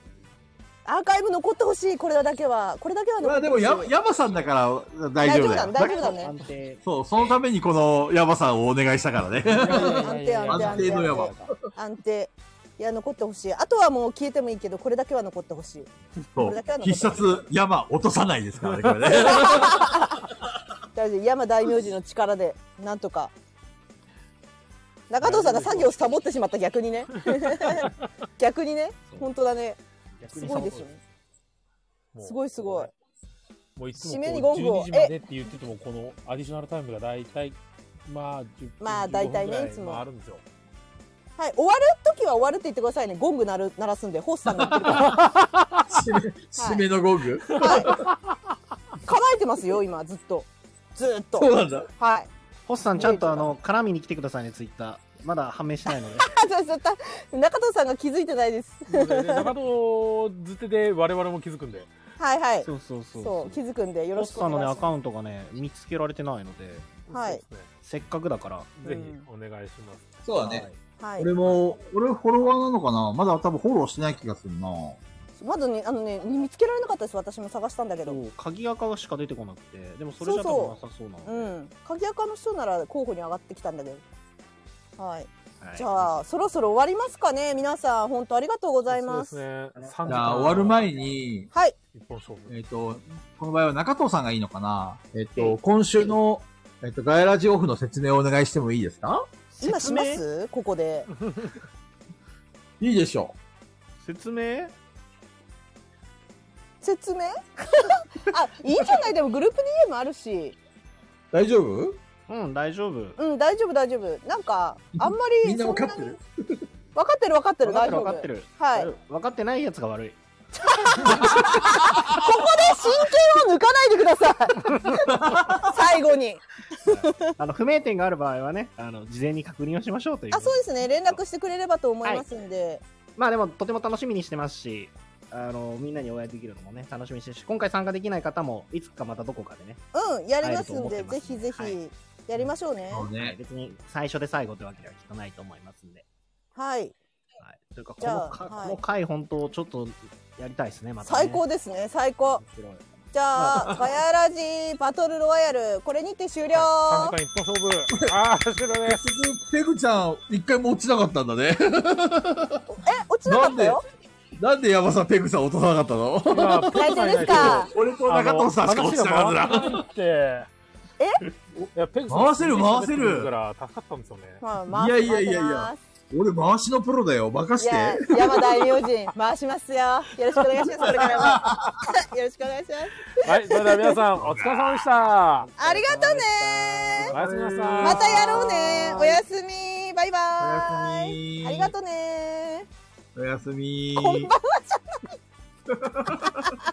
アーカイブ残ってほしいこれだけはこれだけは
ま
残
あ
って
で
ほ
も
しい
や、山さんだから大丈夫だ
大丈夫
よ。
だ大丈夫だね
だそう、そのためにこの山さんをお願いしたからね。
安定安定安
安定の山。
定安定いや残ってほしいあとはもう消えてもいいけどこれだけは残ってほしい
そ
これだ
う
けは。残って
必殺山落とさないですからね、これ ね。
大丈夫山大名字の力でなんとか中藤さんが作業をサボってしまった逆にね逆にね本当だね
逆
す
に
ごいですよねすごいすごい
もういつ
締めに
も
ゴ
こ
ン
う
グを
12時までって言ってても、このアディショナルタイムが大体、まあ、10分
まあ大体ね
15分ぐら
いつも
まああるんですよ。
はい終わる時は終わるって言ってくださいねゴング鳴る鳴らすんでホースさんが言ってるから
締めのゴング。
構えてますよ今ずっとずーっと
そうなんだ
はい
ホスさんちゃんとあの絡みに来てくださいねツイッターまだ判明してないので
あそうそうた中藤さんが気づいてないです
で中藤づてで我々も気づくんで。
はいはい
そうそうそう
そう気づくんでよろ
ホ
し
ス
く
さ
お
んのね
願い
ア
し
カ
ま
ウントがね見つけられてないのです
はい
せっかくだから
ぜひお願いします。
そうだね。
はい
俺も、俺フォロワーなのかなまだ多分フォローしてない気がするな。
まだねあのね見つけられなかったです私も探したんだけど
そう鍵垢しか出てこなくてでもそれじゃ多分なさそうなの
うん鍵垢の人なら候補に上がってきたんだけどはい、
はい
じゃあそろそろ終わりますかね皆さん本当ありがとうございます
そうですね。
じゃあ終わる前に、
はい
えっ、と、この場合は中藤さんがいいのかなえっ、と、今週の、えっ、と、ガイラジオフの説明をお願いしてもいいですか
今しますここで
いいでしょ
説明
説明 あいいじゃないでもグループ DM あるし
う。大丈夫
うん大丈夫
うん大丈夫大丈夫なんかあんまり
みんな分かって
る分かってる分かってる
分かっ
大
てる
丈夫
分かってる
はい
分かってないやつが悪い
ここで真剣を抜かないでくださ い最後に
あの不明点がある場合はねあの事前に確認をしましょうという
あそうですね連絡してくれればと思いますんで、
まあでもとても楽しみにしてますしあのみんなにお会いできるのもね楽しみにしてるし今回参加できない方もいつかまたどこかでね
うんやりますん
会え
で
ると思
ぜひぜひやりましょうね
はい別に最初で最後ってわけではきっとないと思いますんで
はい
というかこ
じゃ
の
あ
か、
は
こ
い
の回本当ちょっとやりたいですねまたね
最高ですね最高
面白い
じゃあ「ガヤラジバトルロワイヤル」これにて終了
3時間一本勝負。ああ、白ね。
ペグちゃん、一回も落ちなかったんだね。え、
落
ちなかったよなんで山さん、ペグさん落とさなかったの
大丈夫ですか
俺と中藤さんしか落ちなかったな。
って。えいや、ペグさん
回せる回せる
喋ってくから助かったんですよね。
まあ
いやいやいやい
回せま
や。俺、回しのプロだよ。任
い
して。
や山大名人回しますよよろしくお願いしますこれから もよろしくお願いします
はい、それでは皆さん、お疲れ様でした。
ありがとうね
おやすみなさい。
またやろうねおやすみバイバイありがとうね
おやすみ
こんばんはじゃない